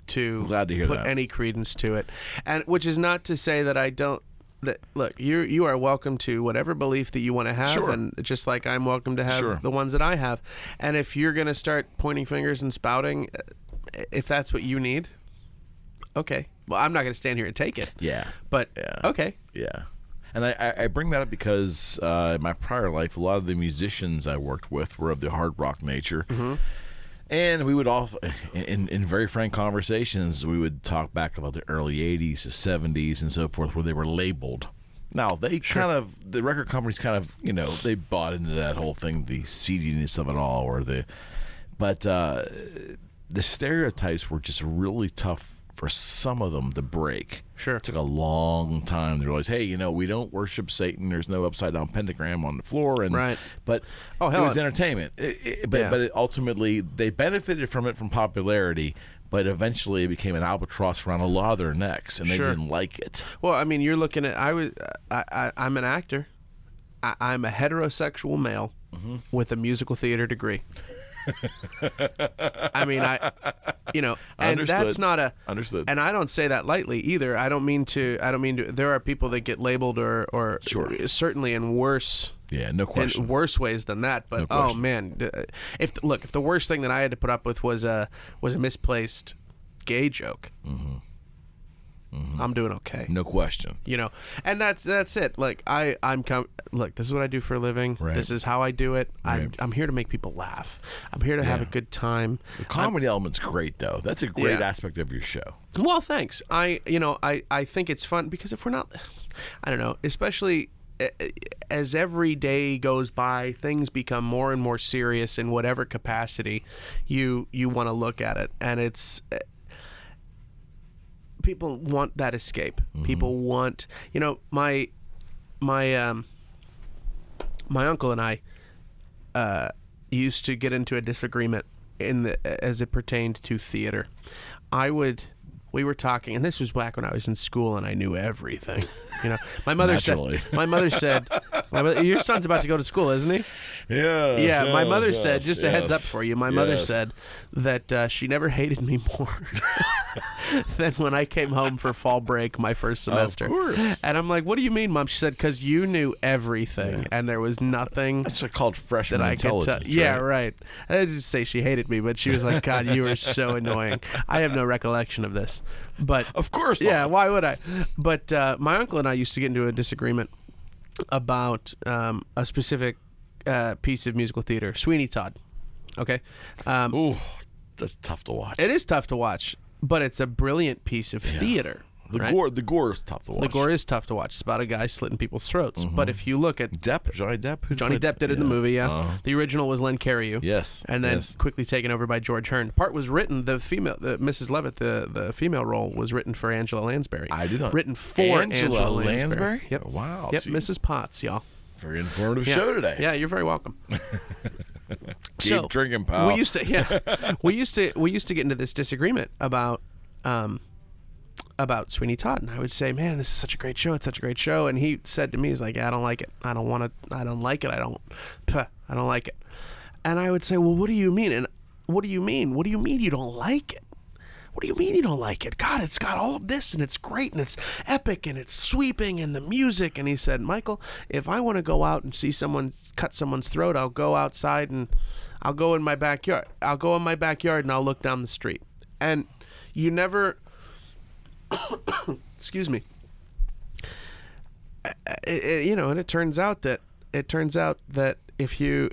S3: to
S2: Glad to hear
S3: put
S2: that.
S3: any credence to it, and which is not to say that I don't. That, look, you you are welcome to whatever belief that you want to have,
S2: Sure.
S3: and just like I'm welcome to have
S2: Sure.
S3: the ones that I have. And if you're gonna start pointing fingers and spouting, uh, if that's what you need, okay. Well, I'm not gonna stand here and take it.
S2: yeah,
S3: But
S2: Yeah.
S3: okay,
S2: yeah. And I- I, I bring that up because uh, in my prior life, a lot of the musicians I worked with were of the hard rock nature. And we would all, in, in very frank conversations, we would talk back about the early 80s, the 70s, and so forth, where they were labeled. Now, they kind of, the record companies kind of, you know, they bought into that whole thing, the seediness of it all, or the, but uh, the stereotypes were just really tough for some of them to break.
S3: Sure.
S2: It took a long time to realize, hey, you know, we don't worship Satan. There's no upside down pentagram on the floor. And,
S3: Right.
S2: But
S3: Oh, hell,
S2: it was
S3: it-
S2: entertainment. It- it- but
S3: Yeah.
S2: but it ultimately, they benefited from it from popularity, but eventually it became an albatross around a lot of their necks, and they
S3: Sure.
S2: didn't like it.
S3: Well, I mean, you're looking at I was I, I I'm an actor. I, I'm a heterosexual male
S2: Mm-hmm.
S3: with a musical theater degree. I mean, I you know, and
S2: Understood.
S3: that's not a
S2: Understood.
S3: And I don't say that lightly either. I don't mean to. I don't mean to. There are people that get labeled or or
S2: Sure.
S3: certainly in worse
S2: Yeah, no question.
S3: in worse ways than that. But oh
S2: question.
S3: man, d- if look, if the worst thing that I had to put up with was a was a misplaced gay joke,
S2: Mm-hmm.
S3: I'm doing okay.
S2: no question.
S3: You know, and that's that's it. Like I I'm com- look. This is what I do for a living.
S2: Right.
S3: This is how I do it. I'm
S2: Right.
S3: I'm here to make people laugh. I'm here to have a good time.
S2: The comedy element's great, though. That's a great
S3: Yeah.
S2: aspect of your show.
S3: Well, thanks. I, you know, I, I think it's fun because if we're not, [sighs] I don't know, especially eh, eh, as every day goes by, things become more and more serious in whatever capacity you you want to look at it, and it's eh, people want that escape. People want, you know, my my um my uncle and I uh, used to get into a disagreement in the as it pertained to theater. I would we were talking and this was back when I was in school and I knew everything. You know, my mother
S2: Naturally.
S3: said my mother said my mother, your son's about to go to school, isn't he?
S2: Yeah.
S3: Yeah, my mother said just a heads up for you. My mother said that uh, she never hated me more [laughs] than when I came home for fall break my first semester.
S2: course.
S3: And I'm like, "What do you mean, mom?" She said, "Cuz you knew everything and there was nothing
S2: That's called freshman
S3: that I could tell.
S2: intelligence.
S3: Yeah,
S2: right?
S3: right. I didn't just say she hated me, but she was like, "God, you
S2: [laughs]
S3: were so annoying." I have no recollection of this, but
S2: Of course
S3: yeah.
S2: not.
S3: Why would I? But uh, my uncle and I used to get into a disagreement about um, a specific uh, piece of musical theater, Sweeney Todd. Okay, um,
S2: Ooh, that's tough to watch.
S3: it is tough to watch, but it's a brilliant piece of theater.
S2: the
S3: right?
S2: gore, the gore is tough to watch.
S3: the gore is tough to watch. It's about a guy slitting people's throats. But if you look at
S2: Depp, Johnny Depp. Who
S3: Johnny
S2: played-
S3: Depp did it in the
S2: Mm-hmm. yeah.
S3: movie. Yeah,
S2: Uh-huh.
S3: the original was Len Cariou.
S2: Yes,
S3: and then
S2: yes.
S3: quickly taken over by George Hearn. Part was written. The female, the Mrs. Levitt, the the female role was written for Angela Lansbury.
S2: I did not.
S3: written for
S2: Angela
S3: Angela, Lansbury.
S2: Lansbury?
S3: Yep.
S2: Wow,
S3: Yep.
S2: see-
S3: Mrs. Potts, y'all.
S2: Very informative
S3: Yeah.
S2: show today.
S3: Yeah, you're very welcome.
S2: [laughs] Keep drinking, pal.
S3: We used to,
S2: [laughs]
S3: yeah, we used to, we used to get into this disagreement about, um, about Sweeney Todd, and I would say, "Man, this is such a great show. It's such a great show." And he said to me, "He's like, yeah, I don't like it. I don't want to. I don't like it. I don't. Puh, I don't like it." And I would say, "Well, what do you mean? And what do you mean? What do you mean you don't like it?" What do you mean you don't like it? God, it's got all of this and it's great and it's epic and it's sweeping and the music. And he said, Michael, if I want to go out and see someone cut someone's throat, I'll go outside and I'll go in my backyard. I'll go in my backyard and I'll look down the street. And you never, [coughs] excuse me, I- I- you know, and it turns out that, it turns out that if you,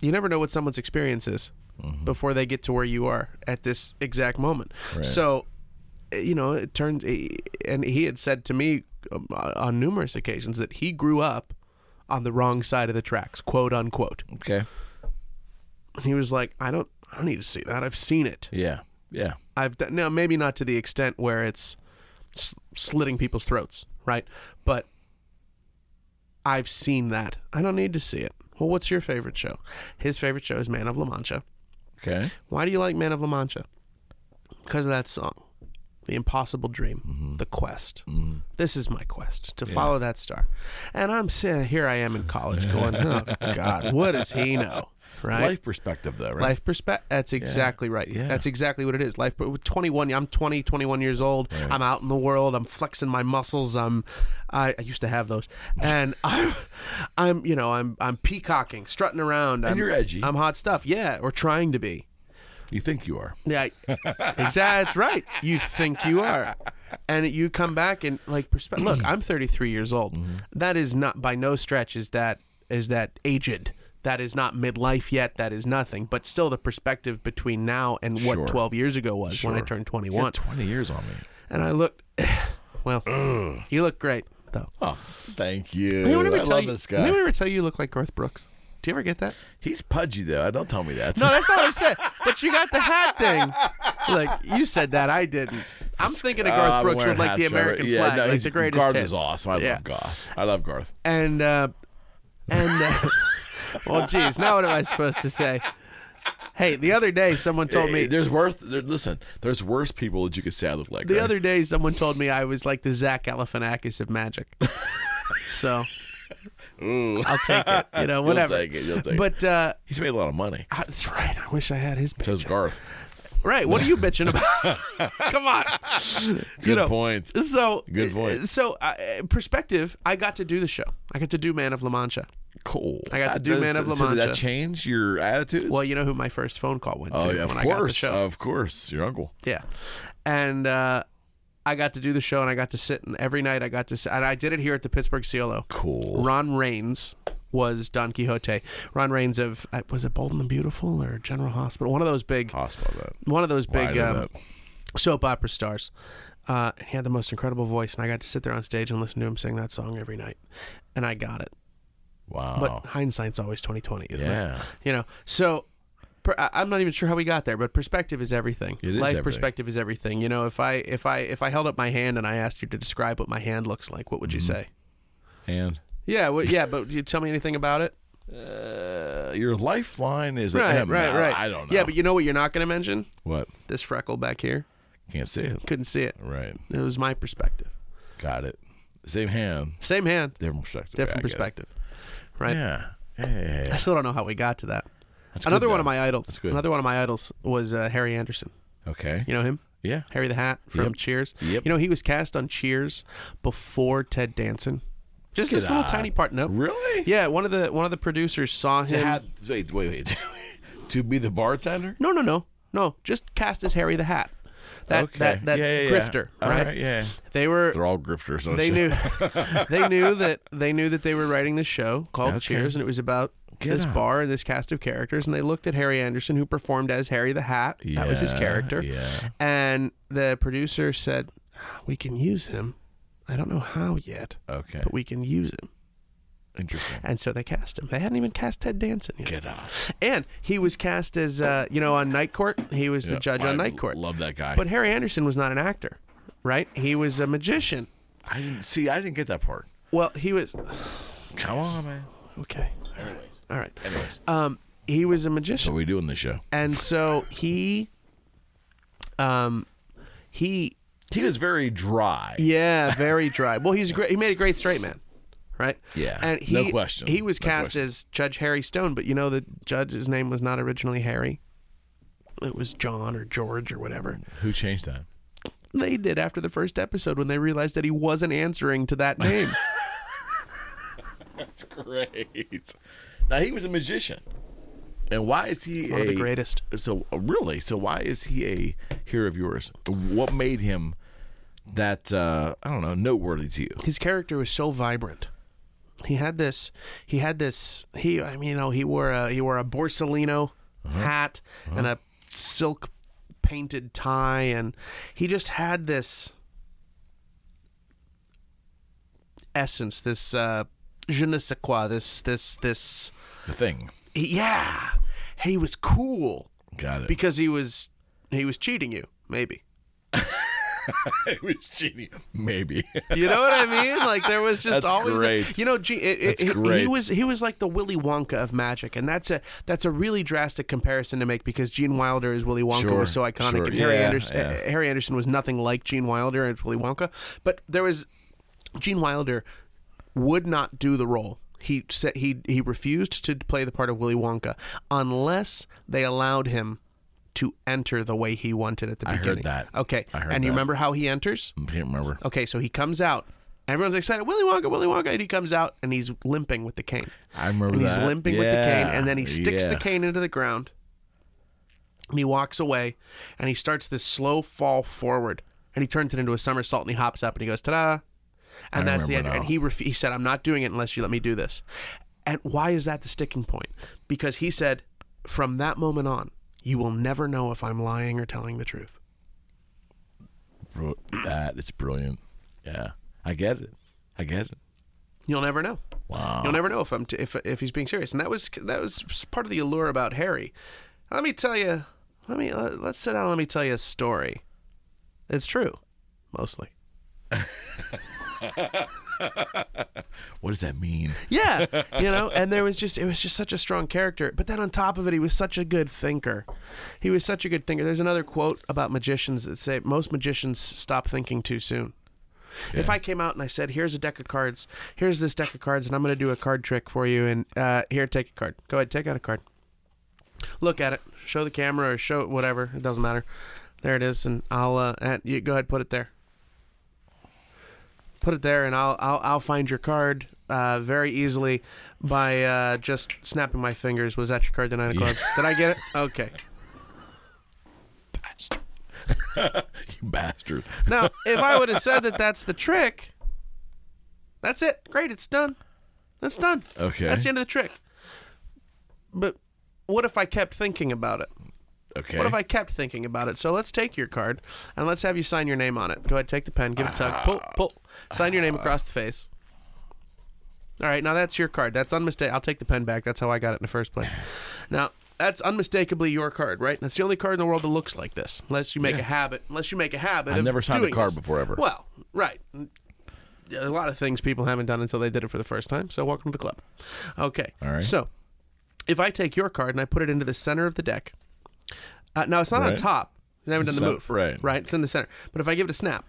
S3: you never know what someone's experience is before they get to where you are at this exact moment. So, eh, you know, it turns, eh, and he had said to me um, on numerous occasions that he grew up on the wrong side of the tracks, quote unquote.
S2: Okay.
S3: And he was like, I don't, I don't need to see that. I've seen it.
S2: Yeah. Yeah.
S3: I've done, now maybe not to the extent where it's s- slitting people's throats, right? But I've seen that. I don't need to see it. Well, what's your favorite show? His favorite show is Man of La Mancha.
S2: Okay.
S3: Why do you like Man of La Mancha? Because of that song, The Impossible Dream,
S2: Mm-hmm.
S3: The Quest. This is my quest to follow that star. And I'm sitting here, I am in college
S2: [laughs]
S3: going, oh, God, what does he know? Right?
S2: Life perspective, though, right?
S3: Life perspective. That's exactly right.
S2: Yeah.
S3: That's exactly what it is. Life. But 21. I'm 20, 21 years old. I'm out in the world. I'm flexing my muscles. I'm. I, I used to have those, and [laughs] I'm. I'm. You know. I'm. I'm peacocking, strutting around. I'm,
S2: you're edgy.
S3: I'm hot stuff. Yeah, or trying to be.
S2: You think you are.
S3: Yeah, exactly. That's right. You think you are, and you come back and like perspe- look i'm 33 years old
S2: Mm-hmm.
S3: That is not by no stretch is that is that aged that is not midlife yet that is nothing but still the perspective between now and what
S2: Sure.
S3: 12 years ago was when i turned 21
S2: Twenty years on me.
S3: and i looked [sighs] well you look great though
S2: Oh, thank you.
S3: anyone
S2: I
S3: ever tell
S2: love
S3: you
S2: this guy.
S3: anyone ever tell you you look like garth brooks do you ever get that
S2: He's pudgy though. Uh, Don't tell me that.
S3: no,
S2: [laughs]
S3: that's not what I said. But you got the hat thing. Like you said that, I didn't. I'm thinking of Garth
S2: "Ah, I'm
S3: Brooks
S2: wearing
S3: with like the
S2: hats, Trevor.
S3: American
S2: yeah,
S3: flag,
S2: No,
S3: like
S2: he's,
S3: the greatest
S2: Garth
S3: hits.
S2: is awesome. I
S3: yeah.
S2: love Garth. I love Garth.
S3: And uh, and uh, well, geez, now what am I supposed to say? Hey, the other day someone told
S2: Hey, [laughs]
S3: me.
S2: there's worse. There, listen, there's worse people that you could say I look like.
S3: The
S2: right?
S3: other day someone told me I was like the Zach Galifianakis of magic. so. I'll take it. You know, whatever.
S2: take it, [laughs] you'll take it.
S3: but uh,
S2: he's made a lot of money.
S3: I- that's right. I wish I had his. Picture.
S2: So's [laughs] Garth.
S3: Right. What are you bitching about?
S2: [laughs]
S3: Come on.
S2: Good point.
S3: So
S2: Good point.
S3: So uh, perspective. I got to do the show. I got to do Man of La Mancha.
S2: Cool.
S3: I got the
S2: That
S3: Dew Man
S2: does-
S3: of La
S2: So did that
S3: Mancha.
S2: change your attitudes?
S3: Well, you know who my first phone call went
S2: oh
S3: to
S2: yeah, of
S3: when I got the
S2: course,
S3: show.
S2: of course, your uncle.
S3: Yeah, and uh, I got to do the show, and I got to sit. And every night I got to sit, and I did it here at the Pittsburgh CLO.
S2: Cool.
S3: Ron Raines was Don Quixote. Ron Raines of uh, was it Bold and the Beautiful or General Hospital? One of those big.
S2: Hospital that.
S3: One of those
S2: Why I
S3: big
S2: know
S3: um,
S2: that.
S3: soap opera stars. Uh, and he had the most incredible voice, and I got to sit there on stage and listen to him sing that song every night, and I got it.
S2: Wow.
S3: But hindsight's always twenty twenty, isn't
S2: yeah.
S3: it? You know, so per, I- I'm not even sure how we got there, but perspective is everything.
S2: It is
S3: Life
S2: everything.
S3: perspective is everything. You know, if I if I if I held up my hand and I asked you to describe what my hand looks like, what would you
S2: Mm-hmm.
S3: say?
S2: And
S3: Yeah, well, yeah, but you tell me anything about it.
S2: uh, your lifeline is
S3: Right,
S2: an M.
S3: right,
S2: I-
S3: right.
S2: I don't know.
S3: Yeah, but you know what? You're not going to mention
S2: what?
S3: this freckle back here.
S2: Can't see it.
S3: Couldn't see it.
S2: Right.
S3: It was my perspective.
S2: Got it. Same hand,
S3: Same hand,
S2: different perspective.
S3: different
S2: I get it.
S3: perspective. Right.
S2: Yeah. Yeah, yeah,
S3: I
S2: yeah.
S3: still don't know how we got to that.
S2: That's
S3: another
S2: good,
S3: one
S2: though.
S3: of my idols.
S2: That's good.
S3: Another one of my idols was uh, Harry Anderson.
S2: Okay.
S3: You know him,
S2: Yeah.
S3: Harry the Hat from
S2: Yep.
S3: Cheers.
S2: Yep.
S3: You know he was cast on Cheers before Ted Danson. Just this little
S2: out.
S3: tiny part. No.
S2: Really?
S3: Yeah. One of the one of the producers saw
S2: To
S3: him.
S2: have wait wait wait [laughs] to be the bartender.
S3: no, no, no, no. Just cast as Harry the Hat. That
S2: okay.
S3: that that
S2: yeah, yeah, yeah.
S3: grifter.
S2: All
S3: Right?
S2: Yeah.
S3: They were
S2: They're all grifters. aren't [laughs]
S3: they knew they knew that they knew that they were writing this show called Cheers, and it was about this
S2: out.
S3: bar and this cast of characters. And they looked at Harry Anderson, who performed as Harry the Hat. that was his
S2: Yeah,
S3: character.
S2: yeah.
S3: And the producer said, "We can use him. I don't know how yet,
S2: Okay.
S3: but we can use him."
S2: Interesting.
S3: And so they cast him. They hadn't even cast Ted Danson yet.
S2: Get out.
S3: And he was cast as uh, you know on Night Court. He was the judge on
S2: I
S3: Night Court.
S2: Love that guy.
S3: But Harry Anderson was not an actor, right? He was a magician.
S2: I didn't see. I didn't get that part.
S3: Well, he was
S2: Come on, man.
S3: okay. All right.
S2: Anyways,
S3: Um, he was a
S2: so
S3: magician,
S2: we doing the show.
S3: and so he, um, he
S2: He was very dry.
S3: yeah,
S2: [laughs]
S3: very dry. Well, he's great. He made a great straight man, right?
S2: Yeah,
S3: and he,
S2: no question,
S3: He was
S2: no
S3: cast
S2: question.
S3: as Judge Harry Stone, but you know the judge's name was not originally Harry. It was John or George or whatever.
S2: Who changed that?
S3: They did after the first episode when they realized that he wasn't answering to that name.
S2: That's great. Now he was a magician, and why is he
S3: One
S2: a,
S3: of the greatest.
S2: So uh, really, so why is he a hero of yours? What made him that? uh I don't know, noteworthy to you?
S3: his character was so vibrant. He had this. He had this. He, I mean, you know, he wore a he wore a Borsellino hat and a silk painted tie, and he just had this essence, this uh, je ne sais quoi, this this this.
S2: The thing.
S3: He, yeah, he was cool
S2: Got it.
S3: because he was he was cheating you, maybe.
S2: [laughs] it was cheating. Maybe. [laughs]
S3: You know what I mean? Like there was just
S2: That's
S3: always,
S2: great.
S3: That, you know, gee, it, it,
S2: That's
S3: he- he
S2: great.
S3: was he was like the Willy Wonka of magic, and that's a that's a really drastic comparison to make because Gene Wilder is Willy Wonka
S2: Sure,
S3: was so iconic,
S2: sure.
S3: and Harry
S2: Yeah,
S3: Anderson
S2: yeah.
S3: uh, Harry Anderson was nothing like Gene Wilder and Willy Wonka, but there was Gene Wilder would not do the role. He said he he refused to play the part of Willy Wonka unless they allowed him to enter the way he wanted at the
S2: I heard
S3: beginning.
S2: that.
S3: Okay.
S2: I heard
S3: and you
S2: that.
S3: remember how he enters?
S2: I can't remember.
S3: Okay, so he comes out. Everyone's excited. Willy Wonka, Willy Wonka. And he comes out and he's limping with the cane.
S2: I remember
S3: And he's
S2: that.
S3: limping with the cane.
S2: Yeah,
S3: And then he sticks the
S2: yeah.
S3: cane into the ground. And he walks away and he starts this slow fall forward. and he turns it into a somersault and he hops up and he goes ta-da, and
S2: I
S3: that's the end.
S2: remember now.
S3: And he ref- he said, "I'm not doing it unless you let me do this." And why is that the sticking point? Because he said, from that moment on, you will never know if I'm lying or telling the truth.
S2: Bru- that it's brilliant. Yeah, I get it. I get it.
S3: You'll never know.
S2: Wow.
S3: You'll never know if I'm t- if if he's being serious. And that was that was part of the allure about Harry. Let me tell you. Let me let, let's sit down. and Let me tell you a story. It's true, mostly.
S2: What does that mean? [laughs]
S3: Yeah, you know, and there was just it was just such a strong character. But then on top of it, he was such a good thinker. He was such a good thinker. There's another quote about magicians that say most magicians stop thinking too soon. If I came out and I said, "Here's a deck of cards. Here's this deck of cards, and I'm going to do a card trick for you, and uh, here, take a card. Go ahead, take out a card. Look at it. Show the camera or show whatever. It doesn't matter. There it is, and I'll uh, at, you go ahead, put it there." put it there, and I'll I'll, I'll find your card uh, very easily by uh, just snapping my fingers. Was that your card? The nine of clubs. Did I get it? Okay.
S2: You bastard.
S3: Now, if I would have said that that's the trick, that's it. Great, it's done. That's done.
S2: Okay.
S3: That's the end of the trick. But what if I kept thinking about it?
S2: Okay.
S3: What if I kept thinking about it? So let's take your card and let's have you sign your name on it. Go ahead, take the pen, give it a tug, pull, pull, sign your name across the face. All right, now that's your card. That's unmistakable. I'll take the pen back. That's how I got it in the
S2: [laughs]
S3: first place. Now that's unmistakably your card, right? That's the only card in the world that looks like this, unless you make a habit. Unless you make a habit.
S2: I've
S3: of
S2: never signed a
S3: doing
S2: card
S3: this.
S2: before ever.
S3: Well, right. A lot of things people haven't done until they did it for the first time. So welcome to the club. Okay.
S2: All right.
S3: So if I take your card and I put it into the center of the deck, uh, now it's not on
S2: Right.
S3: top. I haven't done the
S2: Cen-
S3: move.
S2: right.
S3: Right. It's in the center. But if I give it a snap,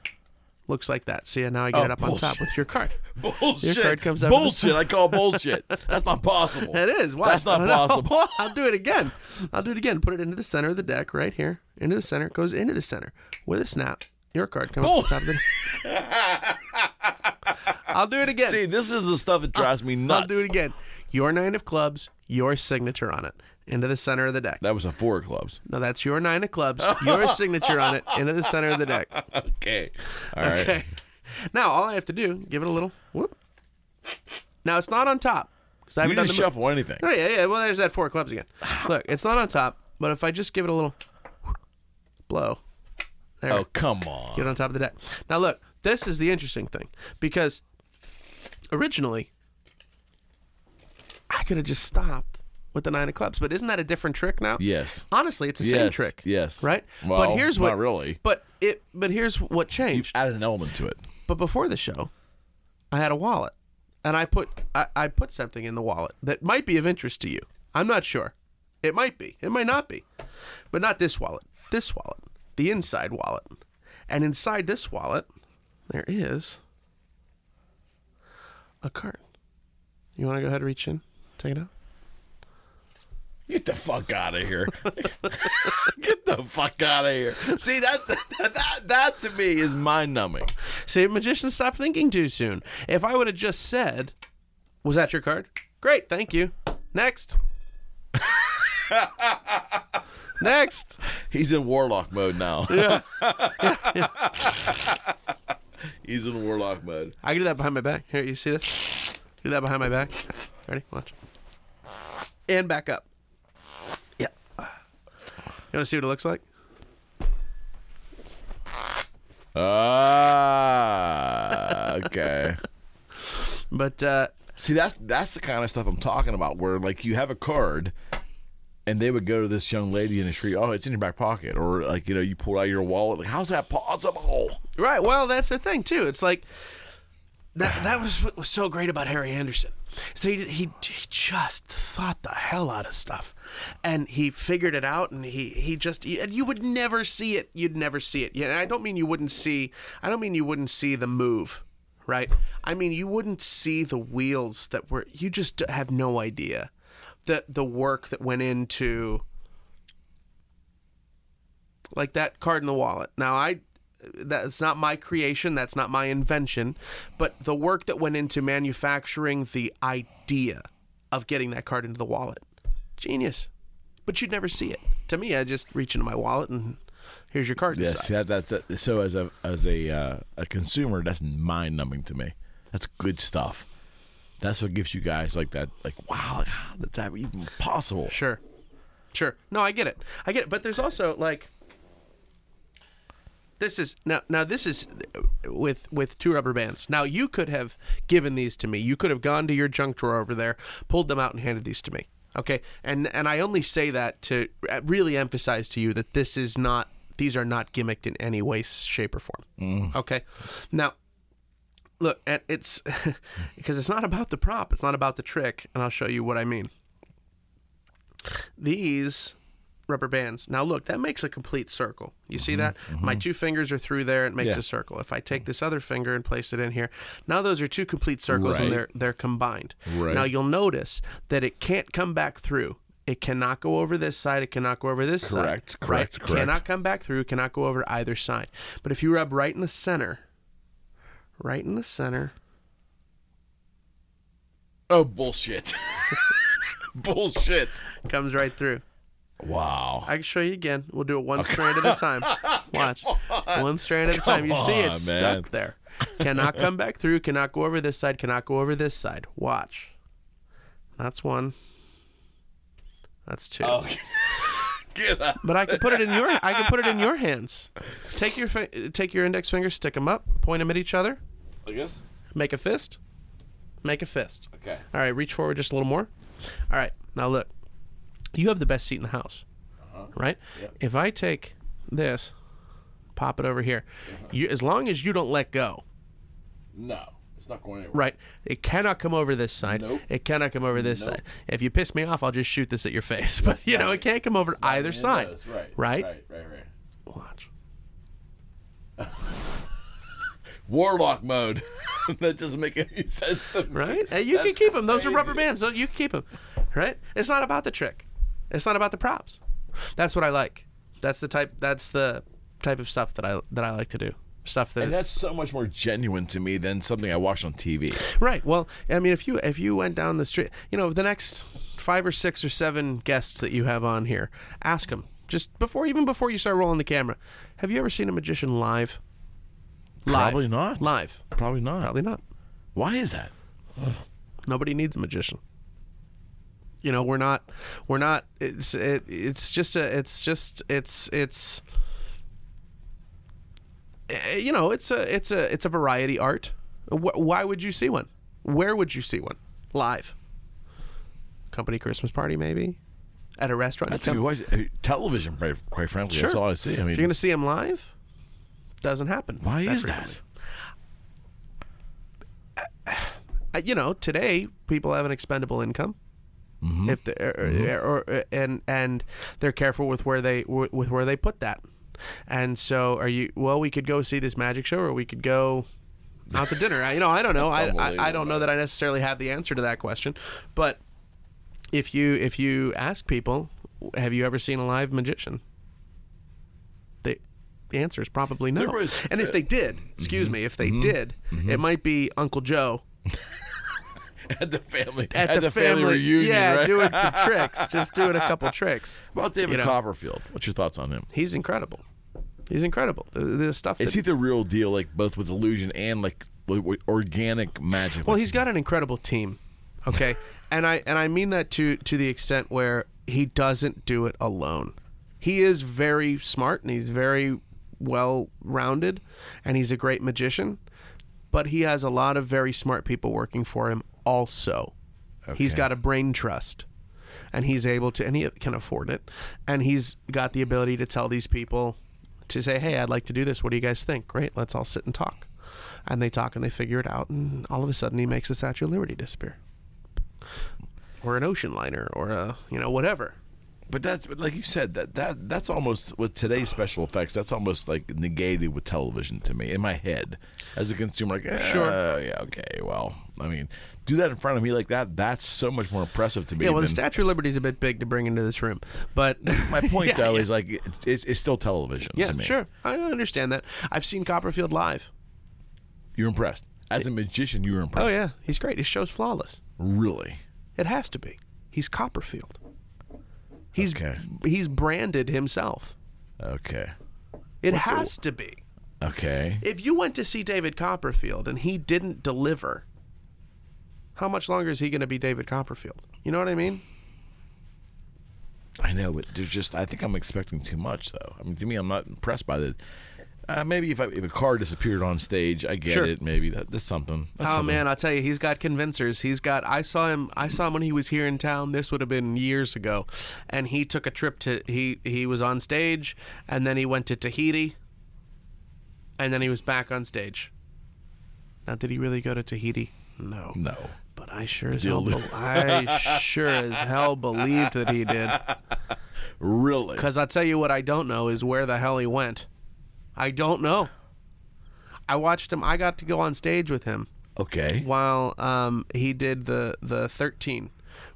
S3: looks like that. See, now I get
S2: Oh,
S3: it up on top
S2: bullshit.
S3: with your card.
S2: bullshit.
S3: Your card comes out with a-
S2: bullshit. I call
S3: [laughs]
S2: bullshit. That's not possible.
S3: It is. Why?
S2: That's not
S3: I know.
S2: possible.
S3: I'll do it again. I'll do it again. Put it into the center of the deck right here. Into the center. It Goes into the center with a snap. Your card comes up the top of the I'll do it
S2: [laughs]
S3: again.
S2: See, this is the stuff that drives me nuts.
S3: I'll do it again. Your nine of clubs, your signature on it. Into the center of the deck.
S2: That was a four of clubs.
S3: No, that's your nine
S2: [laughs]
S3: of clubs, your signature on it, into the center of the deck.
S2: Okay. All right.
S3: Okay. [laughs] Now all I have to do, give it a little whoop. Now it's not on top because I
S2: You
S3: haven't done
S2: didn't
S3: the
S2: shuffle anything.
S3: Move. Oh, yeah, yeah. Well, there's that four
S2: [sighs]
S3: clubs again. Look, it's not on top, but if I just give it a little blow, there,
S2: Oh, come
S3: get
S2: on.
S3: it on top of the deck. Now look, this is the interesting thing because originally I could have just stopped with the nine of clubs, but isn't that a different trick now?
S2: Yes.
S3: Honestly, it's the same
S2: Yes,
S3: trick.
S2: yes.
S3: Right.
S2: Well,
S3: but here's
S2: not
S3: what
S2: really.
S3: But it. But here's what changed.
S2: Added an element to it.
S3: But before the show, I had a wallet, and I put I, I put something in the wallet that might be of interest to you. I'm not sure. It might be. It might not be. But not this wallet. This wallet. The inside wallet. And inside this wallet, there is a card. You want to go ahead and reach in, take it out.
S2: Get the fuck out of here. [laughs] Get the fuck out of here. See, that's, that, that to me is mind numbing.
S3: See, magicians stop thinking too soon. If I would have just said, "Was that your card?" Great, thank you. Next. [laughs] Next.
S2: He's in warlock mode now. Yeah. [laughs] He's in warlock mode.
S3: I can do that behind my back. Here, you see this? Do that behind my back. Ready? Watch. And back up. Yeah. You want to see what it looks like?
S2: Ah, okay.
S3: But uh,
S2: See, that's that's the kind of stuff I'm talking about. Where like you have a card, and they would go to this young lady in the street. Oh, it's in your back pocket, or like you know, you pull out your wallet. Like, how's that possible?
S3: Right. Well, that's the thing too. It's like that. That was what was so great about Harry Anderson. So he, he he just thought the hell out of stuff, and he figured it out, and he he just he- and you would never see it. You'd never see it. Yeah. and I don't mean you wouldn't see. I don't mean you wouldn't see the move. Right. I mean you wouldn't see the wheels that were. You just have no idea the the work that went into like that card in the wallet. Now I that's not my creation, that's not my invention, but the work that went into manufacturing the idea of getting that card into the wallet. Genius. But you'd never see it. To me, I just reach into my wallet and Here's your card.
S2: Yes,
S3: inside.
S2: that, that's that. so as a as a uh, a consumer, that's mind numbing to me. That's good stuff. That's what gives you guys like that, like wow, like, how is that even possible?
S3: Sure. Sure. No, I get it. I get it. But there's also like this is now now this is with with two rubber bands. Now you could have given these to me. You could have gone to your junk drawer over there, pulled them out and handed these to me. Okay? And and I only say that to really emphasize to you that this is not these are not gimmicked in any way shape or form.
S2: Mm.
S3: Okay? Now look, and it's [laughs] because it's not about the prop, it's not about the trick, and I'll show you what I mean these rubber bands. Now look, that makes a complete circle. You see that? My two fingers are through there, it makes
S2: Mm-hmm, Yeah.
S3: a circle. If I take this other finger and place it in here, now those are two complete circles
S2: Right.
S3: and they're they're combined.
S2: Right.
S3: Now you'll notice that it can't come back through. It cannot go over this side, it cannot go over this
S2: Correct,
S3: side.
S2: correct,
S3: right?
S2: correct.
S3: Cannot come back through, cannot go over either side. But if you rub right in the center, right in the center,
S2: Oh bullshit! [laughs] bullshit!
S3: comes right through.
S2: Wow.
S3: I can show you again. We'll do it one strand at a
S2: [laughs]
S3: time. Watch. One strand at a time. You see
S2: on,
S3: it's
S2: man.
S3: stuck there. Cannot come back through. Cannot go over this side. Cannot go over this side. Watch. That's one. That's two.
S2: Oh. [laughs] Get out.
S3: But I can put it in your I can put it in your hands. Take your fi- take your index finger, stick them up, point them at each other,
S2: I guess.
S3: make a fist. Make a fist.
S2: Okay.
S3: All right, reach forward just a little more. All right, now look. You have the best seat in the house, right? If I take this, pop it over here, you, as long as you don't let go,
S2: No, it's not going anywhere.
S3: right? It cannot come over this side.
S2: Nope.
S3: It cannot come over this side. If you piss me off, I'll just shoot this at your face. [laughs] But, you know, it can't come over either side. Right?
S2: Right. Right.
S3: Watch.
S2: Warlock mode. [laughs] that doesn't make any sense to me.
S3: Right? And you can
S2: That's
S3: keep them. Those are rubber
S2: crazy.
S3: bands. So you can keep them. Right? It's not about the trick. It's not about the props. That's what I like. That's the type. That's the type of stuff that I that I like to do. Stuff that
S2: And that's so much more genuine to me than something I watched on TV.
S3: right. Well, I mean, if you if you went down the street, you know, the next five or six or seven guests that you have on here, ask them just before even before you start rolling the camera. Have you ever seen a magician live? Live.
S2: Probably not.
S3: Live.
S2: Probably not.
S3: Probably not.
S2: Why is that?
S3: nobody needs a magician you know we're not we're not it's it, it's just a it's just it's it's eh, you know it's a it's a it's a variety art Wh- why would you see one where would you see one live company christmas party maybe at a restaurant
S2: That's a good question. Television, quite- quite frankly, that's
S3: Sure.
S2: all I see. I
S3: if
S2: mean,
S3: you're gonna see him live doesn't happen
S2: why is
S3: frequently.
S2: that?
S3: I- you know, today people have an expendable income.
S2: Mm-hmm.
S3: If they or, or, or- and and they're careful with where they wi- with where they put that, and so are you. Well, we could go see this magic show, or we could go out to dinner. I, you know,
S2: [laughs]
S3: I don't know. I, I I don't know that I necessarily have the answer to that question, but if you if you ask people, have you ever seen a live magician? They, the answer is probably no.
S2: There was- uh, mm-hmm.
S3: and if they did, excuse me, if they did, it might be Uncle Joe
S2: [laughs] At the family,
S3: at, the, family,
S2: reunion,
S3: Yeah,
S2: right? [laughs]
S3: doing some tricks, just doing a couple tricks.
S2: Well, David
S3: you know.
S2: Copperfield. What's your thoughts on him?
S3: He's incredible. He's incredible. The, the stuff.
S2: Is
S3: That,
S2: he the real deal, like both with illusion and like w- w- organic magic?
S3: well,
S2: Like,
S3: he's got an incredible team.
S2: [laughs]
S3: Okay, and I and I mean that to to the extent where he doesn't do it alone. He is very smart and he's very well rounded, and he's a great magician. But he has a lot of very smart people working for him. Also, he's got a brain trust. and he's able to and he can afford it and he's got the ability to tell these people to say hey i'd like to do this what do you guys think great let's all sit and talk and they talk and they figure it out and all of a sudden he makes the statue of liberty disappear or an ocean liner or a you know whatever
S2: but that's but like you said that that that's almost with today's special effects. That's almost like negated with television to me in my head as a consumer. Like, sure, yeah, okay, well, I mean, do that in front of me like that. That's so much more impressive to me.
S3: yeah well the
S2: than-
S3: statue of liberty is a bit big to bring into this room but
S2: [laughs] My point
S3: [laughs] Yeah,
S2: though
S3: yeah.
S2: is like it's, it's, it's still television
S3: yeah
S2: to me.
S3: sure i understand that i've seen copperfield live
S2: You're impressed as a magician. You were
S3: oh
S2: impressed.
S3: yeah he's great his show's flawless
S2: Really?
S3: It has to be. He's Copperfield. He's
S2: Okay.
S3: he's branded himself.
S2: Okay.
S3: It has to be.
S2: Okay.
S3: If you went to see David Copperfield and he didn't deliver, how much longer is he going to be David Copperfield? You know what I mean?
S2: I know, but there's just I think I'm expecting too much though. I mean, to me, I'm not impressed by the. Uh, maybe if, I, if a car disappeared on stage, I get
S3: Sure.
S2: it. Maybe that, that's something. That's
S3: Oh
S2: something.
S3: man, I'll tell you, he's got convincers. He's got. I saw him. I saw him when he was here in town. This would have been years ago, and he took a trip to. He he was on stage, and then he went to Tahiti, and then he was back on stage. Now, did he really go to Tahiti? No.
S2: No.
S3: But I sure as hell. [laughs] Be- I sure as hell believed that he did.
S2: Really?
S3: Because I'll tell you what I don't know is where the hell he went. I don't know. I watched him. I got to go on stage with him
S2: Okay.
S3: while um, he did the the 13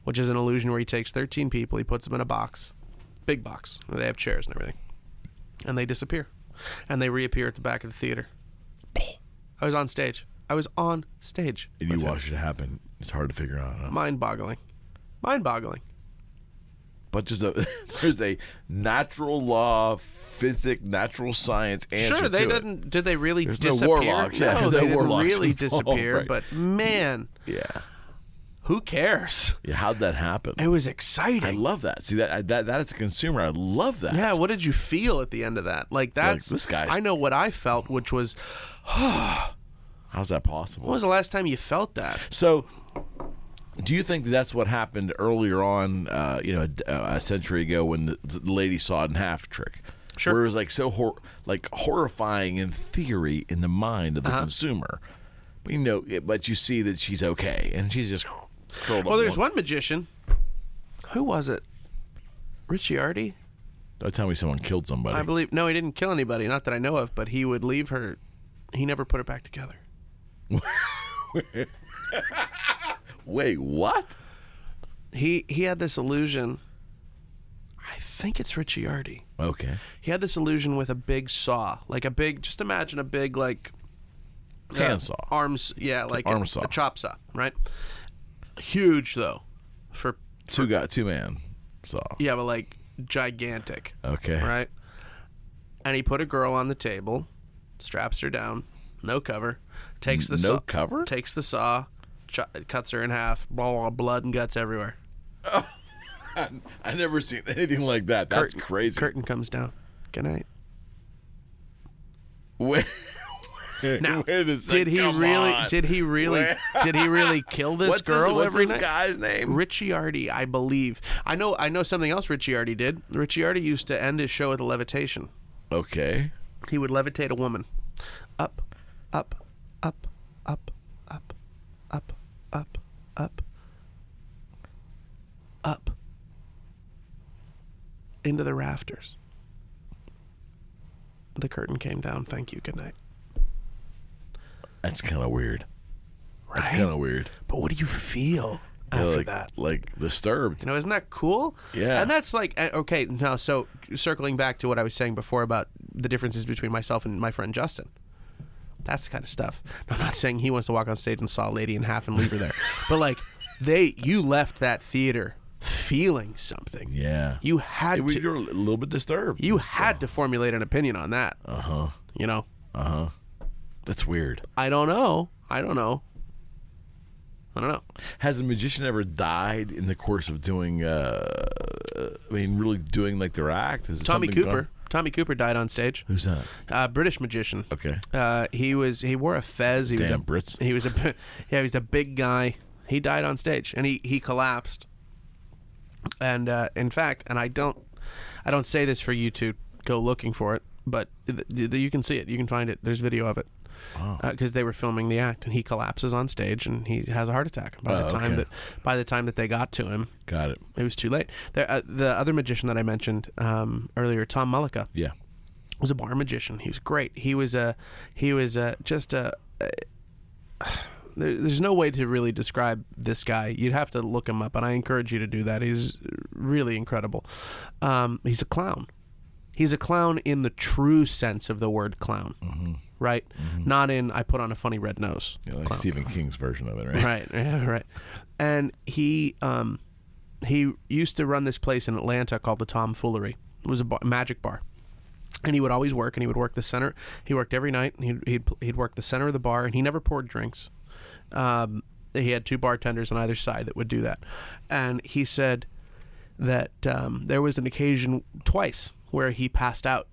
S3: which is an illusion where he takes 13 people he puts them in a box big box where they have chairs and everything and they disappear and they reappear at the back of the theater i was on stage i was on stage
S2: And you watch it happen. It's hard to figure out. huh?
S3: mind boggling mind boggling
S2: But just a, [laughs] there's a natural law, physic, natural science answer
S3: sure
S2: to
S3: they
S2: it.
S3: didn't did they really
S2: There's no
S3: disappear
S2: warlocks, yeah, [laughs]
S3: no
S2: there's no
S3: they didn't
S2: warlocks
S3: really
S2: involved,
S3: disappear
S2: right.
S3: but man
S2: Yeah.
S3: who cares
S2: Yeah. How'd that happen?
S3: it was
S2: I
S3: exciting
S2: love that. See that I- that that as a consumer, I love that.
S3: Yeah, what did you feel at the end of that? Like that's
S2: this guy's-
S3: I know what I felt, which was
S2: How's that possible?
S3: when was the last time you felt that?
S2: So, do you think that that's what happened earlier on, uh, you know, a d- uh, a century ago when the, the lady saw it in Half Trick?
S3: Sure.
S2: Where it was like so hor- like horrifying in theory in the mind of
S3: Uh-huh.
S2: the consumer, but you know, it- but you see that she's okay and she's just curled
S3: Well,
S2: up.
S3: there's one magician. Who was it? Ricciardi,
S2: Don't tell me someone killed somebody.
S3: I believe. No, he didn't kill anybody, not that I know of. But he would leave her. He never put her back together.
S2: Wait, what?
S3: He he had this illusion. I think it's Ricciardi.
S2: Okay.
S3: He had this illusion with a big saw, like a big. Just imagine a big like uh,
S2: Handsaw.
S3: arms. Yeah, like
S2: Arm
S3: a,
S2: saw.
S3: a chop saw, right? Huge though, for
S2: Two guy, two man saw.
S3: Yeah, but like gigantic,
S2: Okay.
S3: right? And he put a girl on the table, straps her down, no cover, takes the
S2: No
S3: saw,
S2: cover?
S3: takes the saw, ch- cuts her in half, blah, blah, blah, blood and guts everywhere.
S2: I never seen anything like that. That's crazy.
S3: Curtain comes down. Good night.
S2: [laughs] Wait. [laughs]
S3: Now,
S2: Wait a sec,
S3: Did he
S2: come
S3: really?
S2: on.
S3: Did he really?
S2: Wait.
S3: Did he really kill
S2: [laughs]
S3: this
S2: What's
S3: girl
S2: this, what's
S3: every
S2: this
S3: night?
S2: guy's name?
S3: Ricciardi, I believe. I know. I know something else. Ricciardi did. Ricciardi used to end his show with a levitation.
S2: Okay.
S3: he would levitate a woman up, up, up, up, up, up, up, up, up, into the rafters. The curtain came down. Thank you. Good night.
S2: That's kind of weird.
S3: Right?
S2: That's kind of weird.
S3: but what do you feel
S2: Yeah,
S3: after
S2: like,
S3: that?
S2: like disturbed.
S3: You know, isn't that cool?
S2: Yeah.
S3: And that's like uh, okay. Now, so circling back to what I was saying before about the differences between myself and my friend Justin. That's the kind of stuff. I'm not saying he wants to walk on stage and saw a lady in half and
S2: [laughs]
S3: leave her there, but like they, you left that theater feeling something.
S2: Yeah.
S3: You had
S2: we
S3: to.
S2: were a little bit disturbed.
S3: You had to formulate an opinion on that.
S2: Uh huh.
S3: You know,
S2: Uh huh. That's weird.
S3: I don't know. I don't know. I don't know.
S2: Has a magician ever died in the course of doing? uh I mean, really doing like their act? Is it
S3: Tommy
S2: something
S3: Cooper.
S2: gone-
S3: Tommy Cooper died on stage.
S2: Who's that?
S3: Uh, British magician.
S2: Okay.
S3: Uh, he was he wore a fez. He was
S2: Damn
S3: a
S2: Brits.
S3: He was a [laughs] yeah. He was a big guy. He died on stage, and he he collapsed. And uh, in fact, and I don't I don't say this for you to go looking for it, but th- th- you can see it. You can find it. There's video of it.
S2: Oh.
S3: Because they were filming the act, and he collapses on stage, and he has a heart attack. By
S2: Oh,
S3: the time
S2: okay.
S3: that by the time that they got to him,
S2: Got it.
S3: it was too late. There, uh, the other magician that I mentioned um, earlier, Tom Mullica
S2: Yeah.
S3: was a bar magician. He was great. He was a he was a just a. a there, there's no way to really describe this guy. You'd have to look him up, and I encourage you to do that. He's really incredible. Um, he's a clown. He's a clown in the true sense of the word clown, right? Not in I put on a funny red nose
S2: You know, like Stephen King's version of it, right?
S3: right [laughs] yeah, right and he um he used to run this place in atlanta called the tomfoolery it was a bar, magic bar and he would always work and he would work the center he worked every night and he'd, he'd, he'd work the center of the bar and he never poured drinks um, he had two bartenders on either side that would do that and he said that um, there was an occasion twice where he passed out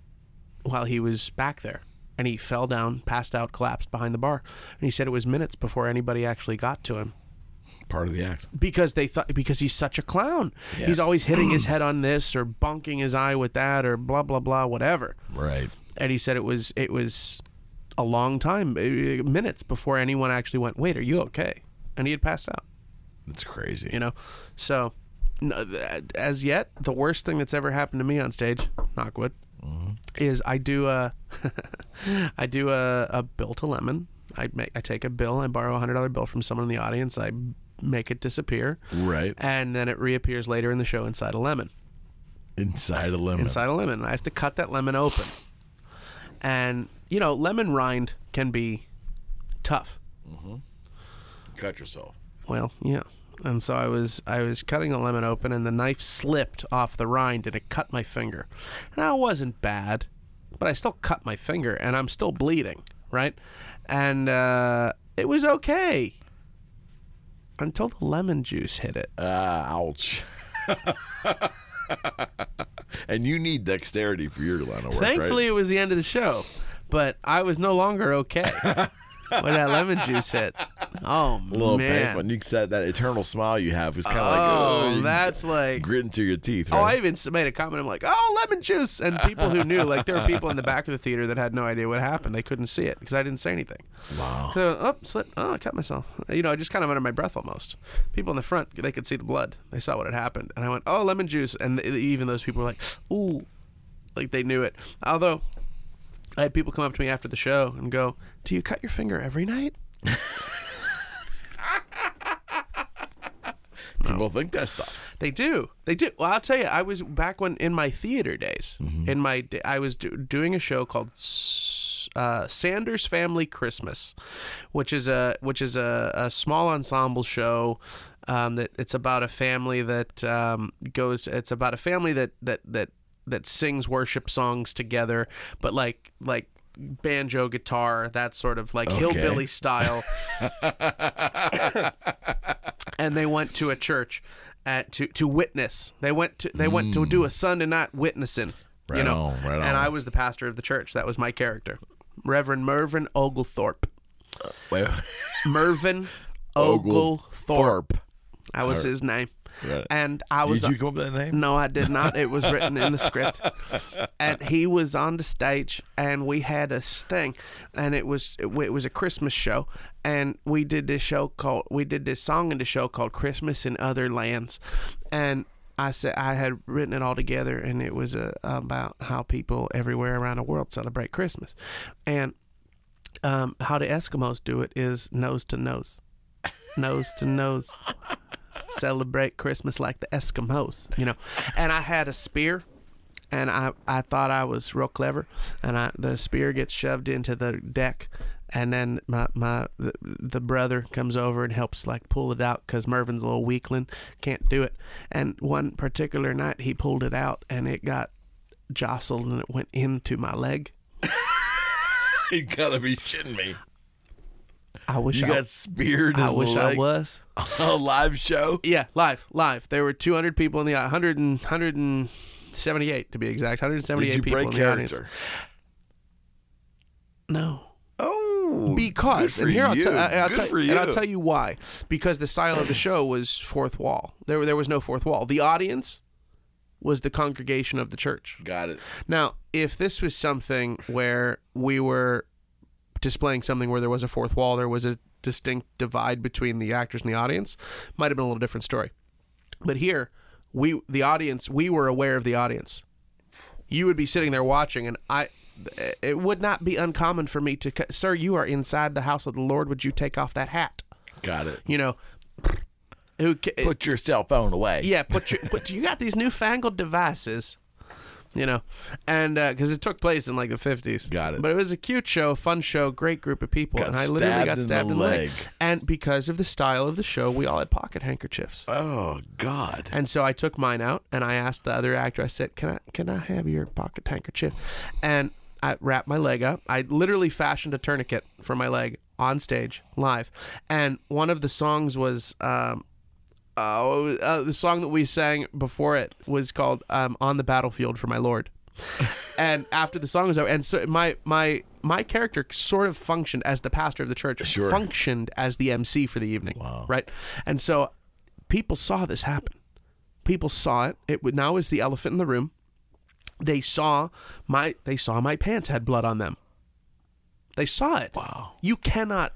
S3: while he was back there and he fell down passed out collapsed behind the bar and he said it was minutes before anybody actually got to him
S2: Part of the act.
S3: because they thought because he's such a clown. He's always hitting his head on this or bonking his eye with that or blah blah blah whatever.
S2: Right.
S3: And he said it was it was a long time, eh, minutes before anyone actually went, "Wait, are you okay?" And he had passed out,
S2: That's crazy.
S3: you know. So no, th- as yet, the worst thing that's ever happened to me on stage, knockwood, is I do a [laughs] I do uh, a, a bill to lemon. I make I take a bill, I borrow a hundred dollar bill from someone in the audience, I make it disappear
S2: Right.
S3: and then it reappears later in the show inside a lemon.
S2: Inside a lemon.
S3: Inside a lemon, and I have to cut that lemon open. And you know, lemon rind can be tough.
S2: Cut yourself.
S3: Well, yeah. And so I was I was cutting the lemon open, and the knife slipped off the rind, and it cut my finger. Now it wasn't bad, but I still cut my finger, and I'm still bleeding, right? And uh, it was okay until the lemon juice hit it.
S2: Ah, ouch. [laughs] and you need dexterity for your line of work.
S3: Thankfully, it was the end of the show, but I was no longer
S2: [laughs]
S3: okay when that lemon juice hit. Oh
S2: right? a little
S3: man!
S2: painful. And you said that eternal smile you have is kind of
S3: oh,
S2: like oh,
S3: that's like.
S2: gritting to your teeth.
S3: Oh, I
S2: Right?
S3: even s- made a comment. I'm like, "Oh, lemon juice," and people who knew, like, there were people in the back of the theater that had no idea what happened. They couldn't see it because I didn't say anything.
S2: wow.
S3: So, oh, slip. Oh, I cut myself. You know, I just kind of under my breath almost. People in the front, they could see the blood. They saw what had happened, and I went, "Oh, lemon juice." And th- even those people were like, "Ooh," like they knew it. Although, I had people come up to me after the show and go, "Do you cut your finger every night?"
S2: People think that stuff.
S3: They do. They do. Well, I'll tell you, I was back when in my theater days. In my, d- I was do, doing a show called S- uh, Sanders Family Christmas, which is a which is a, a small ensemble show. Um, that it's about a family that um, goes. It's about a family that that that that sings worship songs together, but like like banjo guitar that sort of like hillbilly style and they went to a church at, to to witness. They went to they went to do a Sunday night witnessing. you
S2: Right
S3: know,
S2: on, right on.
S3: and I was the pastor of the church. That was my character, Reverend Mervyn Oglethorpe.
S2: Wait,
S3: Mervyn Oglethorpe. That was his name.
S2: Right.
S3: And I was
S2: did you come up with that name?
S3: no, I did not. It was written in the script. And he was on the stage, and we had a thing, and it was it was a Christmas show, and we did this show called we did this song in the show called "Christmas in Other Lands," and I said I had written it all together, and it was uh, about how people everywhere around the world celebrate Christmas, and um, how the Eskimos do it is nose to nose, nose to nose celebrate Christmas like the Eskimos, you know. And I had a spear, and I, I thought I was real clever, and I the spear gets shoved into the deck, and then my my the, the brother comes over and helps like pull it out because Mervin's a little weakling, can't do it. And one particular night he pulled it out, and it got jostled, and it went into my leg.
S2: [laughs] You gotta be shitting me.
S3: I wish
S2: You
S3: I,
S2: got speared. in
S3: I
S2: the
S3: wish I
S2: leg
S3: was.
S2: on [laughs] a live show.
S3: Yeah, live, live. There were 200 people in the 100 and 178 to be exact. 178
S2: Did you
S3: people
S2: break
S3: in the
S2: character?
S3: audience. No.
S2: Oh, good
S3: Because
S2: for
S3: and here I'll,
S2: you.
S3: tell- I- I'll
S2: Good
S3: tell
S2: for
S3: and I'll
S2: you.
S3: tell you why. Because the style of the show was fourth wall. There were- there was no fourth wall. The audience was the congregation of the church.
S2: Got it.
S3: Now, if this was something where we were displaying something where there was a fourth wall, there was a distinct divide between the actors and the audience, might have been a little different story. But here, we the audience, we were aware of the audience. You would be sitting there watching, and I. It would not be uncommon for me to, c- sir. You are inside the house of the Lord. Would you take off that hat?
S2: Got it.
S3: You know, who? ca-
S2: Put your cell phone away.
S3: yeah, put your, but you got these newfangled devices. you know, and because it took place in like the fifties.
S2: Got it.
S3: But it was a cute show, fun show, great group of people,
S2: Got
S3: and I literally
S2: stabbed
S3: got
S2: in the
S3: stabbed in the leg.
S2: leg.
S3: And because of the style of the show, we all had pocket handkerchiefs.
S2: Oh God.
S3: And so I took mine out and I asked the other actor, I said, Can I can I have your pocket handkerchief? And I wrapped my leg up. I literally fashioned a tourniquet for my leg on stage, live. And one of the songs was um uh, uh, the song that we sang before it was called um, "On the Battlefield for My Lord," and after the song was over, and so my my my character sort of functioned as the pastor of the church,
S2: Sure.
S3: functioned as the MC for the evening, right? And so people saw this happen. People saw it. It would now is the elephant in the room. They saw my they saw my pants had blood on them. They saw it. Wow! You cannot,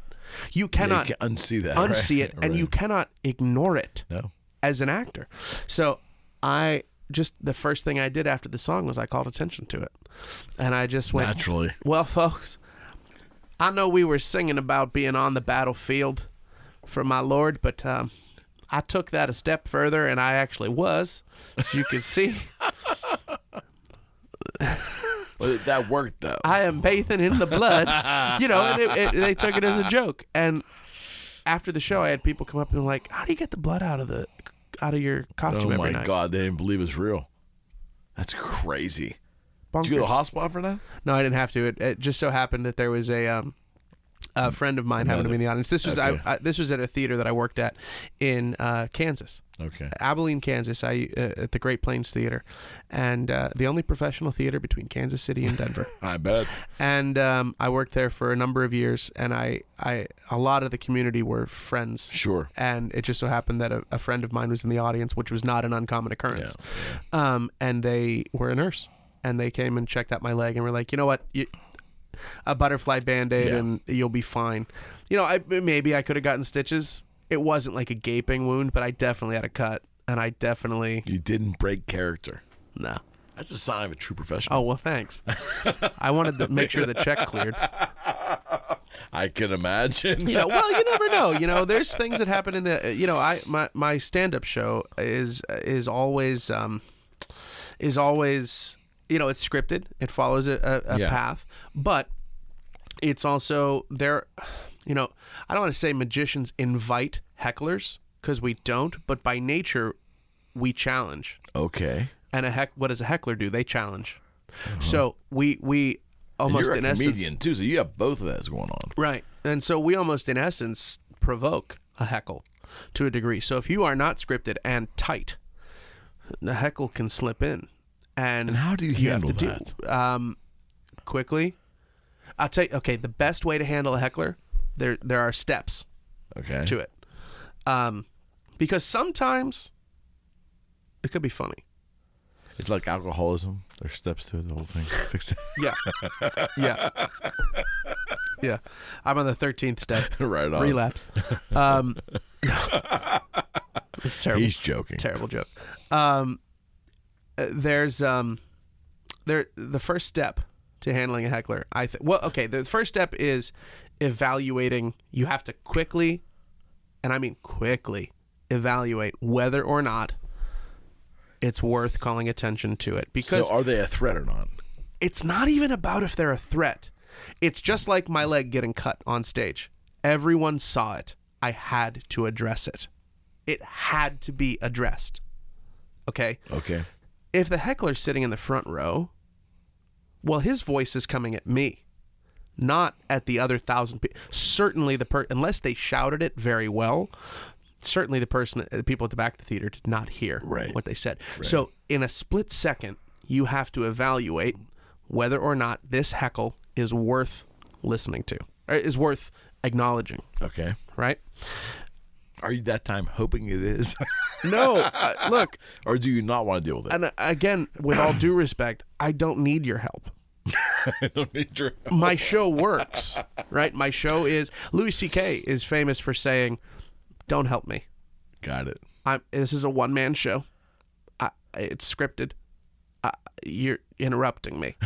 S3: you
S2: You
S3: cannot
S2: can unsee that. [laughs] right?
S3: unsee it, and you cannot ignore it
S2: No.
S3: as an actor. So I just the first thing I did after the song was I called attention to it, and I just went
S2: Naturally.
S3: Well, folks, I know we were singing about being on the battlefield for my Lord, but um, I took that a step further, and I actually was. As you can see, [laughs]
S2: Well, that worked though. Oh
S3: I am bathing in the blood. You know, and it, it, they took it as a joke. And after the show, I had people come up and like, "How do you get the blood out of the out of your
S2: oh
S3: costume every
S2: my
S3: night?"
S2: God, they didn't believe it's real. That's crazy. Did you go to
S3: Bonkers.
S2: the hospital for that?
S3: No, I didn't have to. It, it just so happened that there was a um, a friend of mine happened to be in the audience. This was
S2: Okay.
S3: I, I, this was at a theater that I worked at in uh, Kansas.
S2: Okay.
S3: Abilene, Kansas, I uh, at the Great Plains Theater, and uh, the only professional theater between Kansas City and Denver.
S2: I bet.
S3: and um, I worked there for a number of years, and I, I a lot of the community were friends. [laughs]
S2: Sure.
S3: And it just so happened that a, a friend of mine was in the audience, which was not an uncommon occurrence. Um, and they were a nurse, and they came and checked out my leg, and were like, you know what, you, a butterfly band aid,
S2: Yeah.
S3: and you'll be fine. You know, I maybe I could have gotten stitches. It wasn't like a gaping wound, but I definitely had a cut, and I definitely
S2: You didn't break character.
S3: no.
S2: That's a sign of a true professional.
S3: Oh well, thanks. I wanted to make sure the check cleared. Oh.
S2: I can imagine.
S3: you know well you never know you know there's things that happen in the uh, you know i my, my stand-up show is is always um is always you know it's scripted it follows a, a, a
S2: Yeah.
S3: path but it's also there you know i don't want to say magicians invite hecklers because we don't but by nature we challenge
S2: Okay.
S3: and a heck what does a heckler do they challenge so we we almost
S2: Uh-huh. You're a
S3: in
S2: comedian
S3: essence
S2: too, so you have both of those going on.
S3: Right. And so we almost, in essence, provoke a heckle to a degree. So if you are not scripted and tight, the heckle can slip in. And,
S2: how do you handle
S3: have to Do, um, quickly. I'll tell you, okay, the best way to handle a heckler, there, there are steps
S2: Okay.
S3: to it. Um, because sometimes it could be funny.
S2: It's like alcoholism. There's steps to it. The whole
S3: [laughs]
S2: thing. Fix it. [laughs]
S3: Yeah. yeah. Yeah. I'm on the 13th step.
S2: right on.
S3: relapse. Um, [laughs] it's terrible,
S2: He's joking.
S3: terrible joke. Um, uh, there's um, there the first step to handling a heckler. I think. Well, okay. The first step is evaluating. You have to quickly, and I mean quickly, evaluate whether or not it's worth calling attention to it because
S2: so are they a threat or not?
S3: it's not even about if they're a threat. It's just like my leg getting cut on stage. Everyone saw it. I had to address it. It had to be addressed. Okay?
S2: Okay.
S3: If the heckler's sitting in the front row, well, his voice is coming at me, not at the other thousand people. Certainly, the per unless they shouted it very well, certainly the person, uh, the people at the back of the theater did not hear
S2: Right.
S3: what they said. So, in a split second, you have to evaluate whether or not this heckle is worth listening to, or is worth acknowledging,
S2: Okay.
S3: right?
S2: Are you that time hoping it is, [laughs]
S3: No, [laughs] uh, look,
S2: or do you not want to deal with it?
S3: and uh, again, with all due respect, I don't need your help.
S2: I don't need your.
S3: my show works, right? My show is Louis C.K. is famous for saying, "Don't help me.
S2: Got it.
S3: I'm this is a one man show. I, it's scripted. I, you're interrupting me.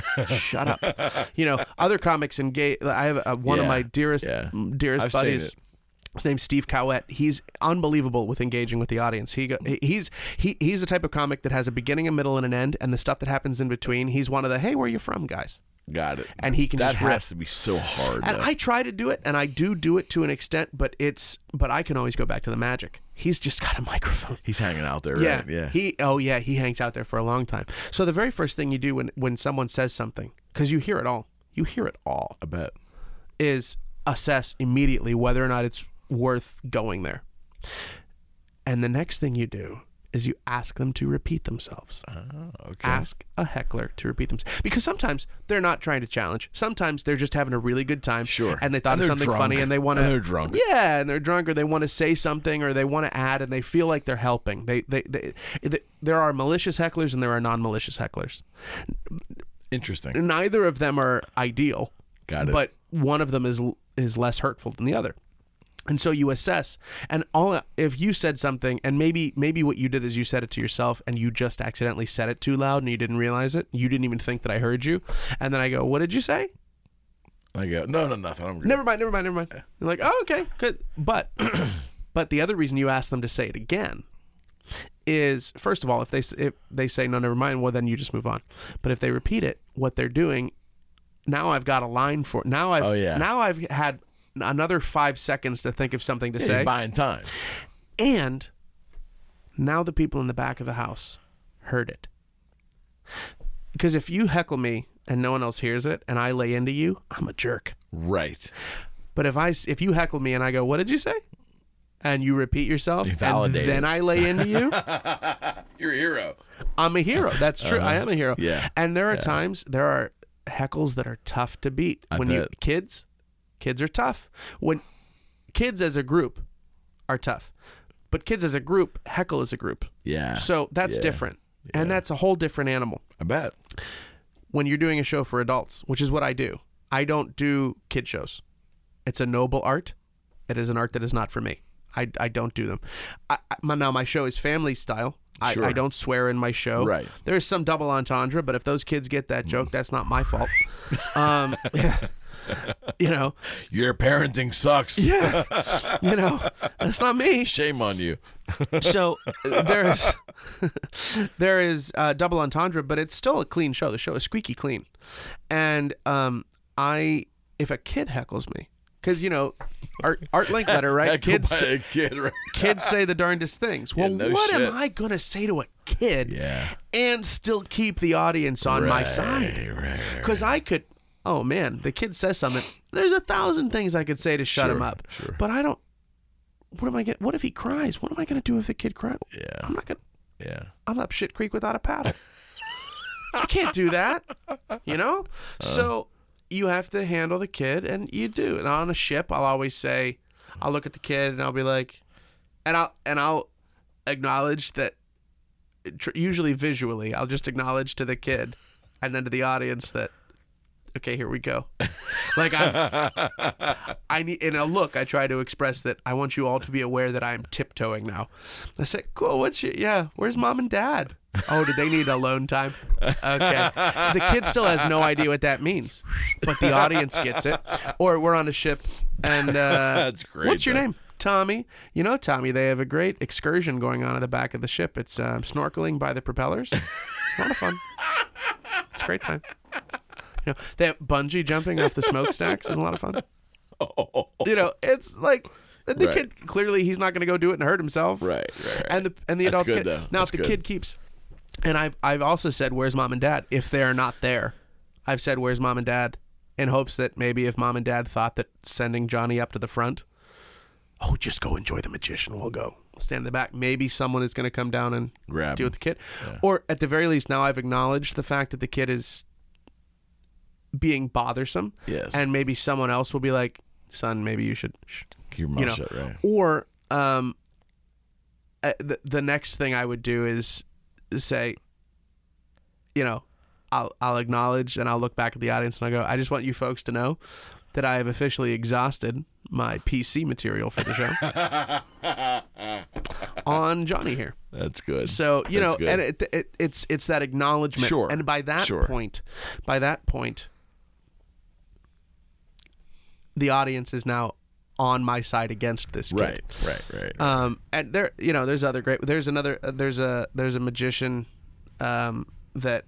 S2: [laughs]
S3: Shut up. You know, other comics engage. I have uh one of
S2: Yeah,
S3: my dearest
S2: yeah.
S3: dearest
S2: I've seen
S3: buddies.
S2: it.
S3: His name's Steve Cowett. He's unbelievable with engaging with the audience. He go, he- he's he, he's the type of comic that has a beginning, a middle, and an end, and the stuff that happens in between. He's one of the hey, where you from, guys.
S2: Got it.
S3: And he can
S2: That
S3: just
S2: has
S3: riff.
S2: to be so hard.
S3: And
S2: though.
S3: I try to do it, and I do do it to an extent, but it's but I can always go back to the magic. He's just got a microphone.
S2: He's hanging out there, [laughs]
S3: Yeah,
S2: right? Yeah.
S3: He oh yeah, he hangs out there for a long time. So the very first thing you do when when someone says something, because you hear it all, you hear it all,
S2: I bet.
S3: is assess immediately whether or not it's worth going there. And the next thing you do is you ask them to repeat themselves.
S2: Ah, Okay.
S3: Ask a heckler to repeat themselves because sometimes they're not trying to challenge. Sometimes they're just having a really good time.
S2: Sure.
S3: And they thought
S2: And
S3: of
S2: they're
S3: something
S2: drunk.
S3: funny and they want to.
S2: And they're drunk.
S3: Yeah, and they're drunk or they want to say something or they want to add and they feel like they're helping. They they, they, they there are malicious hecklers and there are non-malicious hecklers.
S2: Interesting.
S3: Neither of them are ideal.
S2: Got it.
S3: But one of them is is less hurtful than the other. And so you assess, and all if you said something, and maybe maybe what you did is you said it to yourself, and you just accidentally said it too loud, and you didn't realize it. You didn't even think that I heard you, and then I go, "What did you say?"
S2: I go, no, no, nothing. I'm good.
S3: Never mind, never mind, never mind. You're like, "Oh, okay, good." But [clears throat] but the other reason you ask them to say it again is first of all, if they s- if they say no, never mind, well then you just move on. But if they repeat it, what they're doing now, I've got a line for now. I've
S2: Oh, yeah.
S3: now I've had another five seconds to think of something to
S2: Hey,
S3: say.
S2: buying time.
S3: And now the people in the back of the house heard it. Because if you heckle me and no one else hears it and I lay into you, I'm a jerk.
S2: Right.
S3: But if I s- if you heckle me and I go, "What did you say?" and you repeat yourself,
S2: You validate
S3: and then
S2: it.
S3: I lay into you,
S2: [laughs] You're a hero.
S3: I'm a hero. That's true. I am a hero.
S2: Uh-huh. Yeah.
S3: And there are times there are heckles that are tough to beat when you
S2: bet.
S3: kids, kids are tough. When kids as a group are tough, but kids as a group heckle as a group.
S2: Yeah.
S3: So that's
S2: Ah, Yeah.
S3: different. And that's a whole different animal
S2: I bet.
S3: when you're doing a show for adults, which is what I do. I don't do kid shows. It's a noble art. It is an art that is not for me. I, I don't do them. I, I, my, now, my show is family style. I,
S2: Sure.
S3: I don't swear in my show.
S2: Right.
S3: There's some double entendre, but if those kids get that joke, that's not
S2: [laughs]
S3: my fault. Um, [laughs] you know,
S2: Your parenting sucks.
S3: yeah, you know, that's not me
S2: Shame on you.
S3: so uh, there is [laughs] there is uh, double entendre, but it's still a clean show. The show is squeaky clean, and um, I if a kid heckles me, because you know, art art link
S2: [laughs]
S3: letter right?
S2: Heckled
S3: kids
S2: by
S3: say,
S2: a kid, right?
S3: kids say the darndest things. Well,
S2: no
S3: what
S2: shit.
S3: am I gonna say to a kid?
S2: Yeah.
S3: and still keep the audience on my
S2: Right,
S3: side
S2: right,
S3: because I could. Oh man, the kid says something. There's a thousand things I could say to shut him
S2: Sure,
S3: up,
S2: sure.
S3: but I don't. What am I get? What if he cries? What am I gonna do if the kid cries?
S2: Yeah.
S3: I'm not gonna.
S2: Yeah.
S3: I'm up shit creek without a paddle. I can't do that. You know? so you have to handle the kid and you do. And on a ship, I'll always say I'll look at the kid and I'll be like and I'll and I'll acknowledge that tr- usually visually, I'll just acknowledge to the kid and then to the audience that okay, here
S2: [laughs]
S3: we go. Like I I need in a look I try to express that I want you all to be aware that I'm tiptoeing now. I say, "Cool, what's your yeah, where's mom and dad?" Oh, did they need alone time? Okay. The kid still has no idea what that means, but the audience gets it. Or we're on a ship and uh,
S2: [laughs] That's great,
S3: What's your
S2: though.
S3: name? Tommy, you know Tommy. They have a great excursion going on at the back of the ship. It's um, snorkeling by the propellers. a lot of fun. It's a great time. You know, that bungee jumping off the smokestacks is a lot
S2: [laughs]
S3: of fun. You know, it's like the
S2: Right.
S3: kid clearly he's not going to go do it and hurt himself.
S2: Right, right, right.
S3: And the and the
S2: That's
S3: adults
S2: good,
S3: get
S2: though.
S3: now
S2: That's
S3: if the
S2: good.
S3: kid keeps. And I've I've also said where's mom and dad if they are not there. I've said where's mom and dad in hopes that maybe if mom and dad thought that sending Johnny up to the front, oh just go enjoy the magician. We'll go stand in the back. Maybe someone is going to come down and
S2: Grab
S3: deal
S2: him.
S3: with the kid. Or at the very least, now I've acknowledged the fact that the kid is being bothersome.
S2: Yes.
S3: And maybe someone else will be like, son, maybe you should, shh,
S2: Keep your mouth
S3: you know.
S2: shut, right?
S3: Or um, uh, the, the next thing I would do is say, you know, I'll, I'll acknowledge and I'll look back at the audience and I'll go, I just want you folks to know that I have officially exhausted my PC material for the show on Johnny here.
S2: That's good.
S3: So you
S2: That's
S3: know,
S2: good.
S3: and it, it, it's it's that acknowledgement.
S2: Sure,
S3: And by that
S2: sure.
S3: point, by that point, the audience is now on my side against this kid.
S2: Right, right, right.
S3: Um, and there, you know, there's other great. There's another. uh, There's a. There's a magician, um, that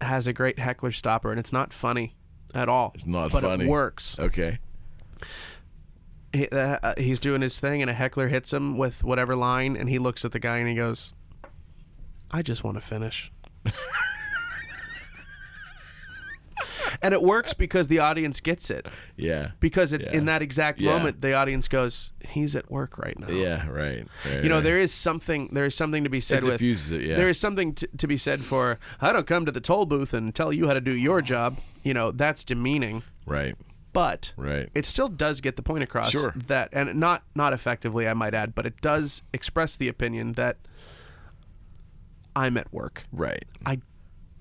S3: has a great heckler stopper, and it's not funny at all. It's
S2: Not
S3: but
S2: funny.
S3: It works.
S2: Okay.
S3: He, uh, uh, he's doing his thing, and a heckler hits him with whatever line, and he looks at the guy and he goes, "I just want to finish." [laughs] and it works because the audience gets it.
S2: Yeah.
S3: Because it,
S2: Yeah.
S3: in that exact
S2: Yeah.
S3: moment, the audience goes, "He's at work right now."
S2: Yeah. Right. right
S3: You know,
S2: right.
S3: there is something. There is something to be said
S2: It
S3: with.
S2: diffuses it, yeah.
S3: There is something to, to be said for. I don't come to the toll booth and tell you how to do your job. You know, that's demeaning.
S2: Right.
S3: But
S2: Right.
S3: it still does get the point across
S2: Sure.
S3: that, and not not effectively, I might add, but it does express the opinion that I'm at work.
S2: Right.
S3: I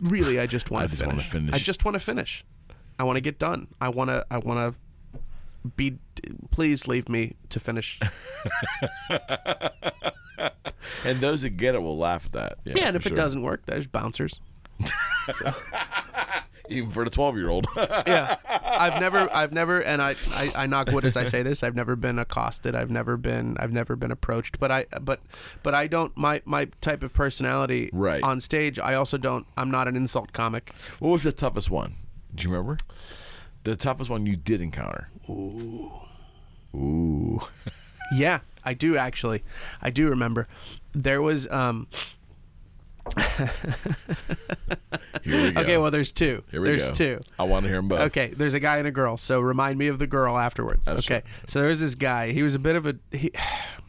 S3: really, I just
S2: [sighs]
S3: want
S2: I
S3: to
S2: just wanna
S3: finish.
S2: finish.
S3: I just want to finish. I want to get done. I want to. I want to be. Please leave me
S2: [laughs]
S3: to finish.
S2: And those that get it will laugh at that. Yeah.
S3: Yeah, and
S2: for
S3: if it
S2: sure.
S3: doesn't work, there's bouncers.
S2: even for the
S3: [laughs]
S2: twelve-year-old. [laughs]
S3: yeah i've never i've never and I, I i knock wood as i say this i've never been accosted i've never been i've never been approached but i but but i don't my my type of personality
S2: Right.
S3: on stage i also don't i'm not an insult comic
S2: What was the toughest one? Do you remember? The toughest one you did encounter. Ooh.
S3: yeah i do actually i do remember there was um
S2: Here we go.
S3: [laughs] okay well there's two
S2: Here we
S3: there's
S2: go.
S3: two
S2: I want to hear them both.
S3: Okay, there's a guy and a girl. So remind me of the girl afterwards. okay. So there's this guy. He was a bit of a. He,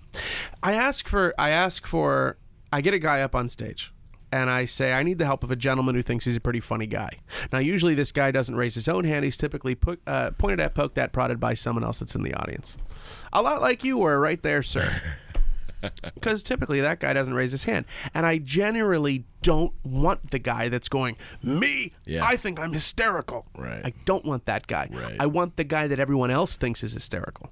S3: [sighs] I ask for. I ask for. I get a guy up on stage, and I say, I need the help of a gentleman who thinks he's a pretty funny guy. Now, usually this guy doesn't raise his own hand. He's typically po- uh, pointed at, poked at, prodded by someone else that's in the audience. A lot like you were right
S2: [laughs]
S3: there, sir. because typically that guy doesn't raise his hand. And I generally don't want the guy that's going, Me,
S2: Yeah.
S3: I think I'm hysterical.
S2: Right.
S3: I don't want that guy.
S2: Right.
S3: I want the guy that everyone else thinks is hysterical.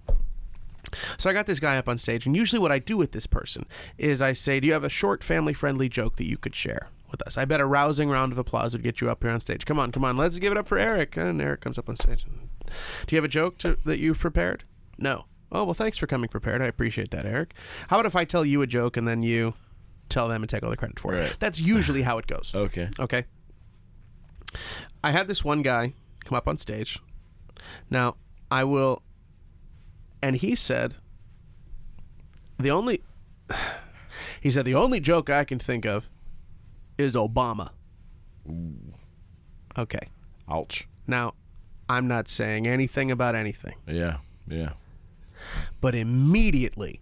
S3: So I got this guy up on stage, and usually what I do with this person is I say, Do you have a short family friendly joke that you could share? With us. I bet a rousing round of applause would get you up here on stage. Come on, come on, let's give it up for Eric. And Eric comes up on stage. Do you have a joke to, that you've prepared? No. Oh, well, thanks for coming prepared. I appreciate that, Eric. How about if I tell you a joke and then you tell them and take all the credit for it?
S2: Right.
S3: That's usually how it goes.
S2: Okay.
S3: Okay. I had this one guy come up on stage. Now, I will. And he said, the only. [sighs] He said, the only joke I can think of is Obama. Okay.
S2: Ouch.
S3: Now, I'm not saying anything about anything,
S2: Yeah. Yeah.
S3: but immediately,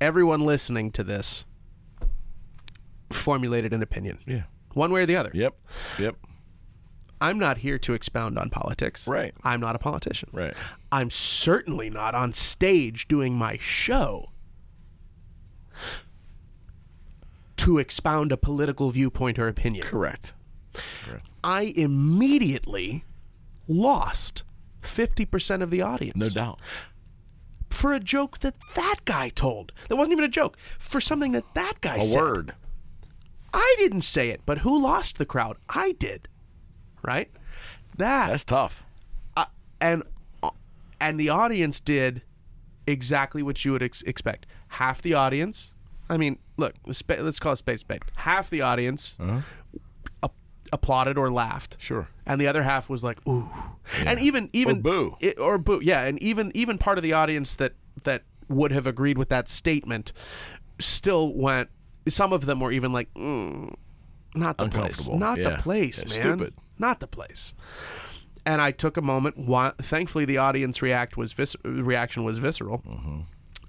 S3: everyone listening to this formulated an opinion.
S2: Yeah.
S3: One way or the other.
S2: Yep. Yep.
S3: I'm not here to expound on politics.
S2: Right.
S3: I'm not a politician.
S2: Right.
S3: I'm certainly not on stage doing my show to expound a political viewpoint or opinion.
S2: Correct.
S3: I immediately lost 50% of the audience
S2: No doubt.
S3: for a joke that that guy told. That wasn't even a joke. For something that that guy said.
S2: Word.
S3: I didn't say it, but who lost the crowd? I did. Right? That
S2: That's tough.
S3: uh, and uh, and the audience did exactly what you would ex- expect. Half the audience, I mean, look, spa- let's call it space spade. Half the audience ap- applauded or laughed.
S2: Sure.
S3: And the other half was like, "Ooh," and even even
S2: boo.
S3: i- or boo, yeah, and even even part of the audience that that would have agreed with that statement still went. Some of them were even like, mm, "Not the place,
S2: Uncomfortable.
S3: not
S2: Yeah.
S3: the place,
S2: Yeah,
S3: man,
S2: stupid.
S3: not the place." and I took a moment. Wa- Thankfully, the audience react was vis- reaction was visceral,
S2: Mm-hmm.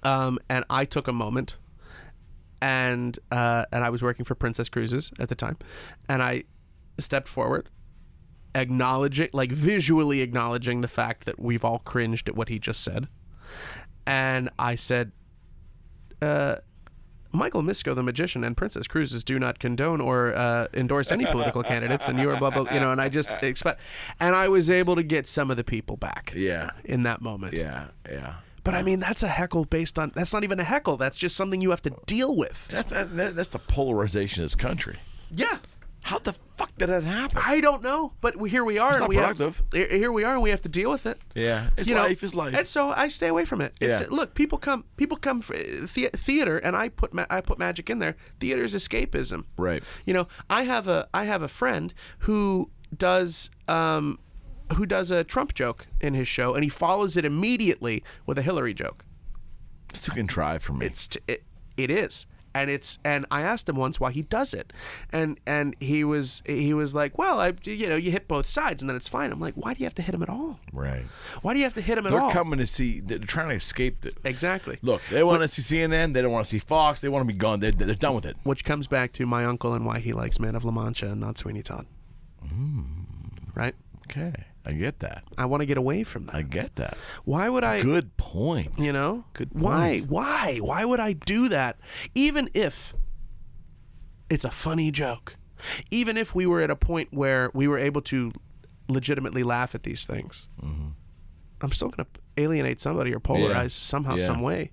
S3: um, and I took a moment, and uh, and I was working for Princess Cruises at the time, and I stepped forward, acknowledging, like visually acknowledging the fact that we've all cringed at what he just said, and I said, uh, Michael Misko, the magician, and Princess Cruises do not condone or uh, endorse
S2: [laughs]
S3: any political candidates, and you are blah blah, you know. And I just expect, and I was able to get some of the people back.
S2: Yeah.
S3: In that moment.
S2: Yeah. Yeah.
S3: But I mean, that's a heckle based on. That's not even a heckle. That's just something you have to deal with.
S2: That's that, that's the polarization of this country.
S3: Yeah.
S2: How the fuck did it happen?
S3: I don't know, but we, here we are. and
S2: not
S3: we
S2: productive.
S3: Have, here- here we are, and we have to deal with it.
S2: Yeah. It's life, it's life.
S3: And so I stay away from it. It's,
S2: Yeah.
S3: Look, people come, people come for the, theater, and I put ma- I put magic in there. Theater is escapism.
S2: Right.
S3: You know, I have a I have a friend who does um, who does a Trump joke in his show, and he follows it immediately with a Hillary joke.
S2: It's too contrived for me.
S3: It's t- it, it is, and it's and I asked him once why he does it, and and he was he was like, well, I you know you hit both sides and then it's fine. I'm like, why do you have to hit him at all?
S2: right.
S3: Why do you have to hit him at
S2: They're
S3: all?
S2: coming to see. They're trying to escape it.
S3: Exactly.
S2: Look, they want to see CNN. They don't want to see Fox. They want to be gone. They're, they're done with it.
S3: which comes back to my uncle and why he likes Man of La Mancha and not Sweeney Todd.
S2: Mm.
S3: Right?
S2: Okay, I get that.
S3: I want to get away from that.
S2: I get that.
S3: why would I?
S2: Good point.
S3: You know?
S2: Good
S3: Why?
S2: point.
S3: Why? Why would I do that? Even if it's a funny joke, even if we were at a point where we were able to legitimately laugh at these things, I'm still going to alienate somebody or polarize somehow,
S2: Mm-hmm. Yeah.
S3: some way.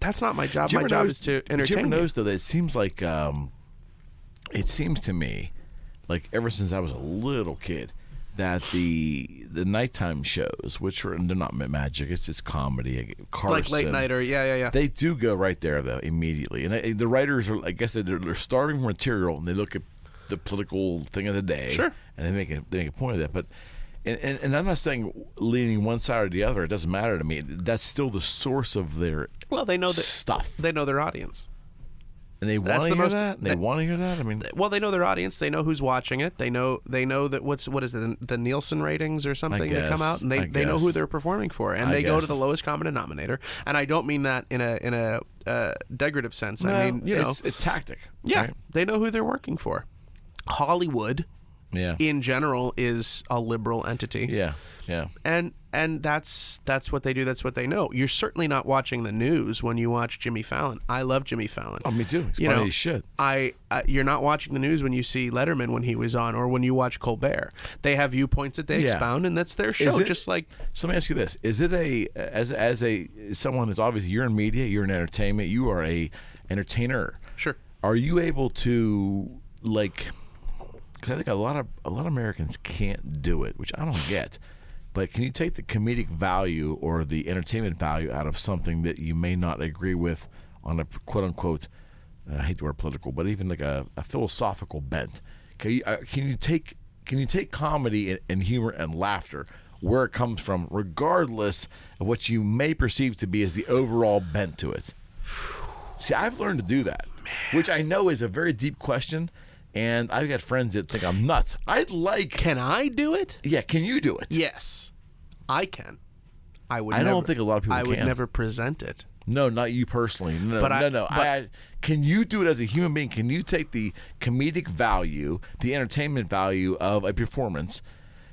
S3: That's not my job.
S2: Do you
S3: My
S2: ever
S3: job
S2: notice-
S3: is to
S2: do You
S3: entertain.
S2: ever
S3: you.
S2: notice though that it seems like um, it seems to me, like ever since I was a little kid, that the the nighttime shows, which are they're not ma- magic, it's just comedy, Carson,
S3: like late night or yeah, yeah, yeah.
S2: They do go right there though immediately, and I, the writers are. I guess they're, they're starting from material, and they look at the political thing of the day,
S3: Sure.
S2: and they make a they make a point of that. But and, and, and I'm not saying leaning one side or the other. It doesn't matter to me. That's still the source of their
S3: well, they know that
S2: stuff,
S3: they know their audience.
S2: and they want
S3: that's
S2: to
S3: the
S2: hear
S3: most-
S2: that. And they
S3: that-
S2: want to hear that. I mean,
S3: well they know their audience they know who's watching it they know they know that what's what is it the nielsen ratings or something that come
S2: guess,
S3: out and they,
S2: I
S3: they know who
S2: guess.
S3: they're performing for and
S2: I
S3: they go to
S2: guess.
S3: the lowest common denominator and i don't mean that in a in a uh, decorative sense i mean you know
S2: it's a tactic.
S3: yeah
S2: right?
S3: they know who they're working for hollywood
S2: yeah,
S3: in general is a liberal entity
S2: yeah, yeah.
S3: and and that's that's what they do that's what they know you're certainly not watching the news when you watch jimmy fallon i love jimmy fallon
S2: Oh, me too. He's funny as shit.
S3: i uh, you're not watching the news when you see letterman when he was on or when you watch colbert they have viewpoints that they
S2: Yeah.
S3: expound and that's their
S2: Is
S3: show
S2: it-
S3: just like
S2: So let me ask you this: Is it a as as a someone that's obviously you're in media, you're in entertainment, you are a entertainer.
S3: Sure.
S2: Are you able to like? Because I think a lot of a lot of Americans can't do it, which I don't get. But can you take the comedic value or the entertainment value out of something that you may not agree with on a quote unquote? I hate the word political, but even like a, a philosophical bent. Can you, uh, can you take can you take comedy and, and humor and laughter where it comes from, regardless of what you may perceive to be as the overall bent to it? See, I've learned to do that, which I know is a very deep question, and I've got friends that think I'm nuts. I'd like,
S3: can i do it
S2: yeah, can you do it?
S3: yes i can i would
S2: I don't
S3: never,
S2: think a lot of people
S3: i would
S2: can.
S3: never present it
S2: No, not you personally. No,
S3: But
S2: no,
S3: I-
S2: no.
S3: but-
S2: I, I, can you do it as a human being? Can you take the comedic value, the entertainment value of a performance,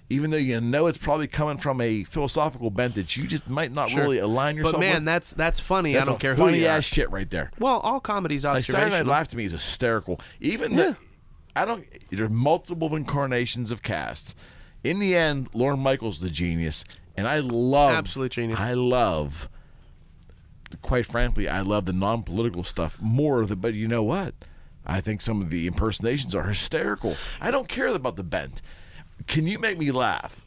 S2: even though you know it's probably coming from a philosophical bent that you just might not really align yourself
S3: but man
S2: with?
S3: that's that's funny
S2: That's
S3: i don't
S2: a
S3: care
S2: funny
S3: who you are.
S2: ass shit right there.
S3: well all comedy's
S2: Like Saturday Night
S3: observational
S2: Live to me is hysterical. Even the, I don't. There are multiple incarnations of casts. In the end, Lauren Michaels the genius, and I love
S3: Absolute genius.
S2: I love. Quite frankly, I love the non-political stuff more. Of the, but you know what? I think some of the impersonations are hysterical. I don't care about the bent. Can you make me laugh?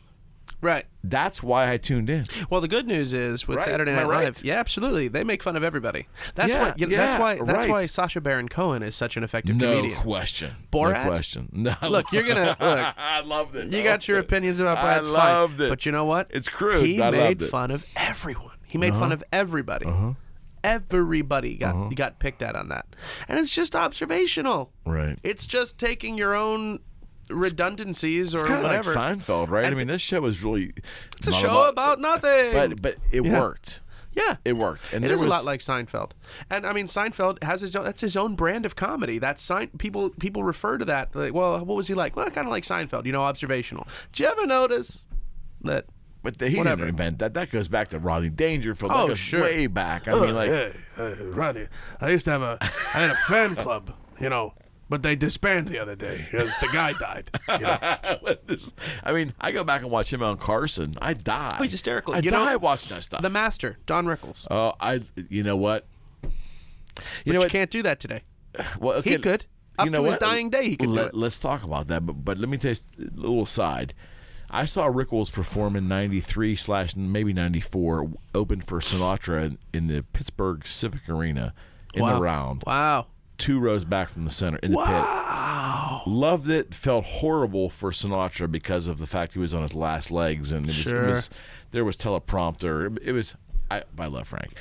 S3: right
S2: That's why I tuned in.
S3: Well, the good news is with
S2: Right,
S3: Saturday
S2: am I
S3: Night
S2: right?
S3: Live, yeah, absolutely, they make fun of everybody. That's
S2: Yeah,
S3: why. You know, that's
S2: yeah,
S3: why. That's
S2: right.
S3: why Sasha Baron Cohen is such an effective
S2: No
S3: comedian.
S2: question.
S3: Borat?
S2: No question. No.
S3: Look, you're
S2: [laughs]
S3: gonna look.
S2: I loved it.
S3: You got your opinions about
S2: I
S3: Brad. it's
S2: loved
S3: fine.
S2: it.
S3: But you know what?
S2: It's crude.
S3: He
S2: I
S3: made
S2: loved it. Uh-huh.
S3: fun of everyone. He made fun of everybody. Everybody got got picked at on that, and it's just observational.
S2: Right.
S3: It's just taking your own redundancies or
S2: It's kind of like
S3: whatever.
S2: Seinfeld, right? I
S3: And
S2: mean, this show was really it's
S3: it's a show about, nothing.
S2: but but it
S3: Yeah.
S2: worked.
S3: yeah,
S2: It worked, and
S3: It
S2: there
S3: is
S2: was
S3: a lot like Seinfeld, and I mean Seinfeld has his own. That's his own brand of comedy. That's Sein, people people refer to that. Like, well, what was he like? Well, kind of like Seinfeld, you know, observational. Did you ever notice that?
S2: But he
S3: Whatever.
S2: didn't invent that. That goes back to Rodney Dangerfield. that
S3: Oh,
S2: goes
S3: sure. Oh,
S2: way back. I mean, like
S4: hey, uh, Rodney, I used to have a, I had a fan club, you know, but they disbanded the other day because the guy died. You know?
S2: [laughs] this- I mean, I go back and watch him on Carson. I die.
S3: Oh, he's hysterical.
S2: I
S3: You know-
S2: die watching that stuff.
S3: The Master, Don Rickles.
S2: oh, I. You know what? You know
S3: you
S2: what?
S3: can't do that today.
S2: Well, okay,
S3: He could. Up
S2: you know
S3: to his
S2: what?
S3: dying day, he could do
S2: Let,
S3: it.
S2: Let's talk about that. But but let me taste a little side. I saw Rickles perform in '93 slash maybe '94, open for Sinatra in, in the Pittsburgh Civic Arena in the round,
S3: Wow.
S2: two rows back from the center in the
S3: Ah.
S2: pit. Loved it. Felt horrible for Sinatra because of the fact he was on his last legs, and it was,
S3: Sure.
S2: it was there was teleprompter. It was I, I love Frank.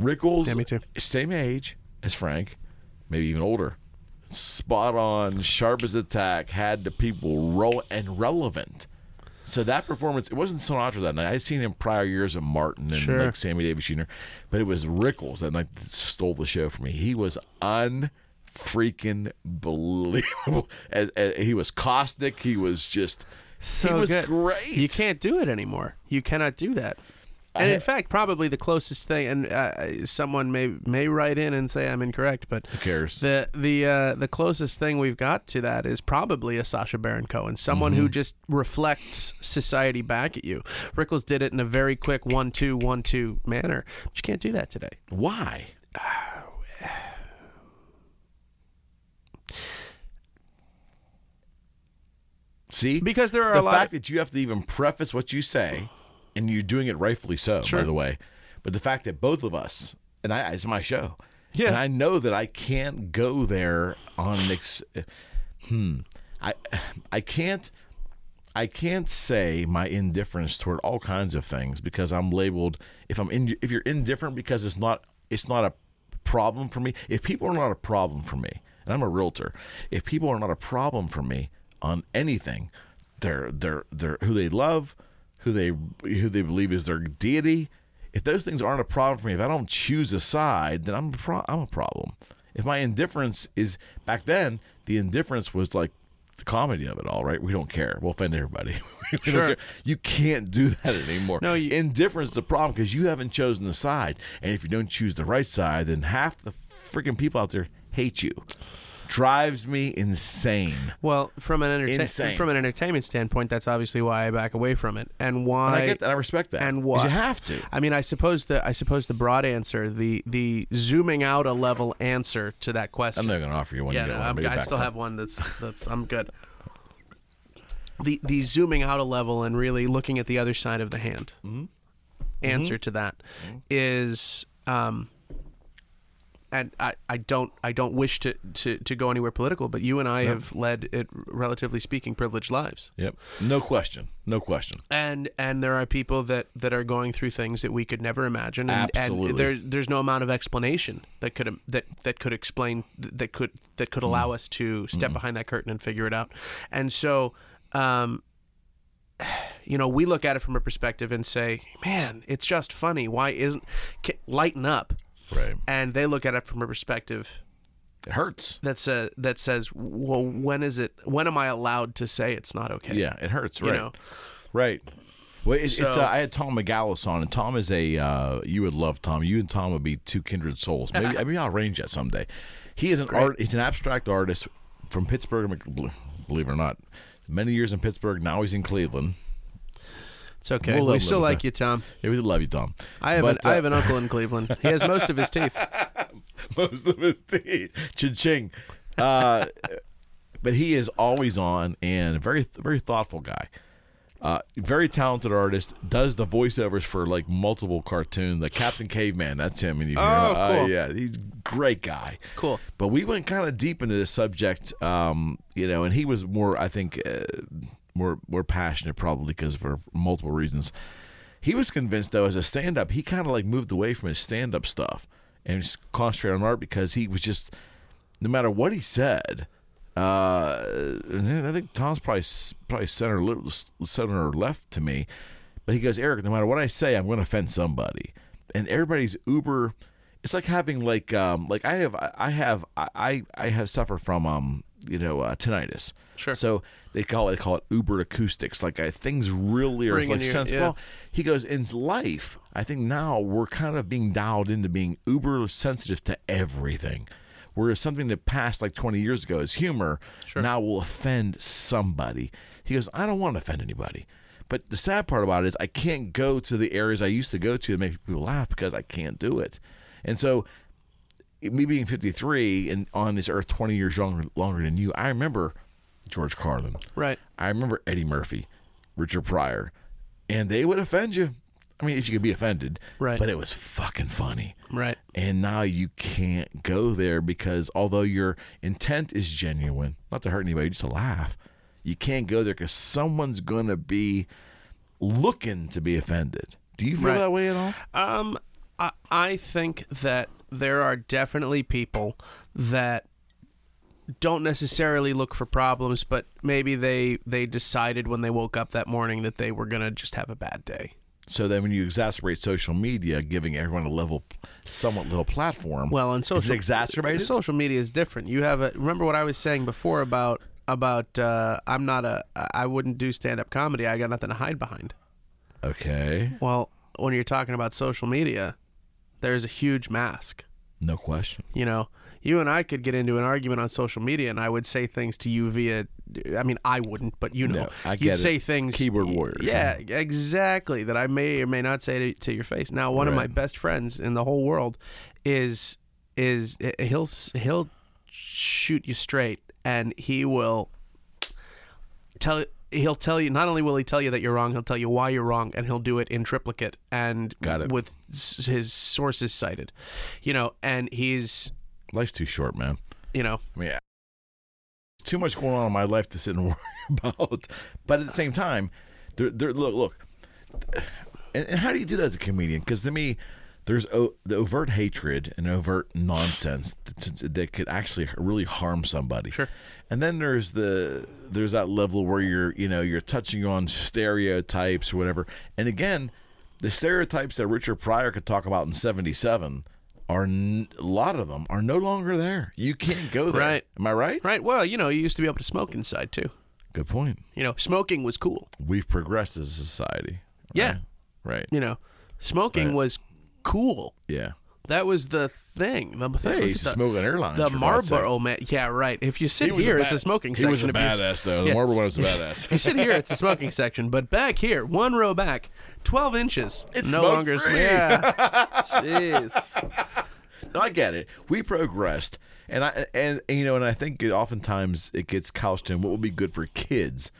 S2: Rickles,
S3: Yeah, me too.
S2: same age as Frank, maybe even older. Spot on, sharp as attack, had the people roll and relevant. So that performance, it wasn't Sinatra that night. I had seen him prior years at Martin and
S3: Sure.
S2: like Sammy Davis Jr., but it was Rickles that night that stole the show for me. He was un freaking believable. [laughs] As, as- he was caustic. He was just
S3: so
S2: he was
S3: good.
S2: great.
S3: You can't do it anymore. You cannot do that. And in fact, probably the closest thing, and uh, someone may may write in and say I'm incorrect, but who
S2: cares?
S3: The the uh, the closest thing we've got to that is probably a Sasha Baron Cohen, someone
S2: Mm-hmm.
S3: who just reflects society back at you. Rickles did it in a very quick one-two, one-two manner, but you can't do that today.
S2: Why? See,
S3: Because there are
S2: the
S3: a lot
S2: fact
S3: of-
S2: that you have to even preface what you say, and you're doing it rightfully so, by the way. But the fact that both of us and I, it's my show,
S3: Yeah.
S2: and I know that I can't go there on an ex- hmm, I, I can't. I can't say my indifference toward all kinds of things because I'm labeled if I'm in, if you're indifferent because it's not it's not a problem for me. If people are not a problem for me, and I'm a realtor, if people are not a problem for me on anything, they're they're they're who they love, who they who they believe is their deity. If those things aren't a problem for me, if I don't choose a side, then I'm a pro- I'm a problem. If my indifference is back then, the indifference was like the comedy of it all, right? We don't care. We'll offend everybody. [laughs] We don't
S3: Sure.
S2: care. You can't do that anymore.
S3: No, you-
S2: Indifference is the problem because you haven't chosen the side. And if you don't choose the right side, then half the freaking people out there hate you. Drives me insane.
S3: Well, from an entertain
S2: Insane.
S3: from an entertainment standpoint, that's obviously why I back away from it, and why
S2: And I, get that. I respect that.
S3: and
S2: 'Cause
S3: why
S2: You have to.
S3: I mean, I suppose the I suppose the broad answer, the the zooming out a level answer to that question.
S2: I'm not going to offer you one. you
S3: yeah, no,
S2: get one.
S3: I'm,
S2: Maybe
S3: I
S2: back
S3: still
S2: up.
S3: have one. That's
S2: [laughs]
S3: that's I'm good. The the zooming out a level and really looking at the other side of the hand.
S2: Mm-hmm.
S3: Answer to that is um, and I, I don't I don't wish to, to, to go anywhere political, but you and I have led, it, relatively speaking, privileged lives
S2: Yep. No question. No question.
S3: and and there are people that that are going through things that we could never imagine and,
S2: Absolutely.
S3: and there's there's no amount of explanation that could that that could explain that could that could
S2: Mm-hmm.
S3: allow us to step behind that curtain and figure it out and so um [sighs] you know we look at it from a perspective and say man it's just funny why isn't ca- lighten up
S2: Right.
S3: and they look at it from a perspective
S2: It hurts.
S3: that says that says well when is it when am i allowed to say it's not okay
S2: Yeah, it hurts. Right.
S3: know?
S2: Right. Well, it's, it's
S3: So-
S2: uh, I had Tom McGallis on, and Tom is a uh, you would love Tom. You and Tom would be two kindred souls.
S3: [laughs]
S2: Maybe maybe I'll arrange that someday. He is an art. He's an abstract artist from Pittsburgh. Mc- bel- Believe it or not, many years in Pittsburgh. Now he's in Cleveland.
S3: it's okay
S2: We'll
S3: we
S2: live
S3: still
S2: with
S3: like
S2: that.
S3: you tom
S2: Yeah, we love you, Tom.
S3: I have, an,
S2: But,
S3: I
S2: uh,
S3: have an uncle in Cleveland. He has most of his [laughs] teeth.
S2: [laughs] most of his teeth. Cha-ching. Uh, but he is always on and a very very thoughtful guy. Uh, very talented artist. Does the voiceovers for like multiple cartoons. Like Captain Caveman, that's him. And you hear
S3: Oh,
S2: him. Uh,
S3: cool.
S2: yeah, he's a great guy.
S3: Cool.
S2: But we went kind of deep into this subject, um, you know, and he was more, I think, uh, more more passionate probably because for multiple reasons. He was convinced though, as a stand up, he kind of like moved away from his stand up stuff and just concentrated on art because he was just, no matter what he said, uh, and I think Tom's probably probably center li- center or left to me, but he goes, Eric, no matter what I say, I'm going to offend somebody, and everybody's uber. It's like having like um like I have I- I have I I I have suffer from um you know uh, tinnitus.
S3: Sure.
S2: So they call it they call it uber acoustics. Like I, things really are
S3: Ringing
S2: like
S3: your-
S2: sense.
S3: yeah.
S2: Well, he goes in life. I think now we're kind of being dialed into being uber sensitive to everything. Whereas something that passed like 20 years ago as humor now will offend somebody. He goes, I don't want to offend anybody. But the sad part about it is I can't go to the areas I used to go to to make people laugh because I can't do it. And so me being 53 and on this earth 20 years longer longer than you, I remember George Carlin.
S3: Right.
S2: I remember Eddie Murphy, Richard Pryor, and they would offend you. I mean, if you could be offended,
S3: Right.
S2: But it was fucking funny,
S3: Right.
S2: And now you can't go there because although your intent is genuine, not to hurt anybody, just to laugh, you can't go there because someone's gonna be looking to be offended. Do you feel
S3: Right.
S2: that way at all?
S3: Um, I, I think that there are definitely people that don't necessarily look for problems, but maybe they they decided when they woke up that morning that they were gonna just have a bad day.
S2: So then, when you exacerbate social media, giving everyone a level, somewhat little platform,
S3: Well, on social
S2: is it exacerbated?
S3: Social media is different. You have a remember what I was saying before about about uh, I'm not a I wouldn't do stand up comedy. I got nothing to hide behind.
S2: okay,
S3: Well, when you're talking about social media, there's a huge mask.
S2: no question.
S3: You know, you and I could get into an argument on social media, and I would say things to you via. I mean, I wouldn't, but you know,
S2: No, I
S3: you'd
S2: get it.
S3: say things.
S2: Keyboard warriors.
S3: Yeah, exactly. That I may or may not say to, to your face. Now, one of my
S2: Right.
S3: best friends in the whole world is is he'll s- he'll shoot you straight, and he will tell. He'll tell you. Not only will he tell you that you're wrong, he'll tell you why you're wrong, and he'll do it in triplicate and
S2: Got it.
S3: with s- his sources cited. You know, and he's
S2: Life's too short, man.
S3: you know
S2: I mean, too much going on in my life to sit and [laughs] worry about. But at the same time, there, there. Look, look. And, and how do you do that as a comedian? Because to me, there's o- the overt hatred and overt nonsense that, that could actually really harm somebody.
S3: Sure.
S2: And then there's the there's that level where you're you know you're touching on stereotypes or whatever. And again, the stereotypes that Richard Pryor could talk about in '77 are n- a lot of them are no longer there. You can't go there.
S3: Right.
S2: Am I right?
S3: Right. Well, you know, you used to be able to smoke inside too.
S2: Good point.
S3: You know, smoking was cool.
S2: We've progressed as a society.
S3: Yeah.
S2: Right.
S3: You know, smoking
S2: Right.
S3: was cool.
S2: Yeah.
S3: That was the thing. The
S2: Yeah,
S3: thing.
S2: he used to
S3: the,
S2: smoke an airline.
S3: the Marlboro man. Yeah, right. If you sit here, it's a smoking
S2: he
S3: section.
S2: was a
S3: If you s-
S2: badass though. The
S3: Yeah.
S2: Marlboro was a
S3: [laughs] If you
S2: badass.
S3: sit here, it's a smoking section. But back here, one row back, twelve inches.
S2: It's
S3: no
S2: smoke
S3: longer.
S2: free.
S3: Yeah. Jeez.
S2: no, I get it. We progressed, and I and, and, you know, and I think it, oftentimes it gets couched in what would be good for kids.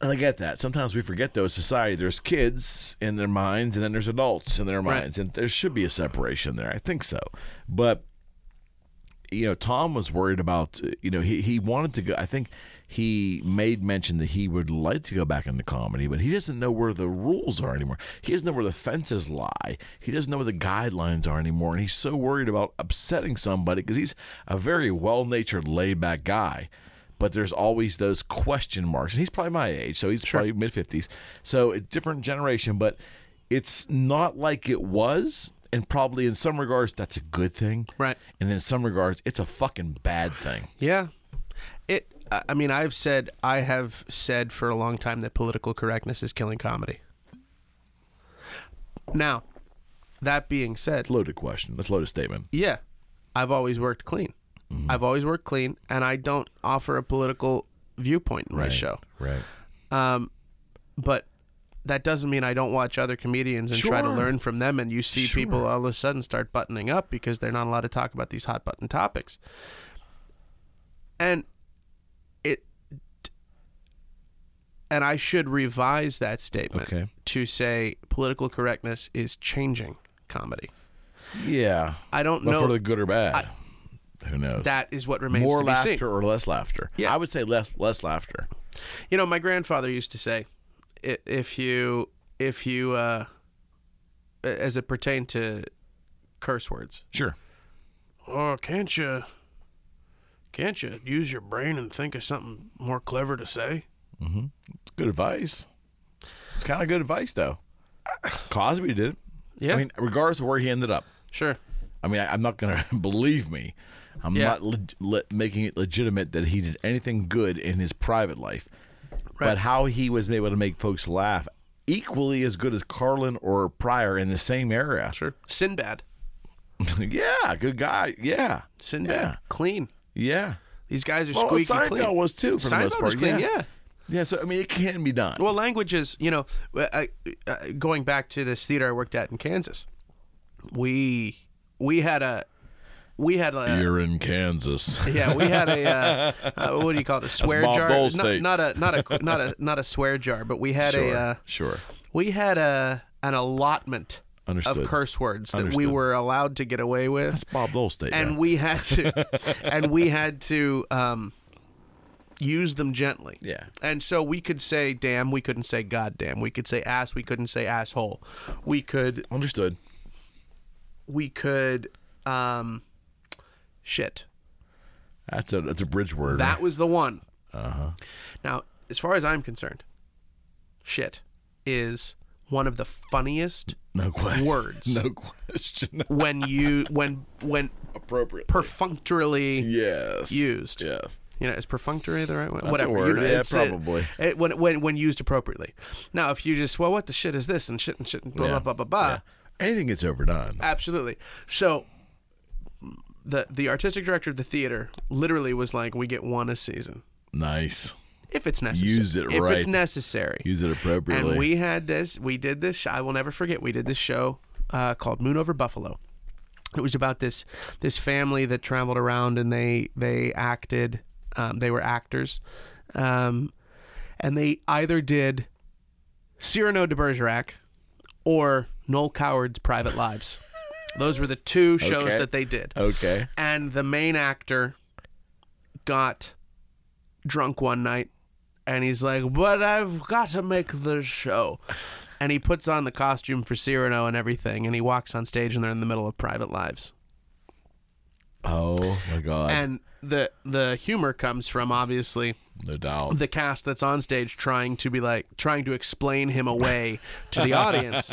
S2: And I get that. Sometimes we forget though, as society, there's kids in their minds, and then there's adults in their
S3: Right.
S2: minds, and there should be a separation there. I think so, but you know, Tom was worried about, uh, you know, he, he wanted to go. I think he made mention that he would like to go back into comedy, but he doesn't know where the rules are anymore. He doesn't know where the fences lie. He doesn't know where the guidelines are anymore. And he's so worried about upsetting somebody because he's a very well natured, laid back guy. But there's always those question marks. And he's probably my age, so he's probably mid 50s. So a different generation, but it's not like it was. And probably in some regards, that's a good thing
S3: [laughs] Right.
S2: and in some regards, it's a fucking bad thing.
S3: Yeah. It. I I mean, I've said I have said for a long time that political correctness is killing comedy. Now, that being said,
S2: Loaded question. Let's load a statement.
S3: yeah, I've always worked clean.
S2: Mm-hmm.
S3: I've always worked clean, and I don't offer a political viewpoint in my show.
S2: Right.
S3: Um, but that doesn't mean I don't watch other comedians and try to
S2: Sure.
S3: learn from them. And you see
S2: Sure.
S3: people all of a sudden start buttoning up because they're not allowed to talk about these hot button topics. And it, and I should revise that statement
S2: Okay.
S3: to say political correctness is changing comedy.
S2: Yeah.
S3: I don't
S2: But
S3: know.
S2: for the good or bad, who knows?
S3: that is what remains
S2: more
S3: to be
S2: laughter
S3: seen.
S2: or less laughter.
S3: Yeah.
S2: I would say less less laughter.
S3: You know, my grandfather used to say, "I- if you, if you, uh, as it pertained to curse words,
S2: Sure.
S4: Oh, can't you? Can't you use your brain and think of something more clever to say?
S2: It's good advice. It's kind of good advice though. Cosby did. it.
S3: Yeah.
S2: I mean, regardless of where he ended up.
S3: sure,
S2: I mean, I, I'm not going to [laughs] believe me. I'm
S3: Yeah.
S2: not leg- le- making it legitimate that he did anything good in his private life. But how he was able to make folks laugh equally as good as Carlin or Pryor in the same area.
S3: sure, Sinbad,
S2: [laughs] yeah, good guy. Yeah.
S3: Sinbad,
S2: Yeah.
S3: clean.
S2: Yeah.
S3: These guys are
S2: Well,
S3: squeaky
S2: Seinfeld
S3: clean.
S2: was too, for the most
S3: Seinfeld
S2: part.
S3: was clean, yeah.
S2: Yeah, so, I mean, it can be done.
S3: Well, language is, you know, uh, I, I, going back to this theater I worked at in Kansas, we we had a we had
S2: [laughs]
S3: a,
S2: You're in
S3: [laughs]
S2: Kansas.
S3: Yeah, we had
S2: [laughs]
S3: a uh, uh, what do you call it? A swear
S2: Bob
S3: jar?
S2: Dole's
S3: Not,
S2: state.
S3: not a not a not a not a swear jar, but we had
S2: sure.
S3: a uh,
S2: sure.
S3: we had a an allotment
S2: Understood.
S3: of curse words that we
S2: Understood.
S3: were allowed to get away with,
S2: Bob Dole State.
S3: and
S2: yeah.
S3: we had
S2: [laughs]
S3: to and we had to um, use them gently.
S2: Yeah.
S3: And so we could say damn, we couldn't say goddamn, we could say ass, we couldn't say asshole, we could
S2: Understood.
S3: we could um, shit.
S2: That's a that's a bridge word.
S3: That was the one.
S2: Uh-huh.
S3: Now, as far as I'm concerned, shit is one of the funniest
S2: [laughs] [laughs] no question.
S3: words
S2: No question.
S3: when you when when
S2: Appropriate.
S3: perfunctorily
S2: yes.
S3: used.
S2: Yes.
S3: You know, is perfunctory the right way?
S2: a
S3: Whatever. you
S2: word.
S3: know,
S2: Yeah,
S3: it's, uh,
S2: probably.
S3: it- when when when used appropriately. Now, if you just well, what the shit is this and shit and shit and blah
S2: Yeah.
S3: blah blah blah blah.
S2: Anything gets overdone.
S3: Absolutely. So the the artistic director of the theater literally was like, we get one a season
S2: Nice.
S3: if it's necessary.
S2: Use it
S3: if
S2: right.
S3: it's necessary.
S2: Use it appropriately.
S3: And we had this, we did this, sh- I will never forget, we did this show uh, called Moon Over Buffalo. It was about this this family that traveled around and they they acted, um, they were actors, um, and they either did Cyrano de Bergerac or Noel Coward's Private Lives. Those were the two shows
S2: Okay.
S3: that they did
S2: okay.
S3: and the main actor got drunk one night and he's like but i've got to make the show and he puts on the costume for cyrano and everything and he walks on stage and they're in the middle of private lives
S2: Oh my God.
S3: and the the humor comes from obviously
S2: no doubt.
S3: the cast that's on stage trying to be like trying to explain him away to
S2: [laughs]
S3: the audience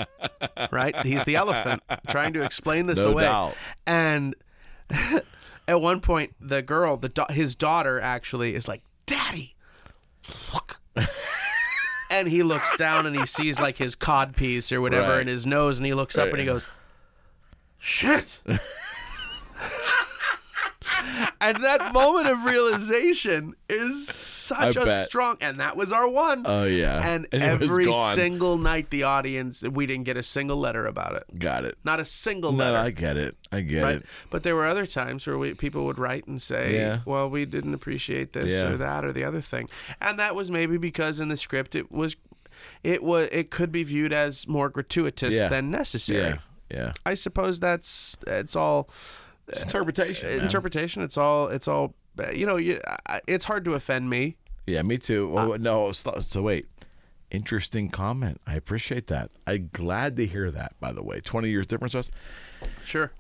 S3: right he's the elephant trying to explain this
S2: No
S3: away
S2: doubt.
S3: and [laughs] at one point the girl the da- his daughter actually is like daddy look
S2: [laughs]
S3: and he looks down and he sees like his cod piece or whatever
S2: Right.
S3: in his nose and he looks up
S2: Right.
S3: and he goes shit and that moment of realization is such
S2: I
S3: a
S2: bet.
S3: strong and that was our one.
S2: Oh yeah.
S3: and
S2: it was
S3: every
S2: gone.
S3: single night the audience we didn't get a single letter about it
S2: Got it.
S3: not a single
S2: No,
S3: letter
S2: I get it. I get
S3: right?
S2: it.
S3: but there were other times where we, people would write and say
S2: Yeah.
S3: well we didn't appreciate this
S2: Yeah.
S3: or that or the other thing and that was maybe because in the script it was it was it could be viewed as more gratuitous
S2: Yeah.
S3: than necessary
S2: Yeah. Yeah.
S3: i suppose that's it's all
S2: It's interpretation. man.
S3: interpretation it's all it's all you know you, I- it's hard to offend me
S2: Yeah, me too.
S3: Uh,
S2: Well, no, so, so wait. Interesting comment. I appreciate that. I'm glad to hear that. By the way, 20 years difference us.
S3: sure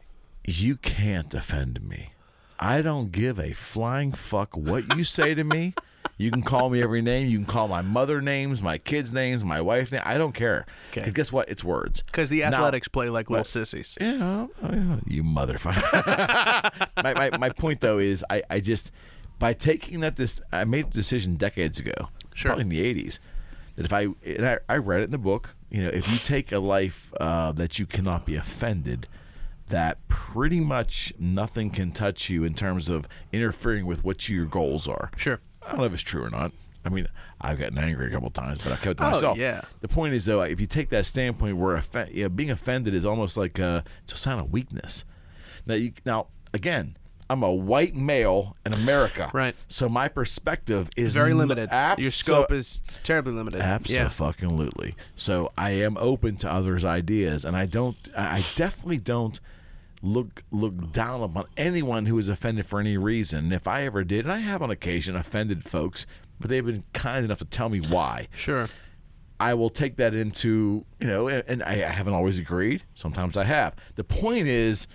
S2: You can't offend me. I don't give a flying fuck what you say to me. You can call me every name. You can call my mother names, my kids names, my wife name. I don't care. Because guess what? It's words.
S3: because the
S2: Now-
S3: athletics play like little sissies
S2: Yeah, oh, yeah, you motherfucker. [laughs] my, my, my point though is I, I just by taking that this I made the decision decades ago,
S3: Sure.
S2: probably in the eighties, that if I and I, I read it in the book, you know, if you take a life uh, that you cannot be offended, that pretty much nothing can touch you in terms of interfering with what your goals are.
S3: Sure.
S2: I don't know if it's true or not. I mean, I've gotten angry a couple times, but I kept it to
S3: Oh,
S2: myself.
S3: yeah.
S2: The point is, though, if you take that standpoint where offen- you know, being offended is almost like a, it's a sign of weakness. Now, you, now again, I'm a white male in America,
S3: Right.
S2: So my perspective is
S3: very
S2: n-
S3: limited
S2: Mm, abso-
S3: your scope is terribly limited yeah
S2: absolutely. So I am open to others' ideas, and I don't. I I definitely don't look look down upon anyone who is offended for any reason. And if I ever did, and I have on occasion offended folks, but they've been kind enough to tell me why.
S3: sure
S2: I will take that into you know, and, and I, I haven't always agreed. Sometimes I have. The point is,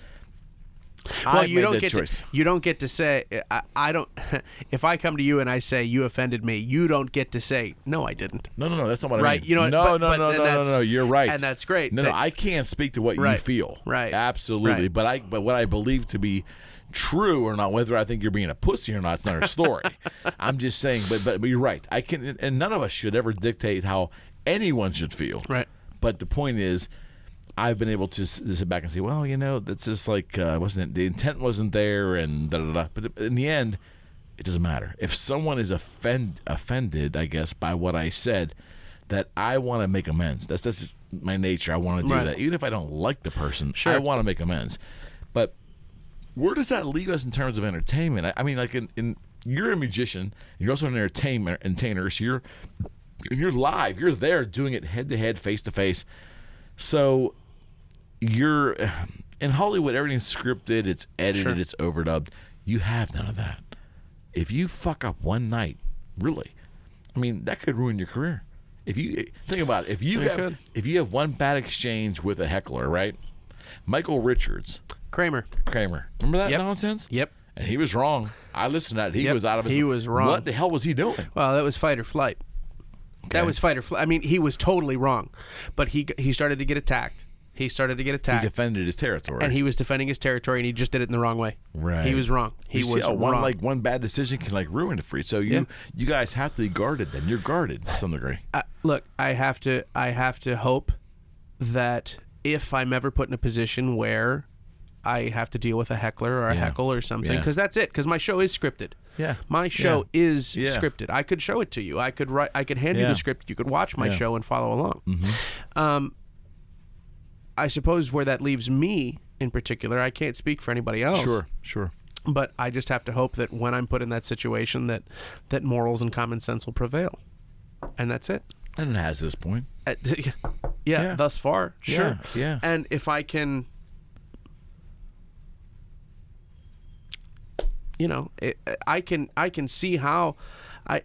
S3: Well,
S2: I
S3: you
S2: made
S3: don't
S2: that
S3: get
S2: choice.
S3: To, you don't get to say I, I don't. [laughs] If I come to you and I say you offended me, you don't get to say no, I didn't.
S2: No, no, no. That's not what I
S3: Right,
S2: mean.
S3: you know what,
S2: no,
S3: but-
S2: no,
S3: but
S2: no,
S3: then
S2: no, no,
S3: that's-
S2: no. You're right,
S3: and that's great.
S2: No, no,
S3: That-
S2: I can't speak to what you
S3: Right,
S2: feel.
S3: right,
S2: absolutely.
S3: right.
S2: But I, but what I believe to be true or not, whether I think you're being a pussy or not, it's another
S3: [laughs]
S2: story. I'm just saying. But, but but you're right. I can, and none of us should ever dictate how anyone should feel.
S3: Right.
S2: But the point is, I've been able to s- to sit back and say, well, you know, that's just like uh, wasn't it, the intent wasn't there, and da da da. But in the end, it doesn't matter. If someone is offend offended, I guess by what I said, that I want to make amends. That's that's just my nature. I want to do
S3: Right.
S2: that, even if I don't like the person.
S3: Sure.
S2: I want to make amends. But where does that leave us in terms of entertainment? I, I mean, like in, in you're a musician, you're also an entertainment entertainer, so you're you're live, you're there doing it head to head, face to face. So you're in Hollywood, everything's scripted, it's edited, it's overdubbed. You have none of that. If you fuck up one night, really, I mean, that could ruin your career. If you think about it, if you have
S3: could.
S2: if you have one bad exchange with a heckler, right? Michael Richards,
S3: Kramer.
S2: Kramer, remember that
S3: Yep.
S2: nonsense?
S3: Yep.
S2: And he was wrong. I listened to that. He
S3: Yep.
S2: was out of his.
S3: He was wrong.
S2: What the hell was he doing?
S3: Well, that was fight or flight. That was fight or flight. I mean, he was totally wrong, but he he started to get attacked. He started to get
S2: He
S3: attacked,
S2: defended his territory.
S3: and he was defending his territory, and he just did it in the wrong way.
S2: Right.
S3: He was wrong. He
S2: You see
S3: was
S2: how one
S3: wrong.
S2: like one bad decision can like ruin the free. So you
S3: Yeah. Uh,
S2: you guys have to be guarded. Then you're guarded to some degree.
S3: I, look, I have to I have to hope that if I'm ever put in a position where I have to deal with a heckler or a
S2: Yeah.
S3: heckle or something,
S2: Yeah.
S3: because that's it. Because my show is scripted.
S2: Yeah.
S3: my show is
S2: Yeah.
S3: scripted. I could show it to you. I could write. I could hand you
S2: Yeah.
S3: the script. You could watch my
S2: Yeah. Mm-hmm.
S3: show and follow along. Um, I suppose where that leaves me in particular, I can't speak for anybody else
S2: Sure, sure.
S3: but I just have to hope that when I'm put in that situation that that morals and common sense will prevail. And that's it.
S2: And it has this point.
S3: Uh, [laughs] yeah, yeah, thus far, sure.
S2: yeah.
S3: And if I can you know, it, I can I can see how I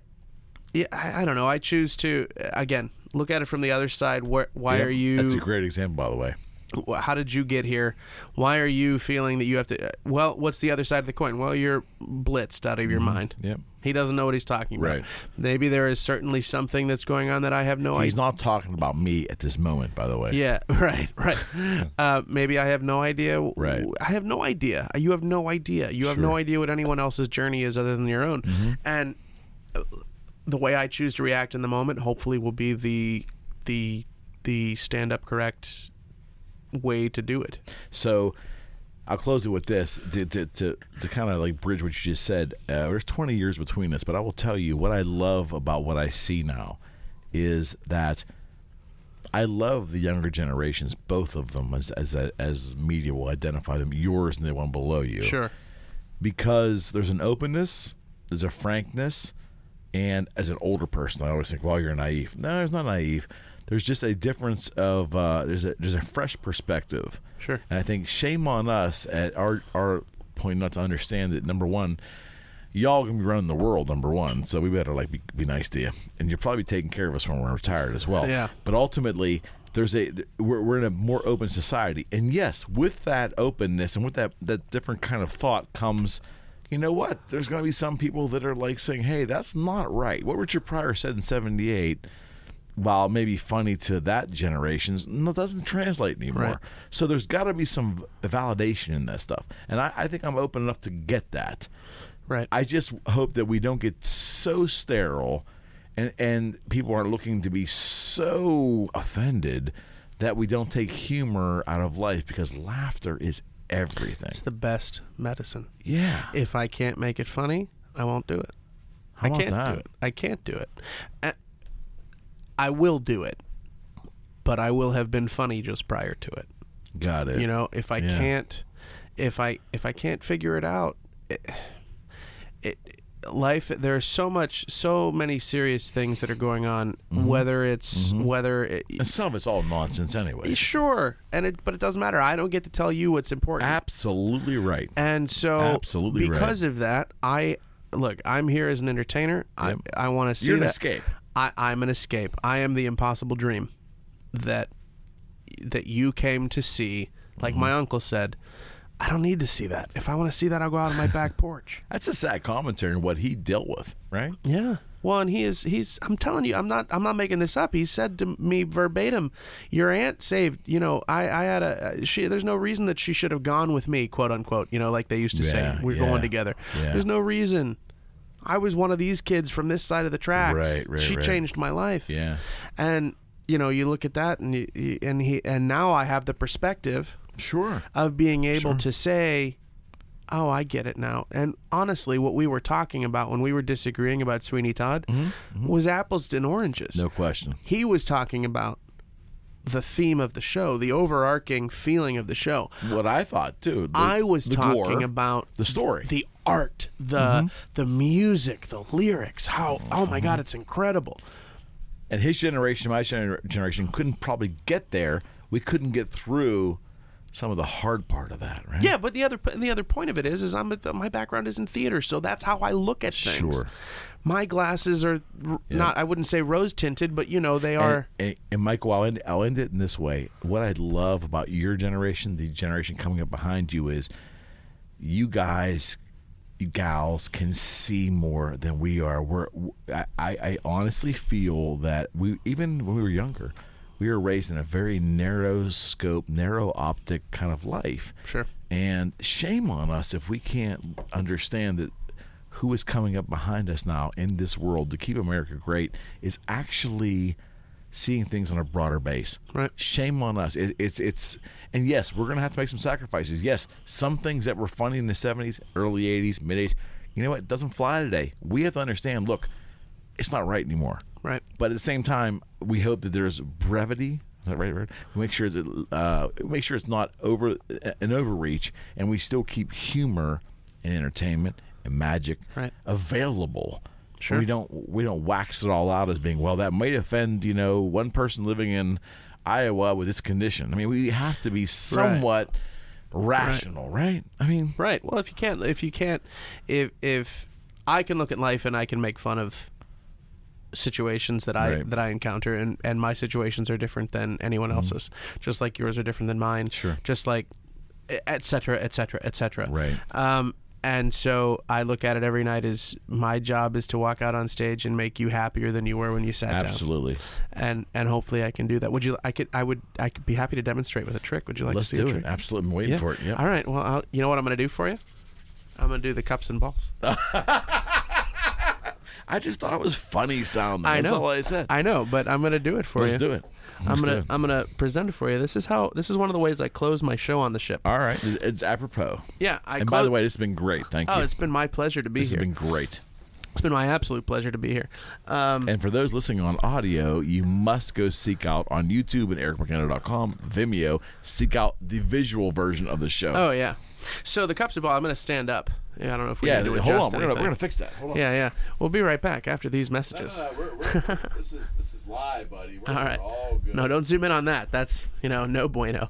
S3: yeah, I, I don't know. I choose to again, look at it from the other side. Where why
S2: Yep.
S3: are you
S2: That's a great example, by the way.
S3: wh- how did you get here? Why are you feeling that you have to? uh, Well, what's the other side of the coin? Well, you're blitzed out of your mind.
S2: Mm-hmm. Yep.
S3: He doesn't know what he's talking about.
S2: Right.
S3: Maybe there is certainly something that's going on that I have no
S2: He's
S3: idea.
S2: not talking about me at this moment, by the way.
S3: [laughs] Yeah. Right. Right. uh, maybe I have no idea.
S2: Right.
S3: I have no idea. You have no idea. You have no idea what anyone else's journey is other than your own. And uh, the way I choose to react in the moment, hopefully, will be the the the stand up correct way to do it.
S2: So I'll close it with this to to, to, to kind of like bridge what you just said. Uh, there's 20 years between us, but I will tell you what I love about what I see now is that I love the younger generations, both of them, as as as media will identify them, yours and the one below you.
S3: Sure.
S2: because there's an openness, there's a frankness, and as an older person, I always think, "Well, you're naive." No, it's not naive. There's just a difference of uh, there's a there's a fresh perspective.
S3: Sure.
S2: And I think shame on us at our our point not to understand that number one, y'all gonna be running the world number one, so we better like be, be nice to you, and you'll probably be taking care of us when we're retired as well.
S3: Yeah.
S2: But ultimately, there's a th- we're, we're in a more open society, and yes, with that openness and with that that different kind of thought comes, you know what? There's going to be some people that are like saying, "Hey, that's not right." What Richard Pryor said in '78, while maybe funny to that generation's, no, doesn't translate anymore.
S3: Right.
S2: So there's got to be some v- validation in that stuff, and I, I think I'm open enough to get that.
S3: Right.
S2: I just hope that we don't get so sterile and and people aren't looking to be so offended that we don't take humor out of life because laughter is everything.
S3: It's the best medicine.
S2: Yeah.
S3: If I can't make it funny, I won't do it.
S2: How
S3: I
S2: about
S3: can't
S2: that?
S3: do it. I can't do it. A- I will do it, but I will have been funny just prior to it.
S2: Got it.
S3: You know, if I
S2: Yeah.
S3: can't, if I if I can't figure it out, it, it life there's so much so many serious things that are going on
S2: Mm-hmm.
S3: whether it's whether it,
S2: and some of it's all nonsense anyway.
S3: sure and it but it doesn't matter i don't get to tell you what's important
S2: Absolutely right.
S3: And so,
S2: Absolutely right.
S3: because of that, I look. I'm here as an entertainer.
S2: Yep.
S3: I I want to see
S2: You're an
S3: that-
S2: escape.
S3: I, I'm an escape. I am the impossible dream that that you came to see. Like
S2: Mm-hmm.
S3: my uncle said, I don't need to see that. If I want to see that, I'll go out on
S2: [laughs]
S3: my back porch.
S2: That's a sad commentary on what he dealt with, right?
S3: Yeah. Well, and he is he's I'm telling you, I'm not I'm not making this up. He said to me verbatim, "Your aunt saved, you know, I I had a uh, she there's no reason that she should have gone with me, quote unquote, you know, like they used to
S2: Yeah,
S3: say. We're
S2: yeah,
S3: going together.
S2: yeah.
S3: There's no reason. I was one of these kids from this side of the tracks.
S2: Right, right,
S3: she
S2: right.
S3: changed my life.
S2: Yeah.
S3: And you know, you look at that and you, you, and he and now I have the perspective
S2: Sure.
S3: of being able to say, "Oh, I get it now." And honestly, what we were talking about when we were disagreeing about
S2: Mm-hmm.
S3: Sweeney Todd was apples and oranges.
S2: No question.
S3: He was talking about the theme of the show, the overarching feeling of the show.
S2: What I thought too. The,
S3: I was
S2: the
S3: talking
S2: gore,
S3: about
S2: the story. Mm-hmm.
S3: the art, the the music, the lyrics. How oh my god, it's incredible.
S2: and his generation, my gener- generation, couldn't probably get there. We couldn't get through some of the hard part of that, right?
S3: Yeah, but the other and the other point of it is is I'm my background is in theater, so that's how I look at things.
S2: Sure.
S3: My glasses are r- not I wouldn't say rose tinted, but you know they
S2: And,
S3: are
S2: and, and Michael, I'll end, I'll end it in this way. What I love about your generation, the generation coming up behind you, is you guys, you gals, can see more than we are. We're, I, I I honestly feel that we, even when we were younger, we were raised in a very narrow scope, narrow optic kind of life.
S3: Sure.
S2: And shame on us if we can't understand that who is coming up behind us now in this world to keep America great is actually seeing things on a broader base.
S3: Right.
S2: Shame on us. It, it's it's and yes, we're gonna have to make some sacrifices. Yes, some things that were funny in the '70s, early '80s, mid '80s, you know what? It doesn't fly today. We have to understand. Look, it's not right anymore.
S3: right.
S2: But at the same time, we hope that there's brevity. Is that right? Word? Make sure that uh, make sure it's not over an overreach, and we still keep humor and entertainment and magic
S3: Right.
S2: available. Sure. We don't we don't wax it all out as being well. That might offend you know one person living in Iowa with this condition. I mean, we have to be somewhat rational, right? I mean,
S3: Right. Well, if you can't, if you can't, if if I can look at life and I can make fun of situations that I
S2: Right. Mm-hmm.
S3: that I encounter, and and my situations are different than anyone else's, just like yours are different than mine.
S2: Sure.
S3: Just like, e, et cetera, et cetera, et cetera.
S2: Right.
S3: Um. And so I look at it every night as my job is to walk out on stage and make you happier than you were when you sat down.
S2: absolutely.
S3: And and hopefully I can do that. Would you? I could. I would. I could be happy to demonstrate with a trick. Would you like
S2: Let's
S3: to see
S2: do
S3: a
S2: it.
S3: trick?
S2: Absolutely, I'm waiting
S3: Yeah.
S2: for it. Yep.
S3: All right. Well, I'll, you know what I'm going to do for you? I'm going to do the cups and balls.
S2: I just thought it was funny sound.
S3: I
S2: That's
S3: know.
S2: all I said.
S3: I know, but I'm going to do it for
S2: Let's
S3: you.
S2: do it.
S3: I'm
S2: Let's do
S3: going
S2: it.
S3: to I'm going to present it for you. This is how this is one of the ways I close my show on the ship.
S2: All right. It's apropos.
S3: Yeah, I
S2: and
S3: clo-
S2: by the way, this has been great. Thank
S3: Oh,
S2: you.
S3: it's been my pleasure to be
S2: this
S3: here.
S2: has been great.
S3: it's been my absolute pleasure to be here. Um,
S2: And for those listening on audio, you must go seek out on YouTube and ericmckenna.com, Vimeo, seek out the visual version of the show.
S3: oh yeah. So the cups and balls. I'm going to stand up. Yeah, I don't know if we
S2: yeah.
S3: can do
S2: Hold on.
S3: adjust
S2: We're gonna, we're
S3: anything.
S2: gonna fix that. Hold on.
S3: Yeah, yeah. We'll be right back after
S2: [laughs]
S3: these messages.
S2: we're, we're, this is this is live, buddy. We're,
S3: [laughs] All right. No, don't zoom in on that. That's, you know, no bueno.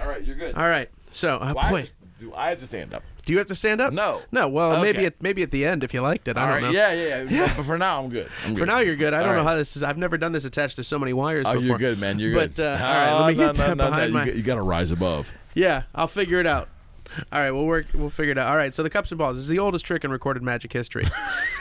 S2: All right, you're good.
S3: All right. So, uh,
S2: Why
S3: boy,
S2: does- do I have to stand up?
S3: Do you have to stand up?
S2: No.
S3: No. Well, maybe
S2: Okay.
S3: at maybe at the end if you liked it. I
S2: All
S3: don't
S2: right.
S3: know.
S2: Yeah, yeah, yeah. But for now, I'm good. I'm
S3: For
S2: good.
S3: now you're good. I
S2: All
S3: don't know
S2: right.
S3: how this is. I've never done this attached to so many wires.
S2: Oh,
S3: before.
S2: you're good, man. You're good.
S3: But uh, all right, let me
S2: no,
S3: get
S2: no,
S3: that
S2: no, no,
S3: behind
S2: you
S3: my.
S2: got- You got to rise above.
S3: Yeah, I'll figure it out. All right, we'll work. We'll figure it out. All right, so the cups and balls this is the oldest trick in recorded
S2: [laughs]
S3: magic history.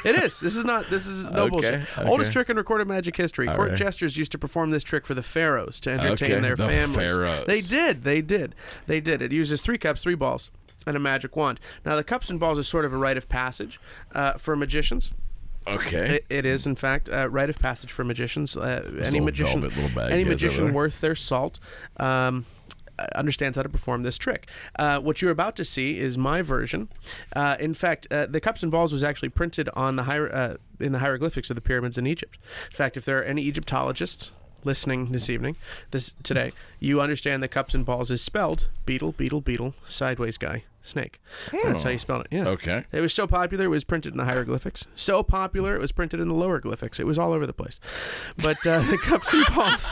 S3: it is. This is not. This is no
S2: Okay,
S3: bullshit.
S2: okay.
S3: Oldest trick in recorded magic history. Court
S2: right.
S3: jesters used to perform this trick for the pharaohs to entertain
S2: Okay,
S3: their
S2: the
S3: families.
S2: pharaohs.
S3: They did. They did. They did. It uses three cups, three balls, and a magic wand. Now the cups and balls is sort of a rite of passage uh, for magicians.
S2: Okay.
S3: It, it is, in fact, a rite of passage for magicians. Uh, any
S2: little
S3: magician,
S2: velvet little bag he has
S3: any
S2: over
S3: magician
S2: there.
S3: worth their salt, um, uh, understands how to perform this trick. Uh, what you're about to see is my version. Uh, in fact, uh, the cups and balls was actually printed on the hier- uh, in the hieroglyphics of the pyramids in Egypt. In fact, if there are any Egyptologists listening this evening, this today, you understand the cups and balls is spelled beetle, beetle, beetle, sideways guy, snake. That's how you spell it. Yeah.
S2: Oh. Okay.
S3: It was so popular, it was printed in the hieroglyphics. So popular, it was printed in the lower glyphics. It was all over the place. But uh, [laughs] the cups and balls,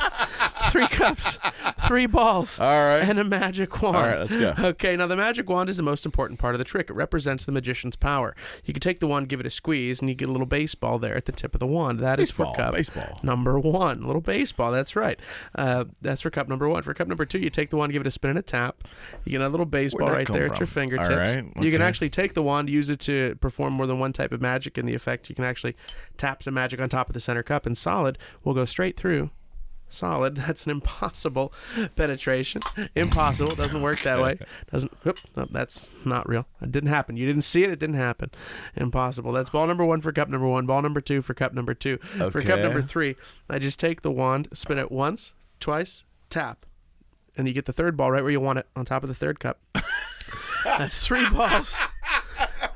S3: three cups, three balls,
S2: All right.
S3: and a magic wand.
S2: All right, let's go.
S3: Okay, now the magic wand is the most important part of the trick. It represents the magician's power. You can take the wand, give it a squeeze, and you get a little baseball there at the tip of the wand. That is
S2: Baseball,
S3: for cup
S2: baseball.
S3: number one, little baseball. That's right. Uh, that's for cup number one. For cup number two, you take the wand, give it a spin and a tap. You get a little baseball
S2: that
S3: right
S2: come
S3: there
S2: from?
S3: at your fingertips.
S2: All right,
S3: You can
S2: okay.
S3: actually take the wand, use it to perform more than one type of magic, and the effect you can actually tap some magic on top of the center cup, and solid will go straight through. Solid. [laughs] That's an impossible penetration. Impossible. Doesn't work that
S2: [laughs]
S3: way. Doesn't. Whoop, no, that's not real. It didn't happen. You didn't see it. It didn't happen. Impossible. That's ball number one for cup number one. Ball number two for cup number two. For cup
S2: Okay.
S3: number three, I just take the wand, spin it once, twice, tap, and
S2: [laughs]
S3: you get the third ball right where you want it on top of the third cup. That's three balls.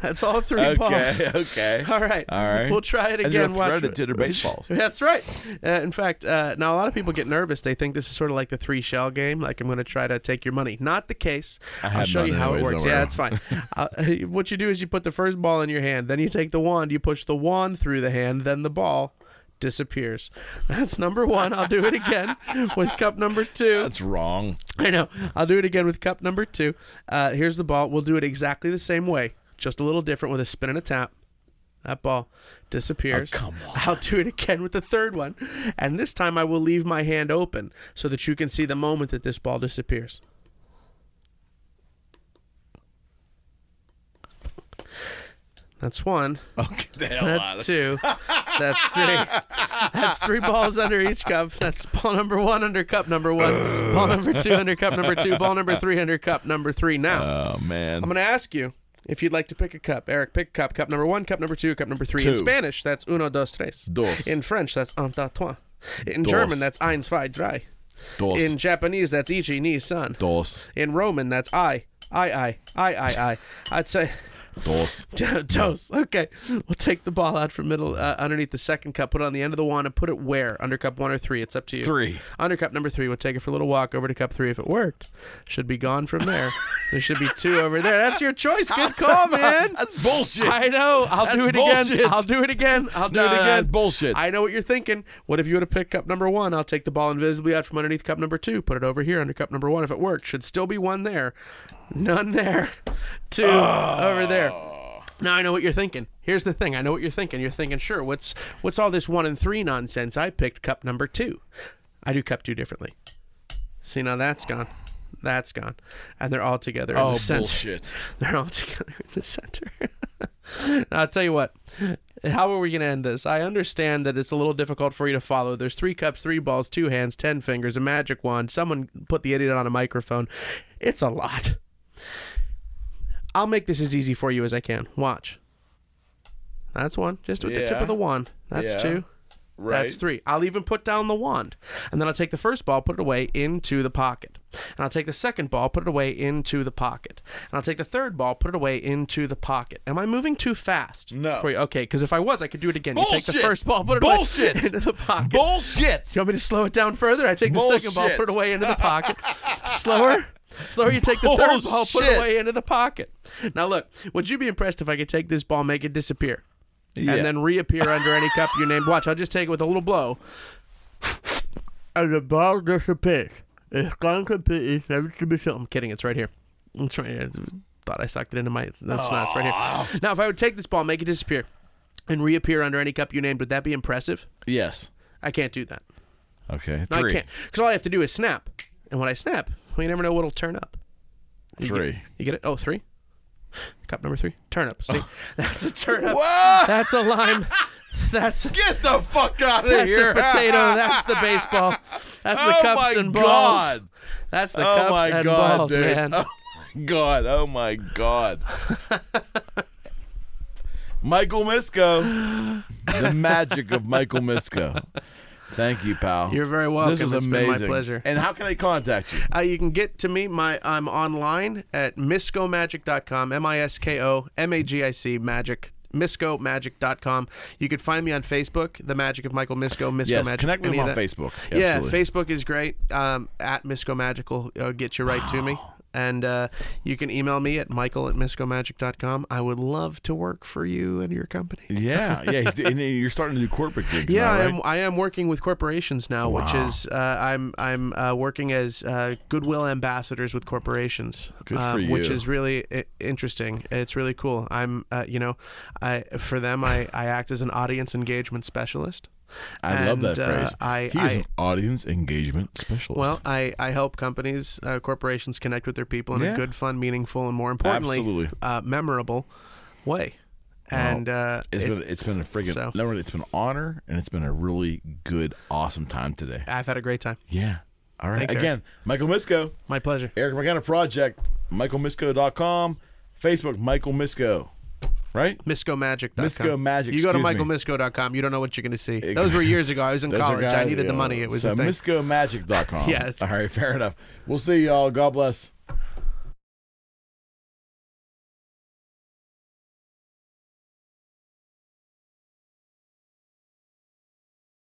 S3: That's all three balls. [laughs]
S2: Okay, [laughs] okay.
S3: All right.
S2: All right.
S3: We'll try it
S2: And they're
S3: again. Watch
S2: threaded
S3: it.
S2: to their baseballs.
S3: [laughs] That's right. Uh, in fact, uh, now a lot of people get nervous. They think this is sort of like the three shell game. Like I'm going to try to take your money. Not the case. I'll
S2: had
S3: show
S2: none
S3: you how it
S2: anyways,
S3: works.
S2: don't
S3: Yeah,
S2: worry.
S3: that's
S2: [laughs]
S3: fine. uh, [laughs] what you do is you put the first ball in your hand, then you take the wand, you push the wand through the hand, then the ball disappears. [laughs] That's number one. I'll do
S2: [laughs]
S3: it again with cup number two.
S2: That's wrong.
S3: [laughs] I know. I'll do it again with cup number two. Uh, here's the ball. We'll do it exactly the same way, just a little different with a spin and a tap. That ball disappears. Oh, come on. I'll do it again with the third one. And this time I will leave my hand open so that you can see the moment that this ball disappears. That's one.
S2: Okay, the hell out
S3: That's
S2: of-
S3: two. That's three. That's three balls under each cup. That's ball number one under cup number one. ball number two under cup number two. Ball number three under cup number three. Now,
S2: Oh man.
S3: I'm going to ask you if you'd like to pick a cup. Eric, pick a cup. Cup number one, cup number two, cup number three. In
S2: Two.
S3: Spanish, that's uno, dos, tres.
S2: Dos.
S3: In French, that's un, deux, trois. In
S2: Dos.
S3: German, that's eins, zwei, drei.
S2: Dos.
S3: In Japanese, that's ichi, ni, san.
S2: dos.
S3: In Roman, that's I, I, I, I, I, I. I'd say.
S2: Dos.
S3: [laughs] Dose. Okay. We'll take the ball out from middle uh, underneath the second cup, put it on the end of the wand, and put it where? Under cup one or three? It's up to you.
S2: Three.
S3: Under cup number three. We'll take it for a little walk over to cup three if it worked. Should be gone from there. there should be two over there. That's your choice.
S2: [laughs]
S3: Good call, man.
S2: That's bullshit.
S3: I know. I'll do it
S2: That's
S3: again.
S2: bullshit.
S3: I'll do it again. I'll do
S2: No,
S3: it
S2: no,
S3: again.
S2: that's bullshit.
S3: I know what you're thinking. What if you would have picked cup number one? I'll take the ball invisibly out from underneath cup number two, put it over here under cup number one. If it worked, should still be one there, none there, [laughs] two
S2: Ah.
S3: over there. Now I know what you're thinking. Here's the thing. I know what you're thinking. You're thinking, sure. What's what's all this one and three nonsense? I picked cup number two. I do cup two differently. See now that's gone. That's gone. And they're all together in
S2: oh
S3: the center.
S2: bullshit.
S3: They're all [laughs] together in the center. [laughs] Now, I'll tell you what. How are we going to end this? I understand that it's a little difficult for you to follow. There's three cups, three balls, two hands, ten fingers, a magic wand. Someone put the idiot on a microphone. It's a lot. I'll make this as easy for you as I can. Watch. That's one, just with the tip
S2: Yeah.
S3: of the wand. That's
S2: Yeah.
S3: two.
S2: Right.
S3: That's three. I'll even put down the wand. And then I'll take the first ball, put it away into the pocket. And I'll take the second ball, put it away into the pocket. And I'll take the third ball, put it away into the pocket. Am I moving too fast?
S2: No.
S3: For you? Okay, because if I was, I could do it again. You take the
S2: Bullshit.
S3: first ball, put it away
S2: Bullshit.
S3: [laughs] into the pocket.
S2: Bullshit.
S3: Do you want me to slow it down further? I take the second ball,
S2: Bullshit.
S3: put it away into the [laughs] pocket. Slower. Slower, you take the third ball, put it
S2: Bullshit.
S3: away into the pocket. Now, look, would you be impressed if I could take this ball, make it disappear, and then reappear under any cup you named? Watch, I'll just take it with a little blow. And the ball disappears. It's gone completely. It's never to be seen. I'm kidding. It's right here. It's right here. Thought I sucked it into my. That's not. It's right here. Now, if I would take this ball, make it disappear, and reappear under any cup you named, would that be impressive?
S2: Yes.
S3: I can't do that.
S2: Okay.
S3: No, I
S2: Three.
S3: can't. Because all I have to do is snap. And when I snap, well, you never know what'll turn up. [laughs]
S2: Three.
S3: You get it? Oh, three? Cup number three?
S2: [laughs]
S3: Turnip. See? That's a turnip.
S2: What?
S3: That's a lime. [laughs] That's,
S2: Get the fuck out of
S3: that's
S2: here. [laughs]
S3: a potato. That's the baseball. That's the
S2: Oh
S3: cups
S2: my
S3: and balls.
S2: God.
S3: That's the
S2: Oh
S3: cups
S2: my
S3: and
S2: god,
S3: balls,
S2: dude.
S3: man.
S2: Oh my god. Oh my god. Michael Misko. The magic of Michael Misko. Thank you, pal.
S3: You're very
S2: This
S3: welcome.
S2: was
S3: It's been my
S2: amazing.
S3: pleasure.
S2: And how can they contact you?
S3: Uh, you can get to me. My I'm online at miscomagic.com. M I S K O M A G I C magic. MiscoMagic.com. You can find me on Facebook, The Magic of Michael Misco. Misco
S2: Yes,
S3: Magic.
S2: connect with
S3: any
S2: him
S3: of
S2: on
S3: that.
S2: Facebook.
S3: Yeah,
S2: Absolutely.
S3: Facebook is great. Um, at Misco Magic will uh, get you right to me. And uh, you can email me at michael at miscomagic.com. I would love to work for you and your company.
S2: Yeah, yeah. And you're starting to do corporate gigs.
S3: Yeah,
S2: now,
S3: I
S2: right?
S3: am. I am working with corporations now, which is uh, I'm I'm uh, working as uh, goodwill ambassadors with corporations,
S2: Good for
S3: um, which
S2: you.
S3: is really I- interesting. It's really cool. I'm uh, you know, I for them I, I act as an audience engagement specialist.
S2: I love that
S3: And, uh,
S2: phrase.
S3: I-
S2: he
S3: I-
S2: is an audience engagement specialist.
S3: Well, I, I help companies, uh, corporations connect with their people in a
S2: Yeah.
S3: good, fun, meaningful, and more importantly,
S2: Absolutely.
S3: Uh, memorable way. And uh,
S2: it's
S3: it-
S2: been it's been a friggin'
S3: so-
S2: no, it's been an honor, and it's been a really good, awesome time today.
S3: I've had a great time.
S2: Yeah. All right.
S3: Thanks, Eric.
S2: Again, Michael Misko,
S3: My pleasure.
S2: Eric McKenna Project, michaelmisko.com, Facebook, Michael Misko. Right?
S3: MiscoMagic.com.
S2: Misco Magic,
S3: You go to
S2: excuse me.
S3: michaelmisco.com. You don't know what you're going to see.
S2: [laughs]
S3: Those were years ago. I was in
S2: Those are
S3: college. I
S2: guys-
S3: needed the
S2: yeah.
S3: money. It was
S2: so
S3: a thing.
S2: miskomagic.com.
S3: [laughs] Yeah, it's-
S2: All right. Fair enough. We'll see y'all. God bless.